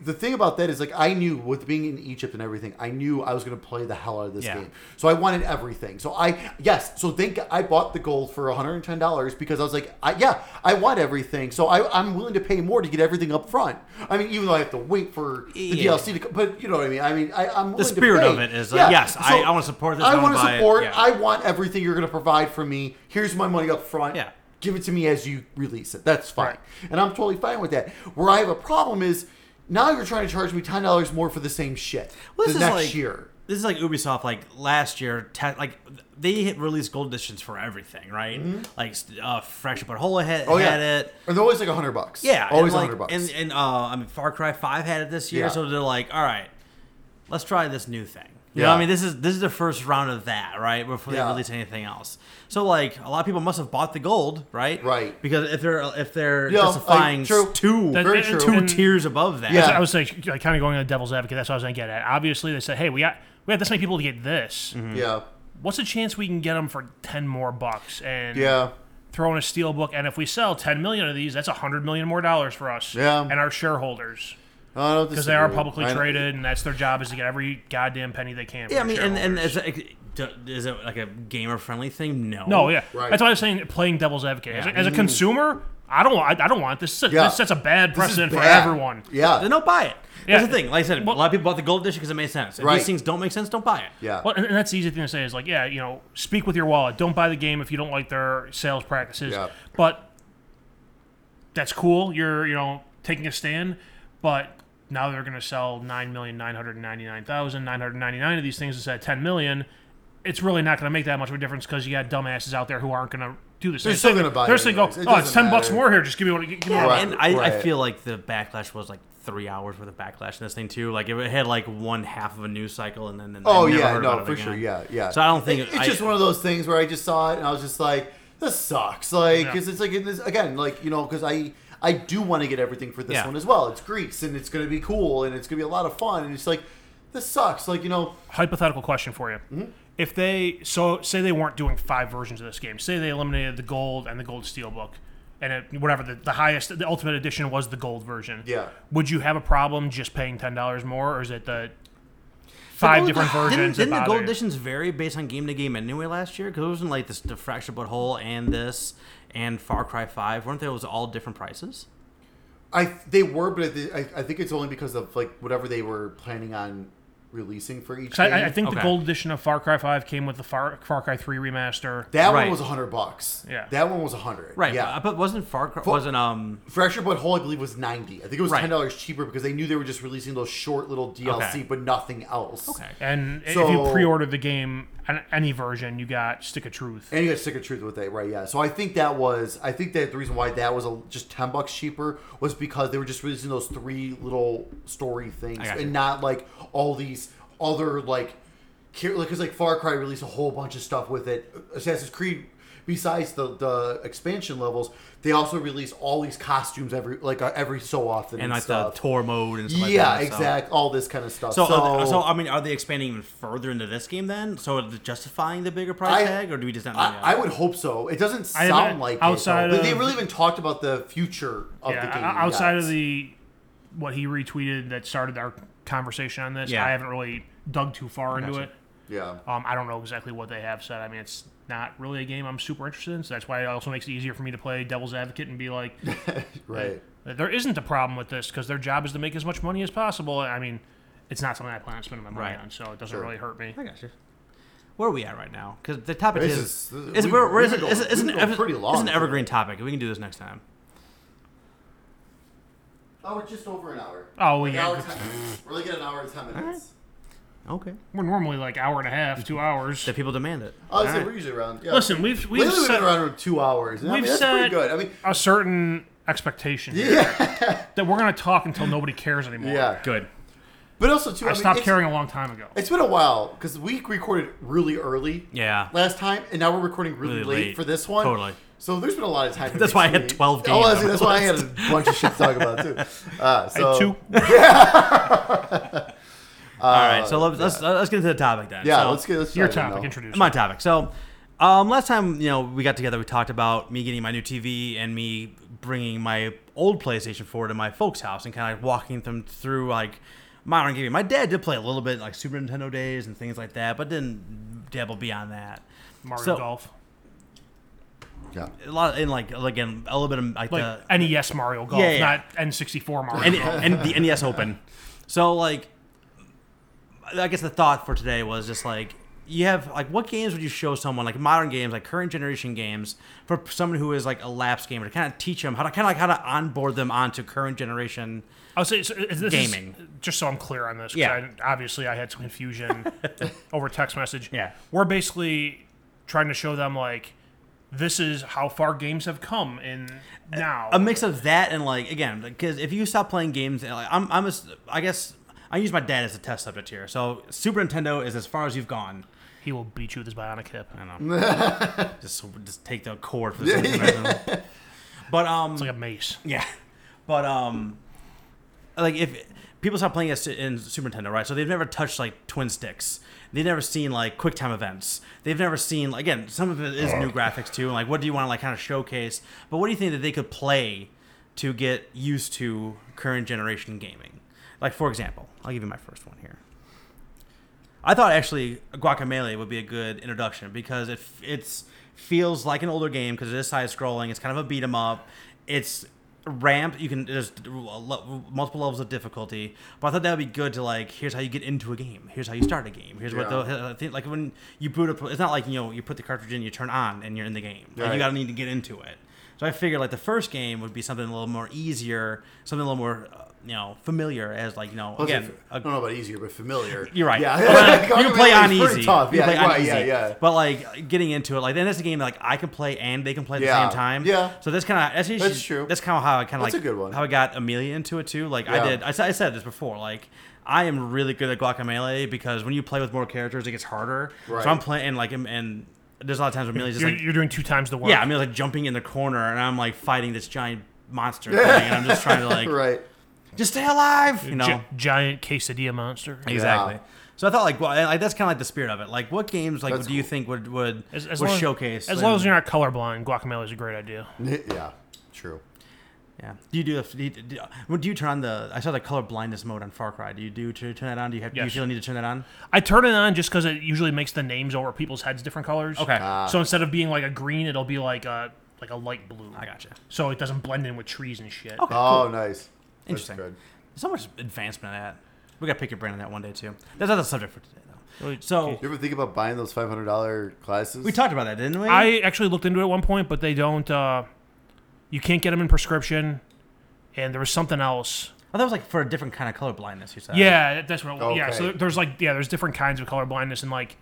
[SPEAKER 3] the thing about that is like I knew with being in Egypt and everything, I knew I was going to play the hell out of this
[SPEAKER 1] Yeah.
[SPEAKER 3] game. So I wanted everything. So I yes, so think I bought the gold for $110 because I was like, I, yeah, I want everything. So I, I'm willing to pay more to get everything up front. I mean, even though I have to wait for the
[SPEAKER 1] Yeah.
[SPEAKER 3] DLC to come, but you know what I mean. I mean, I, I'm willing to
[SPEAKER 1] spirit
[SPEAKER 3] pay.
[SPEAKER 1] of it is, uh, yes, I- I wanna support this,
[SPEAKER 3] I
[SPEAKER 1] I wanna
[SPEAKER 3] want to
[SPEAKER 1] buy it,
[SPEAKER 3] support.
[SPEAKER 1] yeah.
[SPEAKER 3] I want everything you're going to provide for me. Here's my money up front.
[SPEAKER 1] Yeah.
[SPEAKER 3] Give it to me as you release it. That's fine.
[SPEAKER 2] Right.
[SPEAKER 3] And I'm totally fine with that. Where I have a problem is now you're trying to charge me $10 more for the same shit
[SPEAKER 1] Well,
[SPEAKER 3] the next year.
[SPEAKER 1] This is like Ubisoft, like last year, te- like they had released gold editions for everything, right? Like uh, Fresh But Hole had,
[SPEAKER 3] Mm-hmm. Oh, yeah.
[SPEAKER 1] had it.
[SPEAKER 3] And they're always like 100 bucks.
[SPEAKER 1] Yeah,
[SPEAKER 3] Always
[SPEAKER 1] and,
[SPEAKER 3] a
[SPEAKER 1] like,
[SPEAKER 3] 100 bucks.
[SPEAKER 1] And, and uh, I mean, Far Cry Five had it this year,
[SPEAKER 3] Yeah.
[SPEAKER 1] so they're like, all right, let's try this new thing. You know, what
[SPEAKER 3] Yeah.
[SPEAKER 1] I mean, this is this is the first round of that, right? Before
[SPEAKER 3] Yeah.
[SPEAKER 1] they release anything else. So like, a lot of people must have bought the gold, right?
[SPEAKER 3] Right.
[SPEAKER 1] Because if they're if they're
[SPEAKER 3] Yeah, like,
[SPEAKER 1] justifying
[SPEAKER 3] true.
[SPEAKER 1] two
[SPEAKER 2] That-
[SPEAKER 3] Very
[SPEAKER 2] and-
[SPEAKER 3] true.
[SPEAKER 1] two
[SPEAKER 2] and-
[SPEAKER 1] tiers above that,
[SPEAKER 3] Yeah.
[SPEAKER 2] I was like, like kind of going on devil's advocate. That's what I was gonna get at. Obviously, they said, "Hey, we got we have this many people to get this.
[SPEAKER 3] yeah.
[SPEAKER 2] What's the chance we can get them for ten more bucks?" And
[SPEAKER 3] Yeah.
[SPEAKER 2] throw in a steel book, and if we sell ten million of these, that's hundred million more dollars for us
[SPEAKER 3] Yeah.
[SPEAKER 2] and our shareholders
[SPEAKER 3] Because
[SPEAKER 2] because they are publicly traded, and that's their job is to get every goddamn penny they can.
[SPEAKER 1] Yeah, I
[SPEAKER 2] from
[SPEAKER 1] mean, and, and
[SPEAKER 2] shareholders.
[SPEAKER 1] is, it, is it like a gamer friendly thing? No.
[SPEAKER 2] no, yeah,
[SPEAKER 3] Right. Mm.
[SPEAKER 2] that's why I was saying playing devil's advocate. As, a,
[SPEAKER 1] Yeah.
[SPEAKER 2] as a consumer, I don't, want- I, I don't want this. This,
[SPEAKER 3] Yeah.
[SPEAKER 2] this sets a bad precedent for everyone.
[SPEAKER 3] Yeah.
[SPEAKER 1] Then don't buy it.
[SPEAKER 2] Yeah.
[SPEAKER 1] That's the thing. Like I said, a lot of people bought the gold edition because it made sense. If
[SPEAKER 3] Right.
[SPEAKER 1] these things don't make sense, don't buy it.
[SPEAKER 3] Yeah.
[SPEAKER 2] Well, and and that's the easy thing to say is like, yeah, you know, speak with your wallet. Don't buy the game if you don't like their sales practices.
[SPEAKER 3] Yeah.
[SPEAKER 2] But that's cool. You're, you know, taking a stand. But now they're going to sell 9,999,999 of these things instead of 10 million. It's really not going to make that much of a difference because you got dumbasses out there who aren't going to do this.
[SPEAKER 3] They're still gonna buy it
[SPEAKER 2] They're still go,
[SPEAKER 3] anyways. It
[SPEAKER 2] oh, it's
[SPEAKER 3] doesn't
[SPEAKER 2] 10 bucks
[SPEAKER 3] matter."
[SPEAKER 2] more here. Just give me what give me
[SPEAKER 1] Yeah,
[SPEAKER 2] what-
[SPEAKER 3] Right,
[SPEAKER 1] and I, I
[SPEAKER 3] right.
[SPEAKER 1] feel like the backlash was like three hours worth of backlash in this thing too. Like it had like one half of a news cycle, and then, then I
[SPEAKER 3] Oh
[SPEAKER 1] never
[SPEAKER 3] yeah,
[SPEAKER 1] heard
[SPEAKER 3] no,
[SPEAKER 1] about it
[SPEAKER 3] for
[SPEAKER 1] again.
[SPEAKER 3] sure, yeah, yeah.
[SPEAKER 1] So I don't think
[SPEAKER 3] It- it's
[SPEAKER 1] I-
[SPEAKER 3] just one of those things where I just saw it and I was just like, this sucks. Like,
[SPEAKER 2] Yeah.
[SPEAKER 3] 'cause it's like it's, again, like you know, because I I do want to get everything for this
[SPEAKER 1] Yeah.
[SPEAKER 3] one as well. It's Greece and it's gonna be cool and it's gonna be a lot of fun and it's like, this sucks. Like you know,
[SPEAKER 2] hypothetical question for you.
[SPEAKER 3] Mm-hmm.
[SPEAKER 2] If they so say they weren't doing five versions of this game, say they eliminated the gold and the gold steelbook, and it, whatever the, the highest, the ultimate edition was the gold version.
[SPEAKER 3] Yeah.
[SPEAKER 2] Would you have a problem just paying ten dollars more, or is it the five
[SPEAKER 1] Gold-
[SPEAKER 2] different versions? that
[SPEAKER 1] Didn't, didn't the
[SPEAKER 2] bother
[SPEAKER 1] gold
[SPEAKER 2] you?
[SPEAKER 1] editions vary based on game to game anyway last year? Because it wasn't like this the fractured butthole and this and Far Cry Five weren't those all different prices?
[SPEAKER 3] I they were, but I, thi- I, I think it's only because of like whatever they were planning on releasing for each.
[SPEAKER 2] 'Cause I,
[SPEAKER 3] game.
[SPEAKER 2] I- I think the
[SPEAKER 1] Okay.
[SPEAKER 2] gold edition of Far Cry Five came with the Far, Far Cry Three remaster.
[SPEAKER 3] that one
[SPEAKER 1] Right.
[SPEAKER 3] was a hundred bucks.
[SPEAKER 2] Yeah.
[SPEAKER 3] that one was a hundred.
[SPEAKER 1] Right.
[SPEAKER 3] Yeah.
[SPEAKER 1] But wasn't Far Cry wasn't um
[SPEAKER 3] Fresher But Whole, I believe, was ninety. I think it was
[SPEAKER 1] Right.
[SPEAKER 3] ten dollars cheaper because they knew they were just releasing those short little DLC,
[SPEAKER 1] Okay.
[SPEAKER 3] but nothing else.
[SPEAKER 1] okay.
[SPEAKER 2] and if
[SPEAKER 3] So-
[SPEAKER 2] you pre-ordered the game, an- any version, you got Stick of Truth.
[SPEAKER 3] And you got Stick of Truth with it, right? Yeah. So I think that was, I think that the reason why that was a, just 10 bucks cheaper was because they were just releasing those three little story things
[SPEAKER 1] got you.
[SPEAKER 3] and not like all these other like, because like, 'cause, like Far Cry released a whole bunch of stuff with it. Assassin's Creed, besides the, the expansion levels, they also released all these costumes every, like uh, every so often. And,
[SPEAKER 1] And like
[SPEAKER 3] stuff.
[SPEAKER 1] the tour mode and stuff like
[SPEAKER 3] yeah,
[SPEAKER 1] that, so-
[SPEAKER 3] exact. All this kind of stuff.
[SPEAKER 1] So,
[SPEAKER 3] So,
[SPEAKER 1] so, so I mean, are they expanding even further into this game then? So are they justifying the bigger price
[SPEAKER 3] I-
[SPEAKER 1] tag, or do we just not know?
[SPEAKER 3] I, I would hope so. It doesn't
[SPEAKER 2] I
[SPEAKER 3] sound
[SPEAKER 2] haven't-
[SPEAKER 3] like
[SPEAKER 2] outside
[SPEAKER 3] it, though. they, they
[SPEAKER 2] of-
[SPEAKER 3] really haven't talked about the future of the game.
[SPEAKER 2] o- outside
[SPEAKER 3] yet.
[SPEAKER 2] of the what he retweeted that started our conversation on this,
[SPEAKER 1] Yeah.
[SPEAKER 2] I haven't really dug too far into
[SPEAKER 1] Gotcha.
[SPEAKER 2] it.
[SPEAKER 3] yeah,
[SPEAKER 2] Um, I don't know exactly what they have said. I mean, it's not really a game I'm super interested in, so that's why it also makes it easier for me to play devil's advocate and be like,
[SPEAKER 3] right.
[SPEAKER 2] there isn't a problem with this because their job is to make as much money as possible. I mean, it's not something I plan on spending my money
[SPEAKER 1] Right.
[SPEAKER 2] on, so it doesn't really hurt me.
[SPEAKER 1] I got you. where are we at right now? Because the topic
[SPEAKER 3] This
[SPEAKER 1] is,
[SPEAKER 3] is-
[SPEAKER 1] is
[SPEAKER 3] we-
[SPEAKER 1] we're, we're,
[SPEAKER 3] we
[SPEAKER 1] is,
[SPEAKER 3] could go-
[SPEAKER 1] is,
[SPEAKER 3] we
[SPEAKER 1] is,
[SPEAKER 3] could
[SPEAKER 1] an,
[SPEAKER 3] go
[SPEAKER 1] ever-
[SPEAKER 3] pretty long
[SPEAKER 1] is an
[SPEAKER 3] for
[SPEAKER 1] evergreen topic. We can do this next time.
[SPEAKER 3] Oh, we're just over an hour.
[SPEAKER 2] Oh,
[SPEAKER 3] An
[SPEAKER 2] yeah.
[SPEAKER 3] hour, 10 minutes. We're looking at an hour and 10 minutes.
[SPEAKER 1] Okay.
[SPEAKER 2] We're normally like hour and a half, two hours.
[SPEAKER 1] The people demand it.
[SPEAKER 3] Oh, so
[SPEAKER 1] All right.
[SPEAKER 3] we're usually around. Yeah.
[SPEAKER 2] Listen, we've
[SPEAKER 3] Lately
[SPEAKER 2] we've
[SPEAKER 3] we've
[SPEAKER 2] set
[SPEAKER 3] been around two hours. and I
[SPEAKER 2] we've
[SPEAKER 3] mean, that's
[SPEAKER 2] said-
[SPEAKER 3] pretty good. I mean,
[SPEAKER 2] a certain expectation here
[SPEAKER 3] yeah,
[SPEAKER 2] that we're gonna talk until nobody cares anymore.
[SPEAKER 3] yeah.
[SPEAKER 1] Good.
[SPEAKER 3] But also, too, I,
[SPEAKER 2] I
[SPEAKER 3] mean,
[SPEAKER 2] stopped
[SPEAKER 3] it's-
[SPEAKER 2] caring a long time ago.
[SPEAKER 3] It's been a while because we recorded really early
[SPEAKER 1] Yeah.
[SPEAKER 3] last time, and now we're recording really,
[SPEAKER 1] Really
[SPEAKER 3] late,
[SPEAKER 1] late.
[SPEAKER 3] for this one.
[SPEAKER 1] Totally.
[SPEAKER 3] So there's been a lot of time. in
[SPEAKER 1] That's why I had
[SPEAKER 3] between.
[SPEAKER 1] 12 games
[SPEAKER 3] Oh,
[SPEAKER 1] on
[SPEAKER 3] see,
[SPEAKER 1] my
[SPEAKER 3] that's why I had a bunch of shit to talk about too. Uh, so,
[SPEAKER 2] Two.
[SPEAKER 1] All right. So let's, let's let's get into the topic then.
[SPEAKER 3] Uh, Yeah,
[SPEAKER 1] So-
[SPEAKER 3] let's get let's
[SPEAKER 2] Your
[SPEAKER 3] dive in,
[SPEAKER 2] topic,
[SPEAKER 3] though.
[SPEAKER 2] introduce.
[SPEAKER 1] my topic. So, um, last time you know we got together, we talked about me getting my new TV and me bringing my old PlayStation 4 to my folks' house and kind of like walking them through like modern gaming. My dad did play a little bit like Super Nintendo days and things like that, but didn't dabble beyond that.
[SPEAKER 2] Mario
[SPEAKER 1] So-
[SPEAKER 2] Golf.
[SPEAKER 3] Yeah.
[SPEAKER 1] A lot in like again a little bit of like,
[SPEAKER 2] Like
[SPEAKER 1] the
[SPEAKER 2] NES Mario Golf,
[SPEAKER 1] Yeah, yeah.
[SPEAKER 2] not N64 Mario
[SPEAKER 1] and,
[SPEAKER 2] Golf.
[SPEAKER 1] and the NES Open. So like, I guess the thought for today was just like you have like what games would you show someone like modern games like current generation games for someone who is like a lapsed gamer to kind of teach them how to kind of like how to onboard them onto current generation.
[SPEAKER 2] I'll say so, is this is-
[SPEAKER 1] Gaming.
[SPEAKER 2] just so I'm clear on this, 'cause
[SPEAKER 1] Yeah.
[SPEAKER 2] I- obviously, I had some confusion over text message.
[SPEAKER 1] Yeah.
[SPEAKER 2] we're basically trying to show them like this is how far games have come in now.
[SPEAKER 1] a mix of that and like again because if you stop playing games and, like i'm i'm a, i guess i use my dad as a test subject here so super nintendo is as far as you've gone
[SPEAKER 2] he will beat you with his bionic hip.
[SPEAKER 1] i don't know just just take the cord for this but um
[SPEAKER 2] It's like a mace.
[SPEAKER 1] Yeah, but um, like if people stop playing it in Super Nintendo, right? So they've never touched like twin sticks. They've never seen like quick time events. They've never seen again. Some of it is new graphics too. And like, what do you want to like kind of showcase? But what do you think that they could play to get used to current generation gaming? Like for example, I'll give you my first one here. I thought actually Guacamole would be a good introduction because it it's feels like an older game because it is side scrolling. It's kind of a beat 'em up. It's ramped. You can there's lo- multiple levels of difficulty. But I thought that would be good to like here's how you get into a game. Here's how you start a game. Here's what
[SPEAKER 3] Yeah.
[SPEAKER 1] the I think like when you boot up. It's not like you know you put the cartridge in, you turn on, and you're in the game. Like,
[SPEAKER 3] Right.
[SPEAKER 1] you gotta need to get into it. So I figured like the first game would be something a little more easier, something a little more uh, you know familiar as like you know
[SPEAKER 3] Plus,
[SPEAKER 1] again.
[SPEAKER 3] if- I
[SPEAKER 1] a-
[SPEAKER 3] don't know about easier, but familiar.
[SPEAKER 1] you're right.
[SPEAKER 3] Yeah,
[SPEAKER 1] you can play on
[SPEAKER 3] It's pretty
[SPEAKER 1] easy.
[SPEAKER 3] Tough.
[SPEAKER 1] You
[SPEAKER 3] Yeah,
[SPEAKER 1] can play on
[SPEAKER 3] right, yeah,
[SPEAKER 1] easy.
[SPEAKER 3] yeah.
[SPEAKER 1] But like getting into it, like then that's a game that like I can play and they can play at
[SPEAKER 3] Yeah.
[SPEAKER 1] the same time.
[SPEAKER 3] Yeah.
[SPEAKER 1] So that's kind of that's, usually-
[SPEAKER 3] That's true.
[SPEAKER 1] That's kind of how I kind of
[SPEAKER 3] That's
[SPEAKER 1] like
[SPEAKER 3] a good one.
[SPEAKER 1] how I got Amelia into it too. Like
[SPEAKER 3] Yeah.
[SPEAKER 1] I did. I, said- I said this before. Like I am really good at Guacamole because when you play with more characters, it gets harder.
[SPEAKER 3] Right.
[SPEAKER 1] So I'm playing like and- and there's a lot of times where Amelia's just
[SPEAKER 2] You're,
[SPEAKER 1] like
[SPEAKER 2] you're doing two times the work.
[SPEAKER 1] yeah, Amelia's like jumping in the corner and I'm like fighting this giant monster thing and I'm just trying to like
[SPEAKER 3] right.
[SPEAKER 1] just stay alive. You know.
[SPEAKER 2] Gi- giant quesadilla monster.
[SPEAKER 1] Exactly. So I thought like, well, I- like that's kind of like the spirit of it. Like, what games like
[SPEAKER 3] That's
[SPEAKER 1] do you
[SPEAKER 3] cool.
[SPEAKER 1] think would would,
[SPEAKER 2] As, as
[SPEAKER 1] would
[SPEAKER 2] long,
[SPEAKER 1] showcase?
[SPEAKER 2] As long
[SPEAKER 1] and-
[SPEAKER 2] as you're not colorblind, guacamole is a great idea.
[SPEAKER 3] Yeah. True.
[SPEAKER 1] yeah. Do you do the? Do you, do, well, do you turn on the? I saw the color blindness mode on Far Cry. Do you do to turn that on? Do you have? Do you
[SPEAKER 2] Yes.
[SPEAKER 1] feel the need to turn that on?
[SPEAKER 2] I turn it on just because it usually makes the names over people's heads different colors.
[SPEAKER 1] Okay.
[SPEAKER 3] Ah.
[SPEAKER 2] so instead of being like a green, it'll be like a like a light blue.
[SPEAKER 1] I gotcha.
[SPEAKER 2] So it doesn't blend in with trees and shit.
[SPEAKER 1] Okay.
[SPEAKER 3] Oh, nice.
[SPEAKER 1] Interesting.
[SPEAKER 3] That's good.
[SPEAKER 1] So much advancement in that. We gotta pick your brain on that one day too. That's not the subject for today though.
[SPEAKER 2] Wait,
[SPEAKER 1] So
[SPEAKER 3] You ever think about buying those five hundred dollar classes?
[SPEAKER 1] we talked about that, didn't we?
[SPEAKER 2] I actually looked into it at one point, but they don't. Uh, you can't get them in prescription, and there was something else.
[SPEAKER 1] I thought it was like for a different kind of color blindness. You said.
[SPEAKER 2] Yeah, that's what. It was. Yeah,
[SPEAKER 3] Okay.
[SPEAKER 2] so there- there's like yeah, there's different kinds of color blindness, and like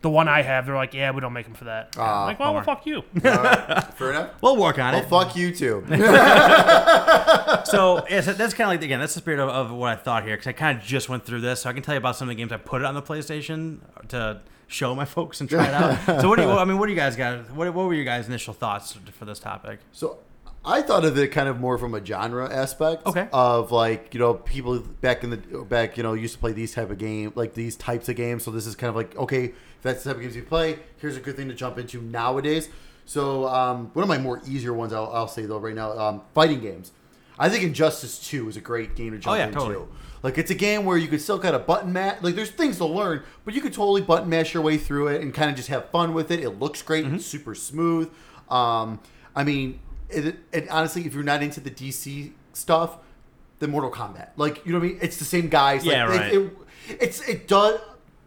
[SPEAKER 2] the one I have, they're like, yeah, we don't make them for that.
[SPEAKER 3] Ah,
[SPEAKER 2] I'm like, well, well,
[SPEAKER 1] bummer.
[SPEAKER 2] fuck you.
[SPEAKER 3] Fair enough.
[SPEAKER 1] We'll work on
[SPEAKER 3] Well,
[SPEAKER 1] it.
[SPEAKER 3] Oh, fuck you too.
[SPEAKER 1] so, yeah, so that's kind of like again, that's the spirit of, of what I thought here because I kind of just went through this, so I can tell you about some of the games I put it on the PlayStation to show my folks and try it out. so, what do you? I mean, what do you guys got? What, what were your guys' initial thoughts for this topic?
[SPEAKER 3] So I thought of it kind of more from a genre aspect.
[SPEAKER 1] Okay.
[SPEAKER 3] Of like you know people back in the back you know used to play these type of game like these types of games. So this is kind of like okay, if that's the type of games you play. Here's a good thing to jump into nowadays. So um, one of my more easier ones I'll, I'll say though right now, um, fighting games. I think Injustice Two is a great game to jump
[SPEAKER 1] Oh, yeah,
[SPEAKER 3] into.
[SPEAKER 1] totally.
[SPEAKER 3] Like it's a game where you could still kind of button mash. Like there's things to learn, but you could totally button mash your way through it and kind of just have fun with it. It looks great.
[SPEAKER 2] Mm-hmm.
[SPEAKER 3] It's super smooth. Um, I mean, it, and honestly, if you're not into the DC stuff, the Mortal Kombat, like you know what I mean, it's the same guys. Like,
[SPEAKER 1] Yeah,
[SPEAKER 3] it-
[SPEAKER 1] right.
[SPEAKER 3] It, it's it does.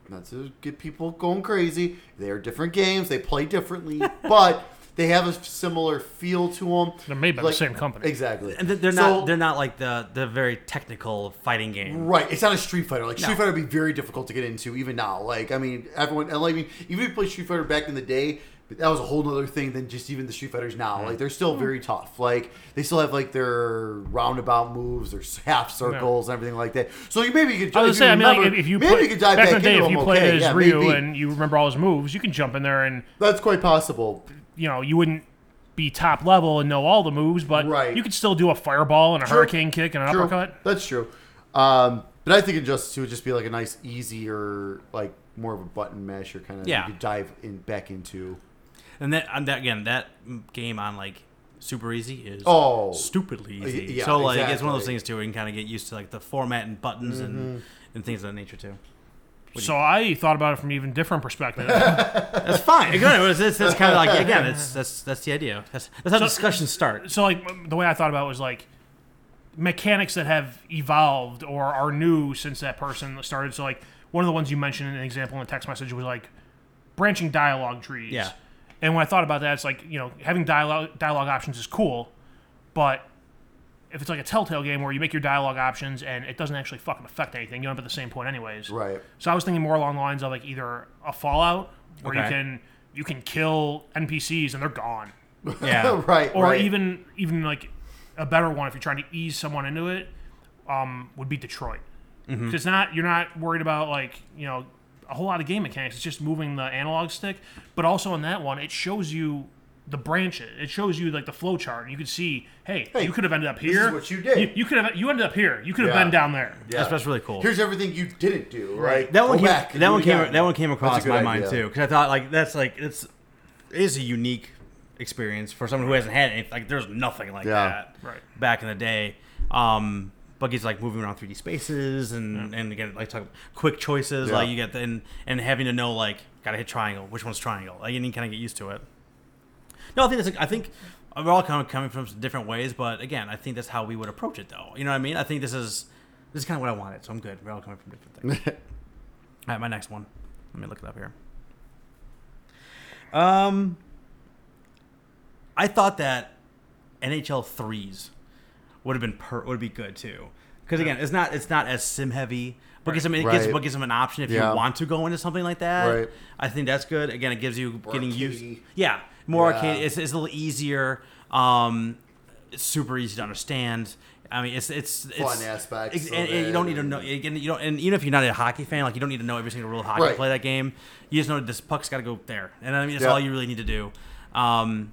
[SPEAKER 3] not to get people going crazy. They are different games. They play differently, but they have a similar feel to them.
[SPEAKER 2] They're made by the same company.
[SPEAKER 3] Exactly.
[SPEAKER 1] And th- they're
[SPEAKER 3] So-
[SPEAKER 1] not they're not like the the very technical fighting game.
[SPEAKER 3] Right, it's not a Street Fighter. Like Street Fighter would be very difficult to get into even now. Like I mean, everyone. And like, I mean, even if you play Street Fighter back in the day, but that was a whole other thing than just even the Street Fighters
[SPEAKER 2] Mm.
[SPEAKER 3] now. Like they're still very tough. Like they still have like their roundabout moves or s- half circles and everything like that. So you maybe you could.
[SPEAKER 2] I was
[SPEAKER 3] if
[SPEAKER 2] gonna say, I mean, like,
[SPEAKER 3] remember-
[SPEAKER 2] if, if you
[SPEAKER 3] maybe
[SPEAKER 2] play,
[SPEAKER 3] you could dive
[SPEAKER 2] back
[SPEAKER 3] back,
[SPEAKER 2] in the day,
[SPEAKER 3] into
[SPEAKER 2] if you
[SPEAKER 3] them
[SPEAKER 2] played
[SPEAKER 3] okay.
[SPEAKER 2] as
[SPEAKER 3] yeah,
[SPEAKER 2] Ryu
[SPEAKER 3] maybe.
[SPEAKER 2] and you remember all his moves, you can jump in there and
[SPEAKER 3] that's quite possible.
[SPEAKER 2] you know you wouldn't be top level and know all the moves, but
[SPEAKER 3] Right.
[SPEAKER 2] you could still do a fireball and a
[SPEAKER 3] True.
[SPEAKER 2] hurricane kick and an
[SPEAKER 3] True.
[SPEAKER 2] uppercut.
[SPEAKER 3] That's true. Um, but I think Injustice 2 would just be like a nice, easier, like more of a button masher kind of
[SPEAKER 1] Yeah.
[SPEAKER 3] you could dive in back into.
[SPEAKER 1] And that and that again that game on like super easy is
[SPEAKER 3] Oh.
[SPEAKER 1] stupidly easy.
[SPEAKER 3] yeah,
[SPEAKER 1] so like it's one of those
[SPEAKER 3] exactly. Mm-hmm.
[SPEAKER 1] things too where you can kind of get used to like the format and buttons and and things of that nature too.
[SPEAKER 2] So I thought about it from an even different perspective.
[SPEAKER 1] That's fine. Again, it's, it's, it's kind of like again, it's that's that's the idea. That's that's how discussions start.
[SPEAKER 2] so like m- the way I thought about it was like mechanics that have evolved or are new since that person started. So like one of the ones you mentioned in an example in the text message was like branching dialogue trees.
[SPEAKER 1] Yeah.
[SPEAKER 2] And when I thought about that, it's like you know having dialogue dialogue options is cool, but if it's like a Telltale game where you make your dialogue options and it doesn't actually fucking affect anything, you end up at the same point anyways.
[SPEAKER 3] Right.
[SPEAKER 2] So I was thinking more along the lines of like either a Fallout where you
[SPEAKER 1] Okay.
[SPEAKER 2] can you can kill NPCs and they're gone
[SPEAKER 1] Yeah.
[SPEAKER 3] right.
[SPEAKER 2] or
[SPEAKER 3] right.
[SPEAKER 2] even even like a better one if you're trying to ease someone into it um, would be Detroit. Because
[SPEAKER 3] Mm-hmm.
[SPEAKER 2] it's not you're not worried about like you know a whole lot of game mechanics. It's just moving the analog stick, but also in that one it shows you the branches. It shows you like the flow chart. You could see, hey,
[SPEAKER 3] Hey,
[SPEAKER 2] you could have ended up
[SPEAKER 3] is
[SPEAKER 2] here.
[SPEAKER 3] what you did.
[SPEAKER 2] You, you could have you ended up here. You could have
[SPEAKER 3] Yeah.
[SPEAKER 2] been down there.
[SPEAKER 3] Yeah.
[SPEAKER 1] That's- that's really cool.
[SPEAKER 3] Here's everything you didn't do. Right.
[SPEAKER 1] That one came,
[SPEAKER 3] Go back and
[SPEAKER 1] that
[SPEAKER 3] do
[SPEAKER 1] one
[SPEAKER 3] it
[SPEAKER 1] came
[SPEAKER 3] again.
[SPEAKER 1] that one came across
[SPEAKER 3] That's a
[SPEAKER 1] my
[SPEAKER 3] good
[SPEAKER 1] mind
[SPEAKER 3] idea.
[SPEAKER 1] too because I thought like that's like it's it is a unique experience for someone who hasn't had anything. Like there's nothing like
[SPEAKER 3] Yeah.
[SPEAKER 1] that
[SPEAKER 2] Right.
[SPEAKER 1] back in the day. Um, Buggy's like moving around 3D spaces and and again like talk quick choices
[SPEAKER 3] Yeah.
[SPEAKER 1] like you get the, and and having to know like gotta hit triangle which one's triangle like you need to kind of get used to it. No, I think that's. I think we're all kind of coming from different ways, but again, I think that's how we would approach it, though. You know what I mean? I think this is this is kind of what I wanted, so I'm good. We're all coming from different things. all right, my next one. Let me look it up here. Um, I thought that NHL threes would have been per, would be good too, because again, it's not it's not as sim heavy, but gives them it gives
[SPEAKER 3] Right.
[SPEAKER 1] but gives them an option if
[SPEAKER 3] Yeah.
[SPEAKER 1] you want to go into something like that.
[SPEAKER 3] Right.
[SPEAKER 1] I think that's good. Again, it gives you getting used.
[SPEAKER 3] arcadey.
[SPEAKER 1] Yeah, more
[SPEAKER 3] Yeah.
[SPEAKER 1] arcade. It's, it's a little easier. Um, it's super easy to understand. I mean, it's it's it's
[SPEAKER 3] aspects
[SPEAKER 1] ex-
[SPEAKER 3] of
[SPEAKER 1] and, and you don't need to
[SPEAKER 3] it.
[SPEAKER 1] know. Again, you don't, and even if you're not a hockey fan, like you don't need to know every single rule of hockey
[SPEAKER 3] Right.
[SPEAKER 1] to play that game. You just know this puck's got to go there, and I mean that's
[SPEAKER 3] Yeah.
[SPEAKER 1] all you really need to do. Um,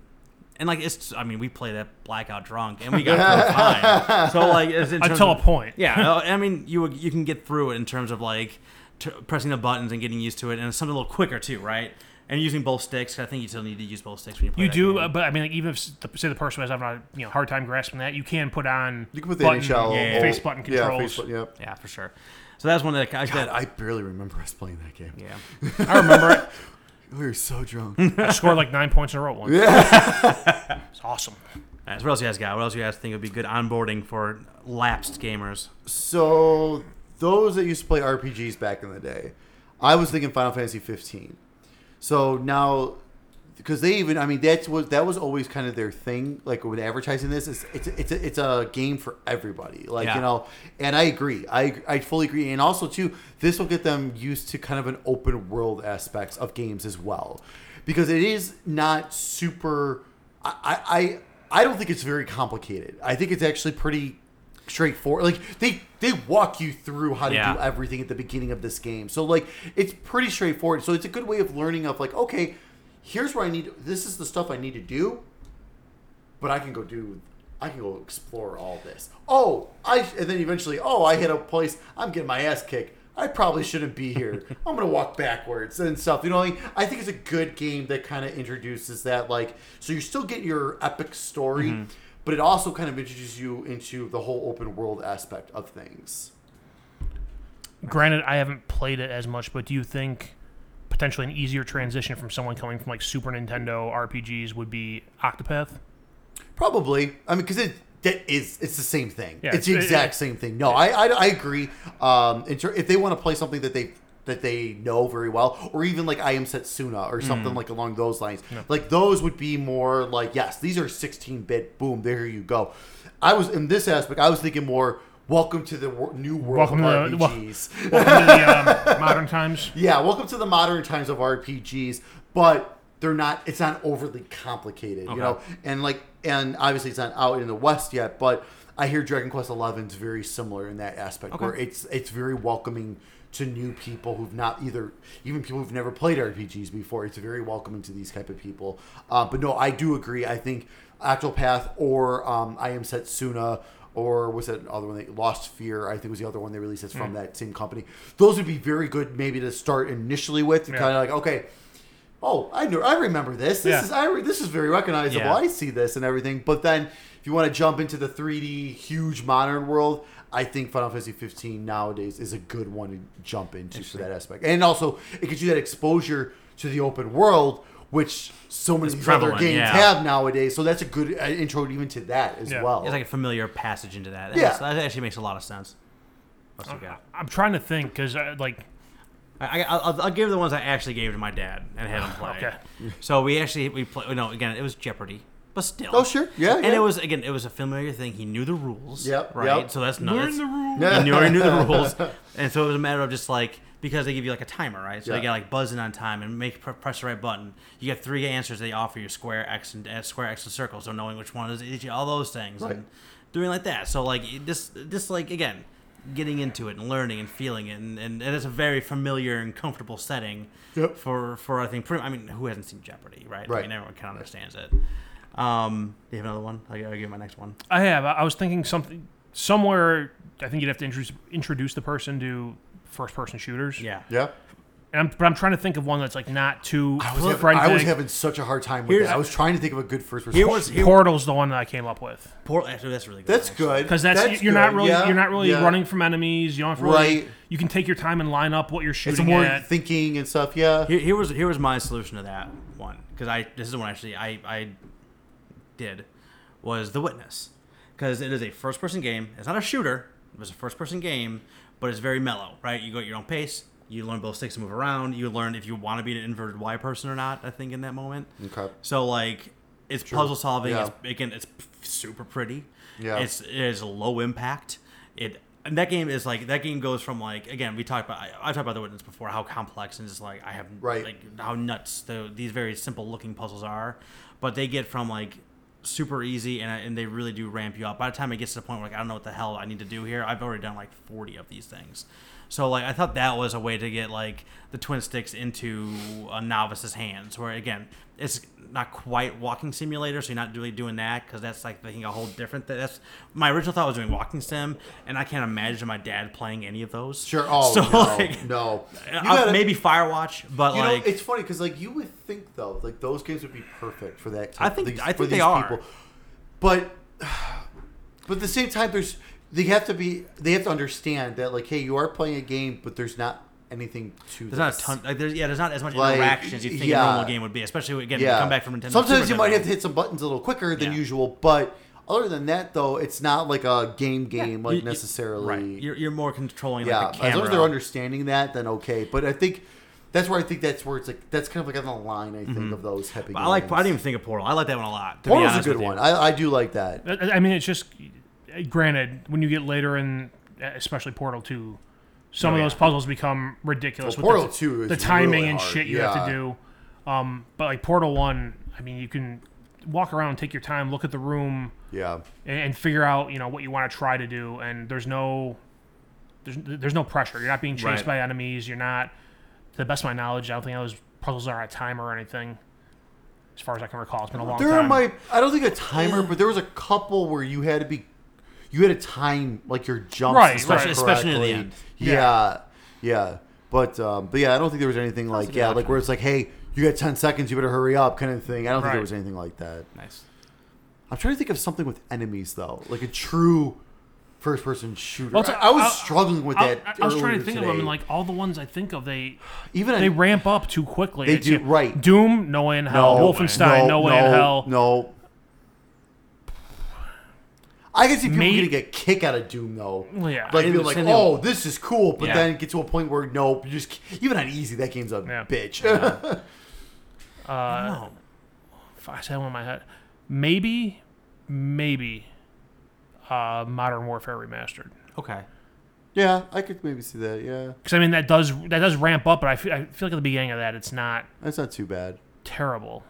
[SPEAKER 1] and like it's, I mean, we play that blackout drunk, and we got through fine. So like, it's in terms
[SPEAKER 2] Until
[SPEAKER 1] of-
[SPEAKER 2] a point.
[SPEAKER 1] yeah, uh, I mean, you you can get through it in terms of like t- pressing the buttons and getting used to it, and it's something a little quicker too, right? And using both sticks, I think you still need to use both sticks when you play.
[SPEAKER 2] You
[SPEAKER 1] that
[SPEAKER 2] do,
[SPEAKER 1] game.
[SPEAKER 2] uh, but I mean, like, even if s- the, say the person has having a you know hard time grasping that, you can put on
[SPEAKER 3] You can put the
[SPEAKER 2] button-
[SPEAKER 3] NHL
[SPEAKER 1] yeah,
[SPEAKER 2] face button
[SPEAKER 3] Yeah,
[SPEAKER 2] controls.
[SPEAKER 3] face button, yep.
[SPEAKER 1] yeah, for sure. So that's one that I
[SPEAKER 3] God,
[SPEAKER 1] that,
[SPEAKER 3] I barely remember us playing that game.
[SPEAKER 1] yeah. Hmm.
[SPEAKER 2] I remember it.
[SPEAKER 3] We were so drunk.
[SPEAKER 2] I scored like nine points in a row once. it's awesome.
[SPEAKER 1] All right, so what else you guys got? What else you guys think would be good onboarding for lapsed gamers?
[SPEAKER 3] so those that used to play RPGs back in the day, I was thinking Final Fantasy 15. So now, because they even, I mean, that's was that was always kind of their thing. Like with advertising this, it's it's it's a, it's a game for everybody. Like
[SPEAKER 1] Yeah.
[SPEAKER 3] you know, and I agree, I I fully agree, and also too, this will get them used to kind of an open world aspects of games as well, because it is not super. I I. I I don't think it's very complicated. I think it's actually pretty straightforward. Like they they walk you through how to
[SPEAKER 1] Yeah.
[SPEAKER 3] do everything at the beginning of this game. So like it's pretty straightforward. So it's a good way of learning of like okay, here's where I need this is the stuff I need to do, but I can go do I can go explore all this. Oh, I and then eventually oh I hit a place I'm getting my ass kicked. I probably shouldn't be here. I'm gonna walk backwards and stuff. You know, like, I think it's a good game that kind of introduces that. Like, so you still get your epic story, but it also kind of introduces you into the whole open world aspect of things.
[SPEAKER 2] Granted, I haven't played it as much, but do you think potentially an easier transition from someone coming from like Super Nintendo RPGs would be Octopath?
[SPEAKER 3] Probably. I mean, because it that is it's the same thing.
[SPEAKER 2] Yeah,
[SPEAKER 3] it's the
[SPEAKER 2] it's-
[SPEAKER 3] exact
[SPEAKER 2] it-
[SPEAKER 3] same thing. No, I I, I agree. Um, in ter- if they want to play something that they that they know very well, or even like I Am Setsuna
[SPEAKER 2] Mm.
[SPEAKER 3] or something like along those lines. Like those would be more like, yes, these are 16 bit, boom, there you go. I was, in this aspect, I was thinking more, welcome to the wor- new world
[SPEAKER 2] Welcome
[SPEAKER 3] of
[SPEAKER 2] to the-
[SPEAKER 3] RPGs.
[SPEAKER 2] Welcome to the um, modern times.
[SPEAKER 3] Yeah, welcome to the modern times of RPGs, but they're not. It's not overly complicated, you know. And like, and obviously it's not out in the West yet, but I hear Dragon Quest XI is very similar in that aspect, where it's it's very welcoming to new people who've not either even people who've never played RPGs before. It's very welcoming to these type of people. Uh, but no, I do agree. I think Octopath or um, I Am Setsuna or was that other one? They Lost Fear, I think was the other one they released. That's
[SPEAKER 1] Hmm.
[SPEAKER 3] from that same company. Those would be very good, maybe to start initially with.
[SPEAKER 2] Yeah.
[SPEAKER 3] Kind of like, okay, oh, I know, I remember this. This
[SPEAKER 2] Yeah.
[SPEAKER 3] is I re- this is very recognizable.
[SPEAKER 1] Yeah.
[SPEAKER 3] I see this and everything. But then, if you want to jump into the 3D huge modern world, I think Final Fantasy 15 nowadays is a good one to jump into for that aspect. And also, it gives you that exposure to the open world. Which so many
[SPEAKER 1] It's
[SPEAKER 3] of these other
[SPEAKER 1] prevalent,
[SPEAKER 3] games
[SPEAKER 1] yeah.
[SPEAKER 3] have nowadays, so that's a good uh, intro even to that as
[SPEAKER 2] Yeah.
[SPEAKER 3] well.
[SPEAKER 1] It's like a familiar passage into that.
[SPEAKER 3] Yeah.
[SPEAKER 1] Yeah. That actually makes a lot of sense. What's we got?
[SPEAKER 2] I'm trying to think because like
[SPEAKER 1] I, I, I'll, I'll give the ones I actually gave to my dad and had him play.
[SPEAKER 2] Okay.
[SPEAKER 1] So we actually we play. No, again, it was Jeopardy, but still.
[SPEAKER 3] Oh, sure. Yeah,
[SPEAKER 1] And
[SPEAKER 3] yeah.
[SPEAKER 1] it was again, it was a familiar thing. He knew the rules.
[SPEAKER 3] Yep,
[SPEAKER 1] Right.
[SPEAKER 3] yep.
[SPEAKER 1] So that's not.
[SPEAKER 2] learn the rules.
[SPEAKER 3] Yeah.
[SPEAKER 1] I knew, already knew the rules, and so it was a matter of just like because they give you like a timer, right? So
[SPEAKER 3] Yeah.
[SPEAKER 1] they got like buzzing on time and make pr- press the right button. You get three answers they offer you: square, X, and uh, square, X, and circle. So knowing which one is each, all those things,
[SPEAKER 3] Right.
[SPEAKER 1] and doing like that. So like it- this, this like again, getting into it and learning and feeling it, and, and, and it's a very familiar and comfortable setting
[SPEAKER 3] Yep.
[SPEAKER 1] for for I think pretty. I mean, who hasn't seen Jeopardy, right?
[SPEAKER 3] Right.
[SPEAKER 1] I mean, everyone kind of understands it. Um, do you have another one? I'll, I'll give you my next one.
[SPEAKER 2] I have. I I was thinking something somewhere. I think you'd have to introduce introduce the person to first person shooters.
[SPEAKER 1] Yeah.
[SPEAKER 3] yeah.
[SPEAKER 2] And I'm, but I'm trying to think of one that's like not too.
[SPEAKER 3] I was,
[SPEAKER 2] front
[SPEAKER 3] having, I was
[SPEAKER 2] big.
[SPEAKER 3] having such a hard time with
[SPEAKER 1] Here's-
[SPEAKER 3] that. I was trying to think of a good first response.
[SPEAKER 1] Here was here,
[SPEAKER 2] Portal's the one that I came up with
[SPEAKER 1] Portal. Actually, that's really good.
[SPEAKER 3] that's
[SPEAKER 1] actually.
[SPEAKER 3] good
[SPEAKER 2] because that's, you're
[SPEAKER 3] good,
[SPEAKER 2] not really
[SPEAKER 3] yeah,
[SPEAKER 2] you're not really
[SPEAKER 3] yeah.
[SPEAKER 2] running from enemies. You don't have to really,
[SPEAKER 3] Right.
[SPEAKER 2] You can take your time and line up what you're
[SPEAKER 3] It's
[SPEAKER 2] shooting
[SPEAKER 3] more
[SPEAKER 2] at.
[SPEAKER 3] thinking and stuff. Yeah,
[SPEAKER 1] Here, here was here was my solution to that one because I this is the one actually I I did was The Witness because it is a first person game. It's not a shooter. It was a first person game, but it's very mellow, right? You go at your own pace. You learn both sticks to move around. You learn if you want to be an inverted Y person or not. I think in that moment.
[SPEAKER 3] Okay.
[SPEAKER 1] So like, it's puzzle solving.
[SPEAKER 3] Yeah.
[SPEAKER 1] It's again, it's p- super pretty.
[SPEAKER 3] Yeah.
[SPEAKER 1] It's it is low impact. It and that game is like that game goes from like again we talked about I, I talked about the witness before how complex and just like I have
[SPEAKER 3] Right.
[SPEAKER 1] like how nuts the, these very simple looking puzzles are, but they get from like super easy and, and they really do ramp you up. By the time it gets to the point where like I don't know what the hell I need to do here, I've already done like forty of these things. So like I thought that was a way to get like the twin sticks into a novice's hands, where again it's not quite walking simulator, so you're not really doing that because that's like thinking a whole different. Th- that's my original thought was doing walking sim, and I can't imagine my dad playing any of those.
[SPEAKER 3] sure. Oh
[SPEAKER 1] so
[SPEAKER 3] no,
[SPEAKER 1] like
[SPEAKER 3] no. You
[SPEAKER 1] I-
[SPEAKER 3] gotta-
[SPEAKER 1] maybe Firewatch, but
[SPEAKER 3] You
[SPEAKER 1] like
[SPEAKER 3] know, it's funny because like you would think though, like those games would be perfect for that.
[SPEAKER 1] I
[SPEAKER 3] type-
[SPEAKER 1] think-
[SPEAKER 3] these-
[SPEAKER 1] I
[SPEAKER 3] for
[SPEAKER 1] think they
[SPEAKER 3] these
[SPEAKER 1] are.
[SPEAKER 3] but but at the same time, there's they have to be they have to understand that like, hey, you are playing a game, but there's not anything to
[SPEAKER 1] there's not
[SPEAKER 3] this.
[SPEAKER 1] a ton. Like there's yeah, there's not as much
[SPEAKER 3] Like,
[SPEAKER 1] interaction as you think
[SPEAKER 3] yeah.
[SPEAKER 1] a normal game would be, especially when- again when you come back from Nintendo.
[SPEAKER 3] Sometimes
[SPEAKER 1] Super
[SPEAKER 3] you might
[SPEAKER 1] Nintendo.
[SPEAKER 3] have to hit some buttons a little quicker than
[SPEAKER 1] Yeah.
[SPEAKER 3] usual, but other than that, though, it's not like a game game
[SPEAKER 1] You-
[SPEAKER 3] like
[SPEAKER 1] you-
[SPEAKER 3] necessarily.
[SPEAKER 1] Right, you're, you're more controlling
[SPEAKER 3] yeah,
[SPEAKER 1] like the camera.
[SPEAKER 3] as long as they're understanding that, then okay. But I think that's where I think that's where it's like that's kind of like on the line. I think of those happy.
[SPEAKER 1] Mm-hmm. I like. I didn't even think of Portal. I like that one a lot. To
[SPEAKER 3] Portal's
[SPEAKER 1] be
[SPEAKER 3] a
[SPEAKER 1] honest
[SPEAKER 3] good
[SPEAKER 1] with you.
[SPEAKER 3] one. I, I do like that.
[SPEAKER 2] I I mean, it's just granted when you get later in, especially Portal Two, some of those puzzles become ridiculous.
[SPEAKER 3] Oh, Well, Portal
[SPEAKER 2] the,
[SPEAKER 3] 2 is
[SPEAKER 2] the timing
[SPEAKER 3] really
[SPEAKER 2] and
[SPEAKER 3] hard,
[SPEAKER 2] shit you have
[SPEAKER 3] yeah.
[SPEAKER 2] to do. Um, but like Portal One, I mean, you can walk around, take your time, look at the room,
[SPEAKER 3] Yeah,
[SPEAKER 2] and, and figure out you know what you want to try to do. And there's no there's, there's no pressure. You're not being chased
[SPEAKER 1] Right.
[SPEAKER 2] by enemies. You're not, to the best of my knowledge, I don't think those puzzles are on a timer or anything. As far as I can recall, it's been a long
[SPEAKER 3] there
[SPEAKER 2] time.
[SPEAKER 3] might. I don't think a timer, but there was a couple where you had to be, you had to time like your jumps,
[SPEAKER 2] Right,
[SPEAKER 3] and stuff
[SPEAKER 2] right.
[SPEAKER 1] Especially near the
[SPEAKER 3] correctly.
[SPEAKER 1] end.
[SPEAKER 3] Yeah, yeah, But um, but yeah, I don't think there was anything like
[SPEAKER 1] good
[SPEAKER 3] yeah, like
[SPEAKER 1] option.
[SPEAKER 3] where it's like, hey, you got ten seconds, you better hurry up, kind of thing. I don't think there
[SPEAKER 2] Right.
[SPEAKER 3] was anything like that.
[SPEAKER 1] Nice.
[SPEAKER 3] I'm trying to think of something with enemies though, like a true first-person shooter.
[SPEAKER 2] Well, it's like-
[SPEAKER 3] I, I was
[SPEAKER 2] I-
[SPEAKER 3] struggling with
[SPEAKER 2] I,
[SPEAKER 3] that.
[SPEAKER 2] I was trying
[SPEAKER 3] earlier
[SPEAKER 2] to think of them,
[SPEAKER 3] today.
[SPEAKER 2] and like all the ones I think of, they
[SPEAKER 3] even a-
[SPEAKER 2] they ramp up too quickly.
[SPEAKER 3] They
[SPEAKER 2] It's,
[SPEAKER 3] do-
[SPEAKER 2] you-
[SPEAKER 3] right.
[SPEAKER 2] Doom, no way in hell. Wolfenstein, no, way in hell.
[SPEAKER 3] No. I can see people
[SPEAKER 2] Me-
[SPEAKER 3] getting a kick out of Doom though.
[SPEAKER 2] Well, yeah,
[SPEAKER 3] like
[SPEAKER 1] I
[SPEAKER 3] being like,
[SPEAKER 1] understand the-
[SPEAKER 3] "Oh, this is cool," but
[SPEAKER 1] Yeah.
[SPEAKER 3] then get to a point where nope, you just even on easy, that game's a
[SPEAKER 2] Yeah.
[SPEAKER 3] bitch.
[SPEAKER 2] Uh,
[SPEAKER 1] Oh,
[SPEAKER 2] fuck, I said one in my head. Maybe, maybe, uh, Modern Warfare remastered.
[SPEAKER 1] okay.
[SPEAKER 3] yeah, I could maybe see that. Yeah,
[SPEAKER 2] Because I mean that does that does ramp up, but I feel, I feel like at the beginning of that it's not
[SPEAKER 3] that's not too bad.
[SPEAKER 2] terrible.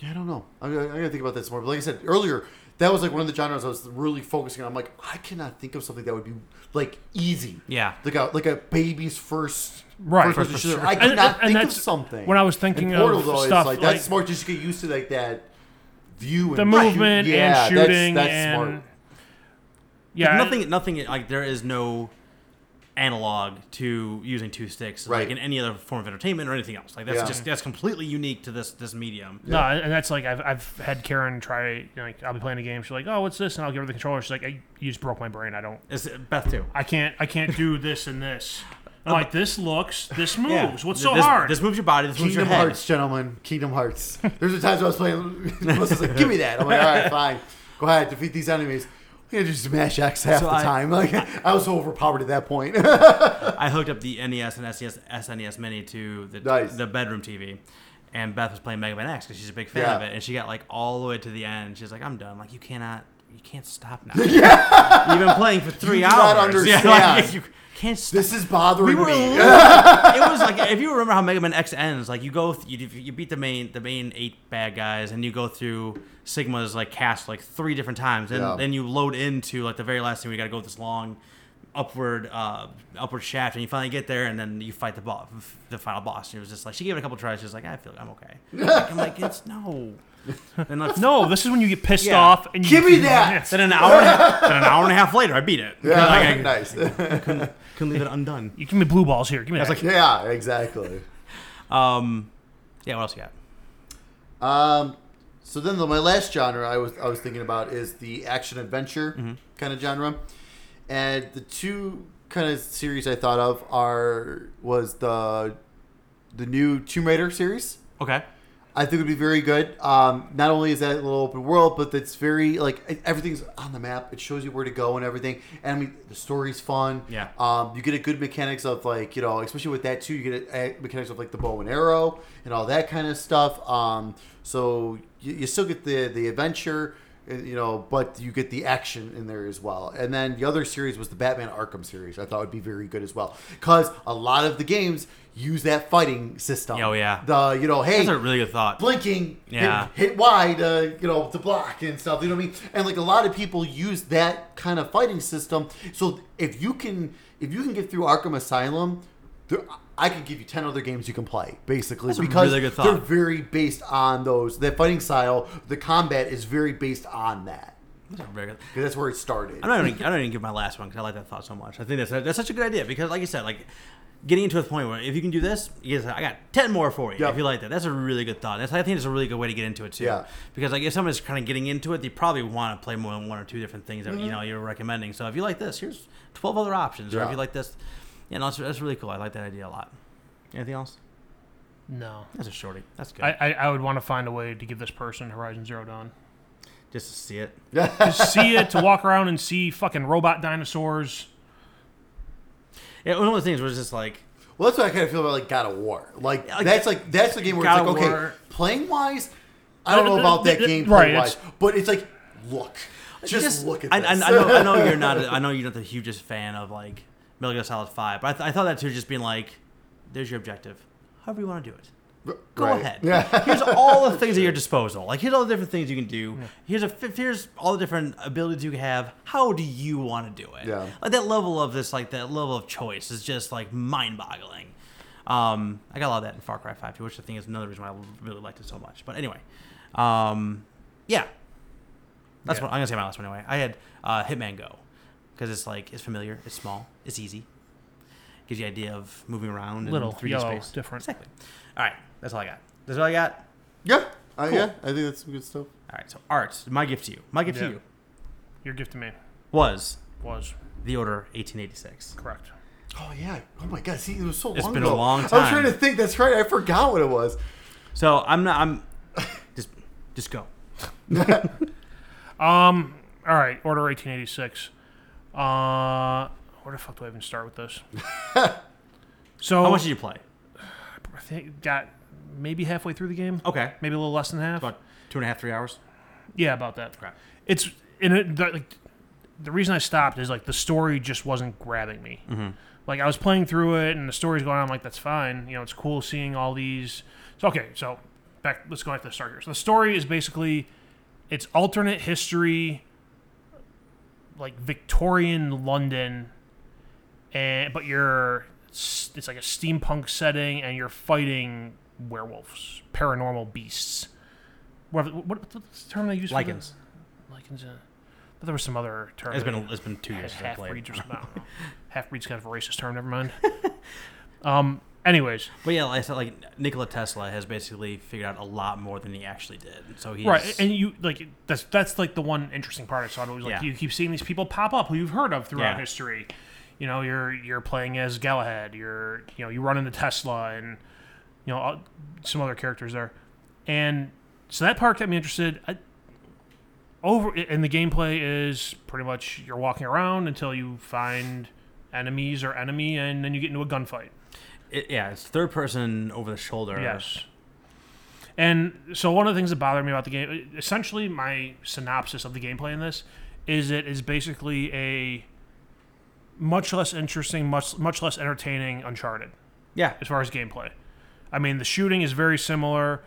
[SPEAKER 3] Yeah, I don't know. I'm, I'm gonna think about this more. But like I said earlier, that was like one of the genres I was really focusing on. I'm like, I cannot think of something that would be like easy.
[SPEAKER 1] Yeah.
[SPEAKER 3] Like a like a baby's first
[SPEAKER 2] Right.
[SPEAKER 3] First person
[SPEAKER 2] First
[SPEAKER 3] shooter.
[SPEAKER 2] person
[SPEAKER 3] I
[SPEAKER 2] shooter.
[SPEAKER 3] cannot
[SPEAKER 2] And- and
[SPEAKER 3] think of
[SPEAKER 2] that's
[SPEAKER 3] something.
[SPEAKER 2] when I was thinking
[SPEAKER 3] And Portal,
[SPEAKER 2] of
[SPEAKER 3] though, it's
[SPEAKER 2] stuff,
[SPEAKER 3] like,
[SPEAKER 2] like-
[SPEAKER 3] that's smart. Just get used to like that view and
[SPEAKER 2] The movement
[SPEAKER 3] shoot- yeah,
[SPEAKER 2] and shooting
[SPEAKER 3] That's, that's
[SPEAKER 2] and
[SPEAKER 3] smart.
[SPEAKER 2] yeah,
[SPEAKER 1] nothing. Nothing. Like there is no analog to using two sticks
[SPEAKER 3] Right.
[SPEAKER 1] like in any other form of entertainment or anything else. Like that's
[SPEAKER 3] Yeah.
[SPEAKER 1] just that's completely unique to this this medium.
[SPEAKER 2] No, and that's like I've, I've had Karen try you know, like I'll be playing a game. She's like, "Oh, what's this?" And I'll give her the controller. She's like, I, "You just broke my brain. I don't.
[SPEAKER 1] It's, Beth too.
[SPEAKER 2] I can't. I can't do this and this." I'm like, "This looks. This moves. What's
[SPEAKER 1] Th-
[SPEAKER 2] so
[SPEAKER 1] this,
[SPEAKER 2] hard?"
[SPEAKER 1] This moves your body. This moves your
[SPEAKER 3] Kingdom
[SPEAKER 1] head.
[SPEAKER 3] Hearts, gentlemen. Kingdom Hearts. There's a times I was playing. Melissa's like, "Give me that." I'm like, "All right, fine. Go ahead, defeat these enemies." We had to just smash X half
[SPEAKER 1] So
[SPEAKER 3] the
[SPEAKER 1] I-
[SPEAKER 3] time. Like, I was so overpowered at that point.
[SPEAKER 1] I hooked up the NES and E SNES, SNES Mini to the
[SPEAKER 3] Nice.
[SPEAKER 1] the bedroom TV, and Beth was playing Mega Man X because she's a big fan
[SPEAKER 3] Yeah.
[SPEAKER 1] of it, and she got like all the way to the end. She's like, "I'm done. Like you cannot, you can't stop now. yeah. You've been playing for three
[SPEAKER 3] do not
[SPEAKER 1] hours. Yeah, like,
[SPEAKER 3] understand.
[SPEAKER 1] you can't stop."
[SPEAKER 3] this is bothering
[SPEAKER 1] we were
[SPEAKER 3] me.
[SPEAKER 1] literally- it was like if you remember how Mega Man X ends, like you go th- you, you beat the main the main eight bad guys, and you go through Sigma's like cast like three different times, and
[SPEAKER 3] Yeah.
[SPEAKER 1] then you load into like the very last thing. We got to go this long upward uh upward shaft, and you finally get there, and then you fight the boss, the final boss. And it was just like she gave it a couple tries. She was like, I feel I'm okay. Like, I'm like, it's no. Then like,
[SPEAKER 2] no, this is when you get pissed
[SPEAKER 1] Yeah.
[SPEAKER 2] off and you
[SPEAKER 3] Give me
[SPEAKER 2] you-
[SPEAKER 3] that!
[SPEAKER 1] Then an hour, and a- then an hour and a half later, I beat it.
[SPEAKER 3] Yeah,
[SPEAKER 1] Like, I
[SPEAKER 3] nice.
[SPEAKER 1] couldn't leave it undone.
[SPEAKER 2] You give me blue balls here. Give me that. Like,
[SPEAKER 3] yeah, exactly.
[SPEAKER 1] Um, yeah. What else you got?
[SPEAKER 3] Um, so then the, my last genre I was I was thinking about is the action adventure kind of genre, and the two kind of series I thought of are was the the new Tomb Raider series.
[SPEAKER 1] Okay.
[SPEAKER 3] I think would be very good. Um, not only is that a little open world, but it's very like it- everything's on the map. It shows you where to go and everything. And I mean, the story's fun.
[SPEAKER 1] Yeah.
[SPEAKER 3] Um, you get a good mechanics of like you know, especially with that too. You get a, a mechanics of like the bow and arrow and all that kind of stuff. Um, so you, you still get the the adventure, uh, you know, but you get the action in there as well. And then the other series was the Batman Arkham series. I thought would be very good as well because a lot of the games use that fighting system.
[SPEAKER 1] Oh, yeah.
[SPEAKER 3] The you know, hey,
[SPEAKER 1] That's a really good thought.
[SPEAKER 3] blinking,
[SPEAKER 1] Yeah.
[SPEAKER 3] hit, hit wide, uh, you know, to block and stuff. You know what I mean? And like a lot of people use that kind of fighting system. So if you can, if you can get through Arkham Asylum, there, I could give you ten other games you can play, basically,
[SPEAKER 1] a
[SPEAKER 3] because
[SPEAKER 1] really good thought.
[SPEAKER 3] they're very based on those. That fighting style, the combat is very based on that.
[SPEAKER 1] That's a very good-
[SPEAKER 3] 'Cause that's where it started.
[SPEAKER 1] I'm not even, I don't even give my last one because I like that thought so much. I think that's that's such a good idea because, like you said, like getting into a point where if you can do this, you guys, I got ten more for you
[SPEAKER 3] Yep.
[SPEAKER 1] if you like that. That's a really good thought. That's I think it's a really good way to get into it too.
[SPEAKER 3] Yeah.
[SPEAKER 1] Because like if someone's kind of getting into it, they probably want to play more than one or two different things that you know you're recommending. So if you like this, here's twelve other options. Or
[SPEAKER 3] Mm-hmm. Yeah.
[SPEAKER 1] if you like this, you know that's, that's really cool. I like that idea a lot. Anything else?
[SPEAKER 2] no,
[SPEAKER 1] That's a shorty. That's good.
[SPEAKER 2] I, I I would want to find a way to give this person Horizon Zero Dawn.
[SPEAKER 1] Just to see it.
[SPEAKER 2] To see it, to walk around and see fucking robot dinosaurs.
[SPEAKER 1] Yeah. One of the things was just like
[SPEAKER 3] Well, that's what I kind of feel about like God of War. Like
[SPEAKER 1] Yeah, like-
[SPEAKER 3] that's like that's the game where
[SPEAKER 1] God
[SPEAKER 3] it's
[SPEAKER 1] of
[SPEAKER 3] like okay,
[SPEAKER 1] War.
[SPEAKER 3] playing wise, I don't know
[SPEAKER 2] Uh,
[SPEAKER 3] about that
[SPEAKER 2] uh,
[SPEAKER 3] game
[SPEAKER 2] right,
[SPEAKER 3] play wise,
[SPEAKER 2] it's-
[SPEAKER 3] but it's like look, just, look at
[SPEAKER 1] I,
[SPEAKER 3] this.
[SPEAKER 1] I, I, know, I know you're not. I know you're not the hugest fan of like Metal Gear Solid Five, but I, th- I thought that too. Just being like, there's your objective. However you want to do it. Go
[SPEAKER 3] Right.
[SPEAKER 1] ahead.
[SPEAKER 3] Yeah.
[SPEAKER 1] here's all the things at your disposal. Like here's all the different things you can do. Here's a fi- here's all the different abilities you have. How do you want to do it?
[SPEAKER 3] Yeah.
[SPEAKER 1] Like that level of this, like that level of choice is just like mind-boggling. Um, I got a lot of that in Far Cry Five too, which I think is another reason why I really liked it so much. But anyway, um, yeah, that's
[SPEAKER 2] Yeah.
[SPEAKER 1] what I'm gonna say my last one anyway. I had uh, Hitman Go because it's like it's familiar, it's small, it's easy, gives you the idea of moving around in
[SPEAKER 2] Little,
[SPEAKER 1] 3D
[SPEAKER 2] yellow,
[SPEAKER 1] space.
[SPEAKER 2] different.
[SPEAKER 1] Exactly. All right, that's all I got. That's all I got.
[SPEAKER 3] Yeah, uh,
[SPEAKER 1] Cool.
[SPEAKER 3] yeah, I think that's some good stuff.
[SPEAKER 1] All right, so art. My gift to you. My gift
[SPEAKER 2] Yeah.
[SPEAKER 1] to you
[SPEAKER 2] Your gift to me
[SPEAKER 1] was
[SPEAKER 2] was
[SPEAKER 1] the order 1886.
[SPEAKER 2] correct.
[SPEAKER 3] Oh yeah. Oh my god. See, it was so
[SPEAKER 1] It's
[SPEAKER 3] long
[SPEAKER 1] been a
[SPEAKER 3] ago.
[SPEAKER 1] long
[SPEAKER 3] I was
[SPEAKER 1] time.
[SPEAKER 3] trying to think. That's right. I forgot what it was.
[SPEAKER 1] So I'm not. I'm just just go.
[SPEAKER 2] Um, all right, Order 1886. Uh, where the fuck do I even start with this? so
[SPEAKER 1] How much did you play?
[SPEAKER 2] I think got maybe halfway through the game,
[SPEAKER 1] Okay,
[SPEAKER 2] maybe a little less than half.
[SPEAKER 1] Oh. about two and a half, three hours.
[SPEAKER 2] yeah, about that.
[SPEAKER 1] Okay.
[SPEAKER 2] It's in it. The, like, the reason I stopped is like the story just wasn't grabbing me. Like I was playing through it, and the story's going on. I'm like, that's fine. You know, it's cool seeing all these. So okay, so back. Let's go back to the start here. So the story is basically it's alternate history, like Victorian London, and but you're it's it's like a steampunk setting, and you're fighting werewolves, paranormal beasts. What, what, what's the term they use? for
[SPEAKER 1] Lycans.
[SPEAKER 2] this? Lycans. Uh, but there was some other term.
[SPEAKER 1] It's
[SPEAKER 2] that
[SPEAKER 1] been it's been two years since I
[SPEAKER 2] half
[SPEAKER 1] played.
[SPEAKER 2] breeds or something. I don't know. half breeds kind of a racist term. Never mind. um. Anyways,
[SPEAKER 1] But yeah, like I said, like Nikola Tesla has basically figured out a lot more than he actually did. So he's
[SPEAKER 2] right, and you like that's that's like the one interesting part I saw. It was like
[SPEAKER 1] Yeah.
[SPEAKER 2] you keep seeing these people pop up who you've heard of throughout
[SPEAKER 1] Yeah.
[SPEAKER 2] history. You know, you're you're playing as Galahad. You're you know you run into Tesla and you know all, some other characters there, and so that part kept me interested. I, over and the gameplay is pretty much you're walking around until you find enemies or enemy, and then you get into a gunfight.
[SPEAKER 1] it- yeah, it's third person over the shoulder.
[SPEAKER 2] Yes. Uh, And so one of the things that bothered me about the game, essentially my synopsis of the gameplay in this, is it is basically a much less interesting, much much less entertaining Uncharted
[SPEAKER 1] Yeah.
[SPEAKER 2] as far as gameplay. I mean, the shooting is very similar.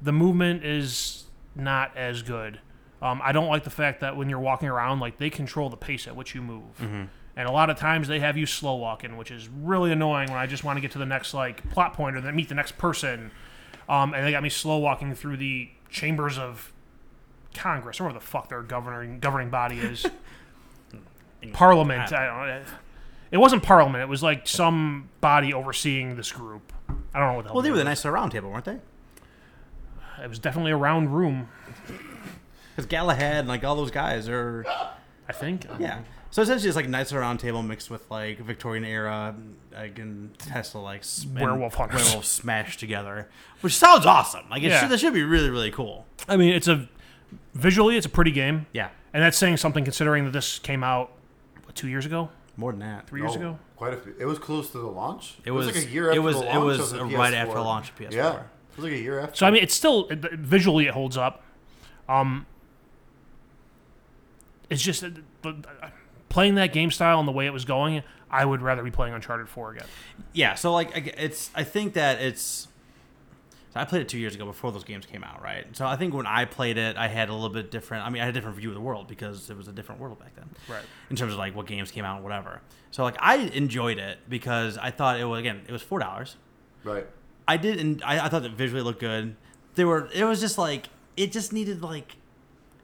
[SPEAKER 2] The movement is not as good. Um, I don't like the fact that when you're walking around, like they control the pace at which you move.
[SPEAKER 1] Mm-hmm.
[SPEAKER 2] And a lot of times they have you slow walking, which is really annoying when I just want to get to the next like plot point or then meet the next person. Um, and they got me slow walking through the chambers of Congress or whatever the fuck their governing governing body is. Parliament. I don't know. It wasn't Parliament. It was like some body overseeing this group. I don't know what the hell.
[SPEAKER 1] Well, they
[SPEAKER 2] it
[SPEAKER 1] were the
[SPEAKER 2] was.
[SPEAKER 1] nice round table, weren't they?
[SPEAKER 2] It was definitely a round room.
[SPEAKER 1] Because Galahad and like all those guys are
[SPEAKER 2] I think.
[SPEAKER 1] yeah. So essentially, it's like Knights of the Round Table mixed with like Victorian era, like and Tesla, like s- and
[SPEAKER 2] Werewolf hunters.
[SPEAKER 1] werewolf smashed together, which sounds awesome. Like it
[SPEAKER 2] Yeah.
[SPEAKER 1] should, that should be really really cool.
[SPEAKER 2] I mean, it's a visually, it's a pretty game,
[SPEAKER 1] Yeah,
[SPEAKER 2] and that's saying something considering that this came out what, two years ago,
[SPEAKER 1] more than that.
[SPEAKER 2] three years
[SPEAKER 3] Oh,
[SPEAKER 2] ago.
[SPEAKER 3] Quite a few. It was close to the launch.
[SPEAKER 1] It was,
[SPEAKER 3] like a year after
[SPEAKER 1] it was,
[SPEAKER 3] the launch.
[SPEAKER 1] It was
[SPEAKER 3] of the
[SPEAKER 1] right
[SPEAKER 3] PS4.
[SPEAKER 1] after the launch of PS4.
[SPEAKER 3] Yeah, it was like a year after.
[SPEAKER 2] So I mean, it's still it- visually it holds up. Um, it's just that the, the- playing that game style and the way it was going. I would rather be playing Uncharted Four again.
[SPEAKER 1] Yeah, so like I g- it's I think that it's so I played it 2 years ago before those games came out, right? So I think when I played it, I had a little bit different I mean, I had a different view of the world because it was a different world back then.
[SPEAKER 2] Right.
[SPEAKER 1] In terms of like what games came out and whatever. So like I enjoyed it because I thought it was again, it was $4.
[SPEAKER 3] right.
[SPEAKER 1] I did and I, I thought it visually looked good. They were it was just like it just needed like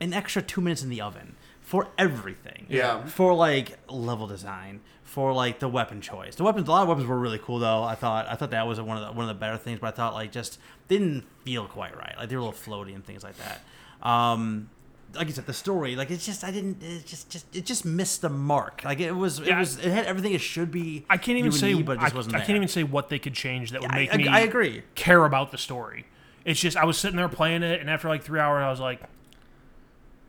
[SPEAKER 1] an extra two minutes in the oven for everything.
[SPEAKER 3] Yeah.
[SPEAKER 1] For like level design, for like the weapon choice. The weapons a lot of weapons were really cool though. I thought I thought that was one of the one of the better things, but I thought like just they didn't feel quite right. Like they were a little floaty and things like that. Um like you said, the story, like it's just I didn't it just just it just missed the mark. Like it was it
[SPEAKER 2] Yeah, I-
[SPEAKER 1] was it had everything it should be.
[SPEAKER 2] I can't
[SPEAKER 1] you
[SPEAKER 2] even
[SPEAKER 1] would
[SPEAKER 2] say.
[SPEAKER 1] need, but it just
[SPEAKER 2] I,
[SPEAKER 1] wasn't
[SPEAKER 2] I
[SPEAKER 1] there.
[SPEAKER 2] can't even say what they could change that would
[SPEAKER 1] I-
[SPEAKER 2] make
[SPEAKER 1] I-
[SPEAKER 2] me.
[SPEAKER 1] I agree.
[SPEAKER 2] Care about the story. It's just I was sitting there playing it, and after like three hours, I was like,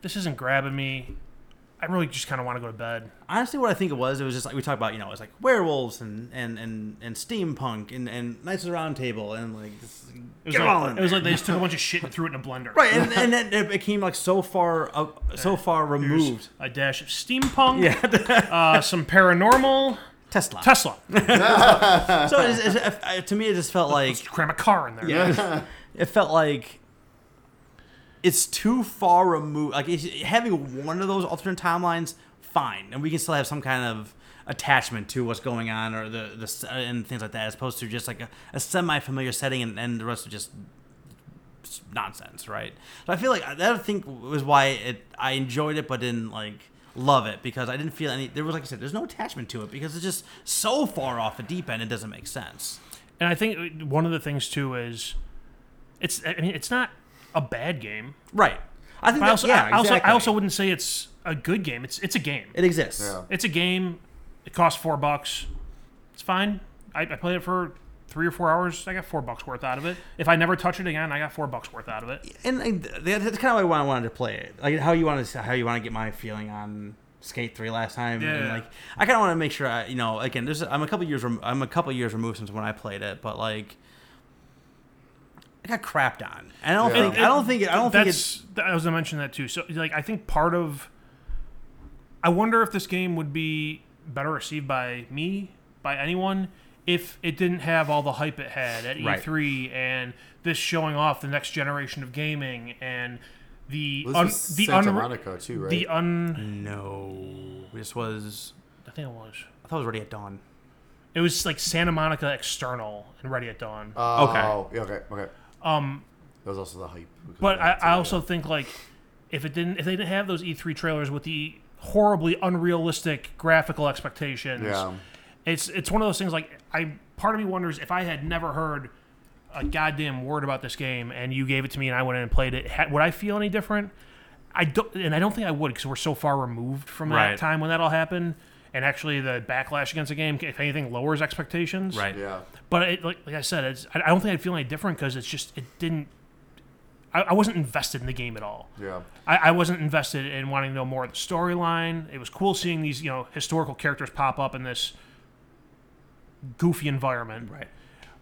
[SPEAKER 2] "This isn't grabbing me. I really just kind of want to go to bed."
[SPEAKER 1] honestly what i think it was it was just like we talked about you know it's like werewolves and and and, and steampunk and and knights of the round table and like this,
[SPEAKER 2] It was,
[SPEAKER 1] get
[SPEAKER 2] like,
[SPEAKER 1] all in
[SPEAKER 2] it was
[SPEAKER 1] there.
[SPEAKER 2] like they just took a bunch of shit and threw it in a blender.
[SPEAKER 1] right and, and then it became like so far up, so far
[SPEAKER 2] There's
[SPEAKER 1] removed
[SPEAKER 2] A dash of steampunk.
[SPEAKER 1] yeah
[SPEAKER 2] Uh, some paranormal.
[SPEAKER 1] tesla
[SPEAKER 2] Tesla.
[SPEAKER 1] so it's, it's, uh, to me it just felt like
[SPEAKER 2] Cram a car in there.
[SPEAKER 1] it felt like it's too far removed. Like it's, having one of those alternate timelines, fine, and we can still have some kind of attachment to what's going on or the the s- uh, and things like that, as opposed to just like a, a semi familiar setting and, and the rest of just nonsense, right? So I feel like that I think was why it I enjoyed it, but didn't like love it because I didn't feel any. There was like I said, there's no attachment to it because it's just so far off the deep end, it doesn't make sense.
[SPEAKER 2] And I think uh, one of the things too is, it's. I mean, it's not a bad game.
[SPEAKER 1] Right. I think
[SPEAKER 2] But I
[SPEAKER 1] that-
[SPEAKER 2] also,
[SPEAKER 1] yeah,
[SPEAKER 2] I, also
[SPEAKER 1] exactly.
[SPEAKER 2] I also wouldn't say it's a good game. It's it's a game.
[SPEAKER 1] It exists.
[SPEAKER 3] Yeah.
[SPEAKER 2] It's a game. It costs four bucks. It's fine. I, I played it for three or four hours, I got four bucks worth out of it. If I never touch it again, I got four bucks worth out of it.
[SPEAKER 1] and I, that- that's kind of why I wanted to play it. Like how you want to how you want to get my feeling on Skate Three last time. And
[SPEAKER 2] Yeah.
[SPEAKER 1] like I kind of want to make sure I, you know, again, there's I'm a couple years rem- I'm a couple years removed since when I played it, but like I got crapped on. And I don't
[SPEAKER 3] Yeah.
[SPEAKER 1] think I don't think it, I don't think it's
[SPEAKER 2] that's. I was gonna mention that too. So like, I think part of. I wonder if this game would be better received by me, by anyone, if it didn't have all the hype it had at
[SPEAKER 1] Right.
[SPEAKER 2] E3 and this showing off the next generation of gaming and the
[SPEAKER 3] This
[SPEAKER 2] un-
[SPEAKER 3] was
[SPEAKER 2] the
[SPEAKER 3] Santa
[SPEAKER 2] unre-
[SPEAKER 3] Monica too, right?
[SPEAKER 2] the un.
[SPEAKER 1] no. This was
[SPEAKER 2] I think it was.
[SPEAKER 1] I thought it was already at dawn.
[SPEAKER 2] It was like Santa Monica external and Ready at Dawn.
[SPEAKER 3] Oh, yeah, okay, okay. Um, that was also the hype.
[SPEAKER 2] But I, I also think like if it didn't if they didn't have those E3 trailers with the horribly unrealistic graphical expectations,
[SPEAKER 3] Yeah.
[SPEAKER 2] it's it's one of those things like I part of me wonders if I had never heard a goddamn word about this game and you gave it to me and I went in and played it, ha- would I feel any different? I don't, and I don't think I would because we're so far removed from that
[SPEAKER 1] Right.
[SPEAKER 2] time when that all happened. And actually, the backlash against the game, if anything, lowers expectations.
[SPEAKER 3] Yeah.
[SPEAKER 2] But it, like, like I said, it's, I I don't think I'd feel any different because it's just it didn't. I, I wasn't invested in the game at all.
[SPEAKER 3] Yeah.
[SPEAKER 2] I, I wasn't invested in wanting to know more of the storyline. It was cool seeing these you know historical characters pop up in this goofy environment.
[SPEAKER 1] Right.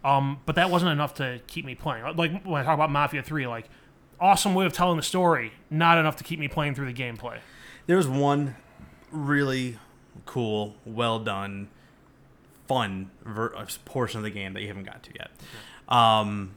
[SPEAKER 2] Um, but that wasn't enough to keep me playing. Like when I talk about Mafia Three, like awesome way of telling the story, not enough to keep me playing through the gameplay.
[SPEAKER 1] There was one really cool, well done, fun ver- uh, portion of the game that you haven't got to yet. Um,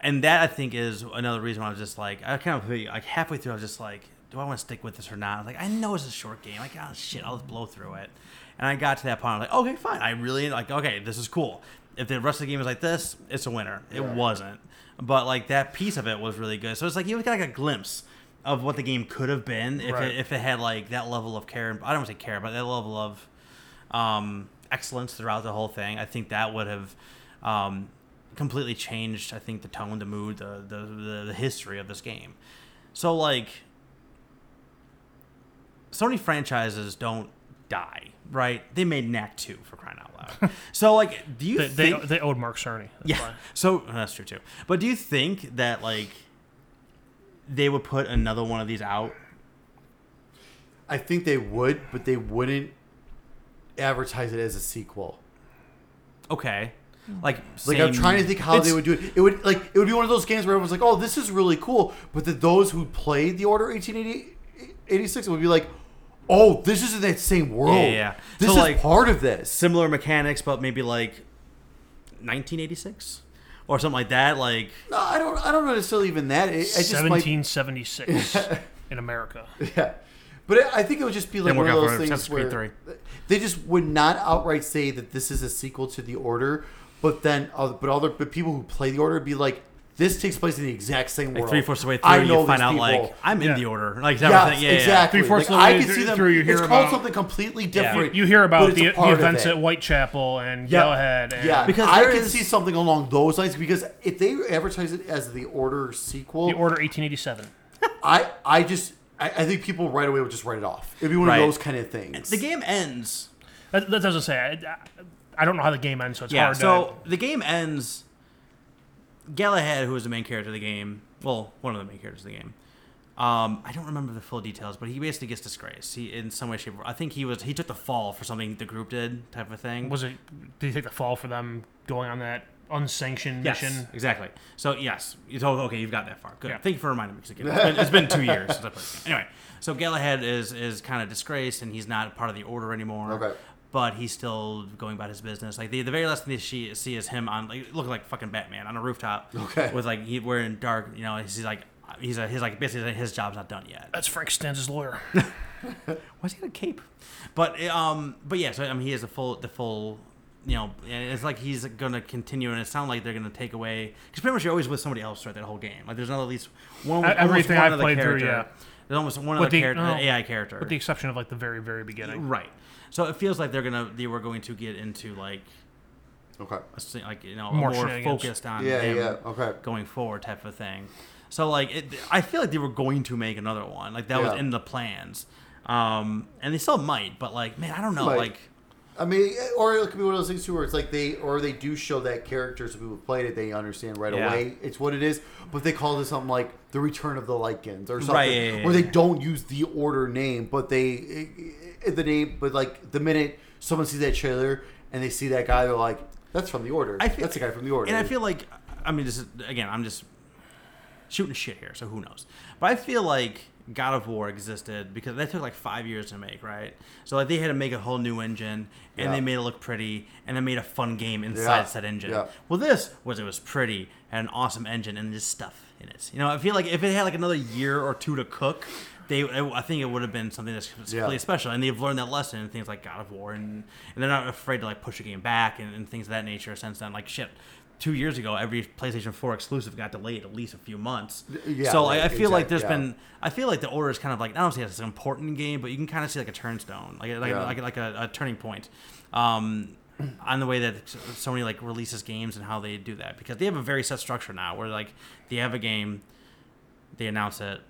[SPEAKER 1] and that I think is another reason why I was just like, I kind of like halfway through, I was just like, do I want to stick with this or not? I was like, I know it's a short game. Like, oh shit, I'll just blow through it. And I got to that point. I was like, okay, fine. I really like. Okay, this is cool. If the rest of the game is like this, it's a winner. It wasn't, but like that piece of it was really good. So it's like you got like a glimpse of what the game could have been if
[SPEAKER 2] Right.
[SPEAKER 1] it, if it had like that level of care. I don't want to say care, but that level of um, excellence throughout the whole thing. I think that would have um, completely changed. I think the tone, the mood, the the, the the history of this game. So like, Sony franchises don't die, right? They made Knack two for crying out loud. so like, do you
[SPEAKER 2] They, they,
[SPEAKER 1] think?
[SPEAKER 2] they owed Mark Cerny. That's
[SPEAKER 1] yeah.
[SPEAKER 2] why.
[SPEAKER 1] So that's true too. But do you think that like they would put another one of these out?
[SPEAKER 3] I think they would, but they wouldn't advertise it as a sequel.
[SPEAKER 1] Okay. Like,
[SPEAKER 3] Like
[SPEAKER 1] same-
[SPEAKER 3] I'm trying to think how
[SPEAKER 2] It's-
[SPEAKER 3] they would do it. It would like it would be one of those games where everyone's like, "Oh, this is really cool," but that those who played the Order 1886 would be like, "Oh, this is in that same world.
[SPEAKER 1] Yeah, yeah, yeah.
[SPEAKER 3] This
[SPEAKER 1] So,
[SPEAKER 3] is
[SPEAKER 1] like-
[SPEAKER 3] part of this."
[SPEAKER 1] similar mechanics, but maybe like 1986 or something like that. Like,
[SPEAKER 3] No, I don't. I don't know necessarily even that. It, I just might,
[SPEAKER 2] 1776 in America.
[SPEAKER 3] yeah. But I I think it would just be like
[SPEAKER 1] Didn't
[SPEAKER 3] one
[SPEAKER 1] work
[SPEAKER 3] of
[SPEAKER 1] out
[SPEAKER 3] those
[SPEAKER 1] for
[SPEAKER 3] things
[SPEAKER 1] Assassin's
[SPEAKER 3] where
[SPEAKER 1] Creed
[SPEAKER 3] they just would not outright say that this is a sequel to the Order, but then uh, but other but people who play the Order would be like, "This takes place in the exact same
[SPEAKER 1] like
[SPEAKER 3] world."
[SPEAKER 1] three fourths of the way
[SPEAKER 3] I
[SPEAKER 1] through,
[SPEAKER 3] know
[SPEAKER 1] you find
[SPEAKER 3] these
[SPEAKER 1] out
[SPEAKER 3] people.
[SPEAKER 1] like I'm
[SPEAKER 2] Yeah.
[SPEAKER 1] in the order. Like,
[SPEAKER 3] Yes,
[SPEAKER 1] everything. Yeah, yeah, yeah.
[SPEAKER 3] exactly.
[SPEAKER 2] Three-fourths
[SPEAKER 3] Like,
[SPEAKER 2] of the
[SPEAKER 3] I
[SPEAKER 2] way
[SPEAKER 3] can
[SPEAKER 2] through-
[SPEAKER 3] see them.
[SPEAKER 2] through, you hear
[SPEAKER 3] it's called
[SPEAKER 2] about-
[SPEAKER 3] something completely
[SPEAKER 1] Yeah.
[SPEAKER 3] different.
[SPEAKER 2] You hear
[SPEAKER 3] but
[SPEAKER 2] about
[SPEAKER 3] it's
[SPEAKER 2] the,
[SPEAKER 3] a
[SPEAKER 2] the
[SPEAKER 3] part of
[SPEAKER 2] events
[SPEAKER 3] it.
[SPEAKER 2] at Whitechapel and
[SPEAKER 3] Yeah.
[SPEAKER 2] Yellowhead. And
[SPEAKER 3] Yeah,
[SPEAKER 1] Because
[SPEAKER 3] because I
[SPEAKER 1] there
[SPEAKER 3] can
[SPEAKER 1] is-
[SPEAKER 3] see something along those lines. Because if they advertise it as the Order sequel,
[SPEAKER 2] The Order 1887.
[SPEAKER 3] I I just I, I think people right away would just write it off. It'd be one
[SPEAKER 1] Right.
[SPEAKER 3] of those kind of things.
[SPEAKER 1] The game ends.
[SPEAKER 2] That, that doesn't say. I, I don't know how the game ends, so it's
[SPEAKER 1] Yeah.
[SPEAKER 2] hard
[SPEAKER 1] so the game ends. Galahad, who is the main character of the game, well, one of the main characters of the game. Um, I don't remember the full details, but he basically gets disgraced. He, in some way, shape, or I think he was he took the fall for something the group did, type of
[SPEAKER 2] to.
[SPEAKER 1] thing.
[SPEAKER 2] Was it? Did you take the fall for them going on that unsanctioned
[SPEAKER 1] Yes,
[SPEAKER 2] mission?
[SPEAKER 1] exactly. So yes, you told okay, you've got that far. Good.
[SPEAKER 2] Yeah.
[SPEAKER 1] Thank you for reminding me. 'cause again, It's been, it's been two years since I played. it. Anyway, so Galahad is is kind of disgraced, and he's not part of the order anymore.
[SPEAKER 3] Okay.
[SPEAKER 1] But he's still going about his business. Like the, the very last thing they see, see is him on like looking like fucking Batman on a rooftop.
[SPEAKER 3] Okay.
[SPEAKER 1] With like he wearing dark, you know, he's like he's a, he's like basically his job's not done yet.
[SPEAKER 2] That's Frank Stanza's lawyer.
[SPEAKER 1] Why's he got a cape? But um, but yeah. So I mean, he has the full the full. You know, and it's like he's gonna continue, and it sounds like they're gonna take away because pretty much you're always with somebody else throughout that whole game. Like there's not at least one. almost
[SPEAKER 2] E-, everything
[SPEAKER 1] one
[SPEAKER 2] I've
[SPEAKER 1] other
[SPEAKER 2] played through,
[SPEAKER 1] character.
[SPEAKER 2] yeah.
[SPEAKER 1] There's almost one
[SPEAKER 2] With
[SPEAKER 1] other
[SPEAKER 2] the-
[SPEAKER 1] character,
[SPEAKER 2] no.
[SPEAKER 1] the AI character.
[SPEAKER 2] With the exception of like the very, very beginning.
[SPEAKER 1] right. So it feels like they're gonna they were going to get into like
[SPEAKER 3] okay.
[SPEAKER 1] a s- like you know
[SPEAKER 2] More
[SPEAKER 1] more,
[SPEAKER 2] shenanigans.
[SPEAKER 1] focused on
[SPEAKER 3] Yeah,
[SPEAKER 1] him
[SPEAKER 3] yeah, okay.
[SPEAKER 1] going forward type of thing. So like it, I feel like they were going to make another one. Like that was
[SPEAKER 3] Yeah.
[SPEAKER 1] in the plans, um, and they still might. But like man, I don't know.
[SPEAKER 3] Might.
[SPEAKER 1] Like
[SPEAKER 3] I mean, or it could be one of those things too, where it's like they or they do show that character, so people who played it they understand right
[SPEAKER 1] Yeah.
[SPEAKER 3] away it's what it is. But they called it something like the Return of the Lycans or something,
[SPEAKER 1] Right, yeah, yeah,
[SPEAKER 3] where they
[SPEAKER 1] yeah.
[SPEAKER 3] don't use the order name, but they i- i- the name. But like the minute someone sees that trailer and they see that guy, they're like, "That's from the order.
[SPEAKER 1] I feel-
[SPEAKER 3] That's the guy from the order."
[SPEAKER 1] And I feel like, I mean, this is, again, I'm just shooting shit here, so who knows? But I feel like God of War existed because that took like five years to make, right? So like they had to make a whole new engine, and
[SPEAKER 3] Yeah.
[SPEAKER 1] they made it look pretty, and they made a fun game inside
[SPEAKER 3] Yeah,
[SPEAKER 1] said engine.
[SPEAKER 3] yeah.
[SPEAKER 1] Well, this was it was pretty, had an awesome engine, and just stuff in it. You know, I feel like if it had like another year or two to cook. They, I think it would have been something that's completely
[SPEAKER 3] Yeah.
[SPEAKER 1] special, and they've learned that lesson in things like God of War, and, and they're not afraid to like push a game back and, and things of that nature. Since then, like shit, two years ago, every PlayStation Four exclusive got delayed at least a few months.
[SPEAKER 3] yeah,
[SPEAKER 1] so like, I
[SPEAKER 3] right,
[SPEAKER 1] feel like
[SPEAKER 3] exact-
[SPEAKER 1] there's
[SPEAKER 3] yeah.
[SPEAKER 1] been, I feel like the order is kind of like I don't say it's an important game, but you can kind of see like a turnstone, like like
[SPEAKER 3] Yeah.
[SPEAKER 1] like, like a, a turning point. Um, on the way that Sony like releases games and how they do that because they have a very set structure now where like they have a game they announce it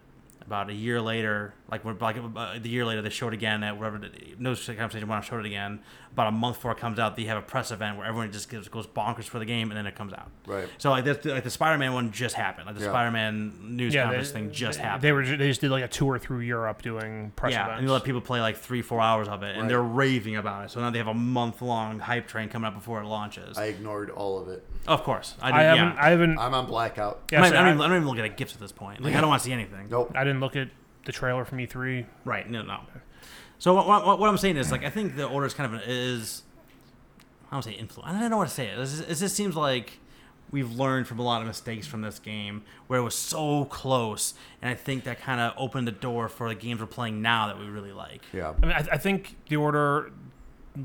[SPEAKER 1] about a year later like we're like uh, the year later they showed again at wherever no conversation want to show it again about a month before it comes out they have a press event where everyone just gives, goes bonkers for the game and then it comes out
[SPEAKER 3] Right.
[SPEAKER 1] so like that's like the spider-man one just happened like the
[SPEAKER 3] Yeah.
[SPEAKER 1] spider-man news
[SPEAKER 2] Yeah,
[SPEAKER 1] conference thing just
[SPEAKER 2] they,
[SPEAKER 1] happened
[SPEAKER 2] They were ju- they just did like a tour through Europe doing press
[SPEAKER 1] yeah,
[SPEAKER 2] events.
[SPEAKER 1] and you let people play like three, four hours of it, and
[SPEAKER 3] Right.
[SPEAKER 1] they're raving about it. So now they have a month-long hype train coming up before it launches.
[SPEAKER 3] I ignored all of it.
[SPEAKER 1] of course, I, did,
[SPEAKER 2] I haven't.
[SPEAKER 1] yeah.
[SPEAKER 2] I haven't.
[SPEAKER 3] I'm on blackout.
[SPEAKER 1] I,
[SPEAKER 2] yeah,
[SPEAKER 1] don't even-
[SPEAKER 2] so
[SPEAKER 1] I, don't
[SPEAKER 2] I-
[SPEAKER 1] even, I don't even look at the gifts at this point. Like I don't want to see anything.
[SPEAKER 3] Nope.
[SPEAKER 2] I didn't look at the trailer from E E3.
[SPEAKER 1] Right. No. No. So what, what, what I'm saying is like I think the order is kind of an, is I don't say influ I don't know what to say. It. This is- It just seems like we've learned from a lot of mistakes from this game where it was so close, and I think that kind of opened the door for the games we're playing now that we really like.
[SPEAKER 3] Yeah.
[SPEAKER 2] I mean, I, I think the order,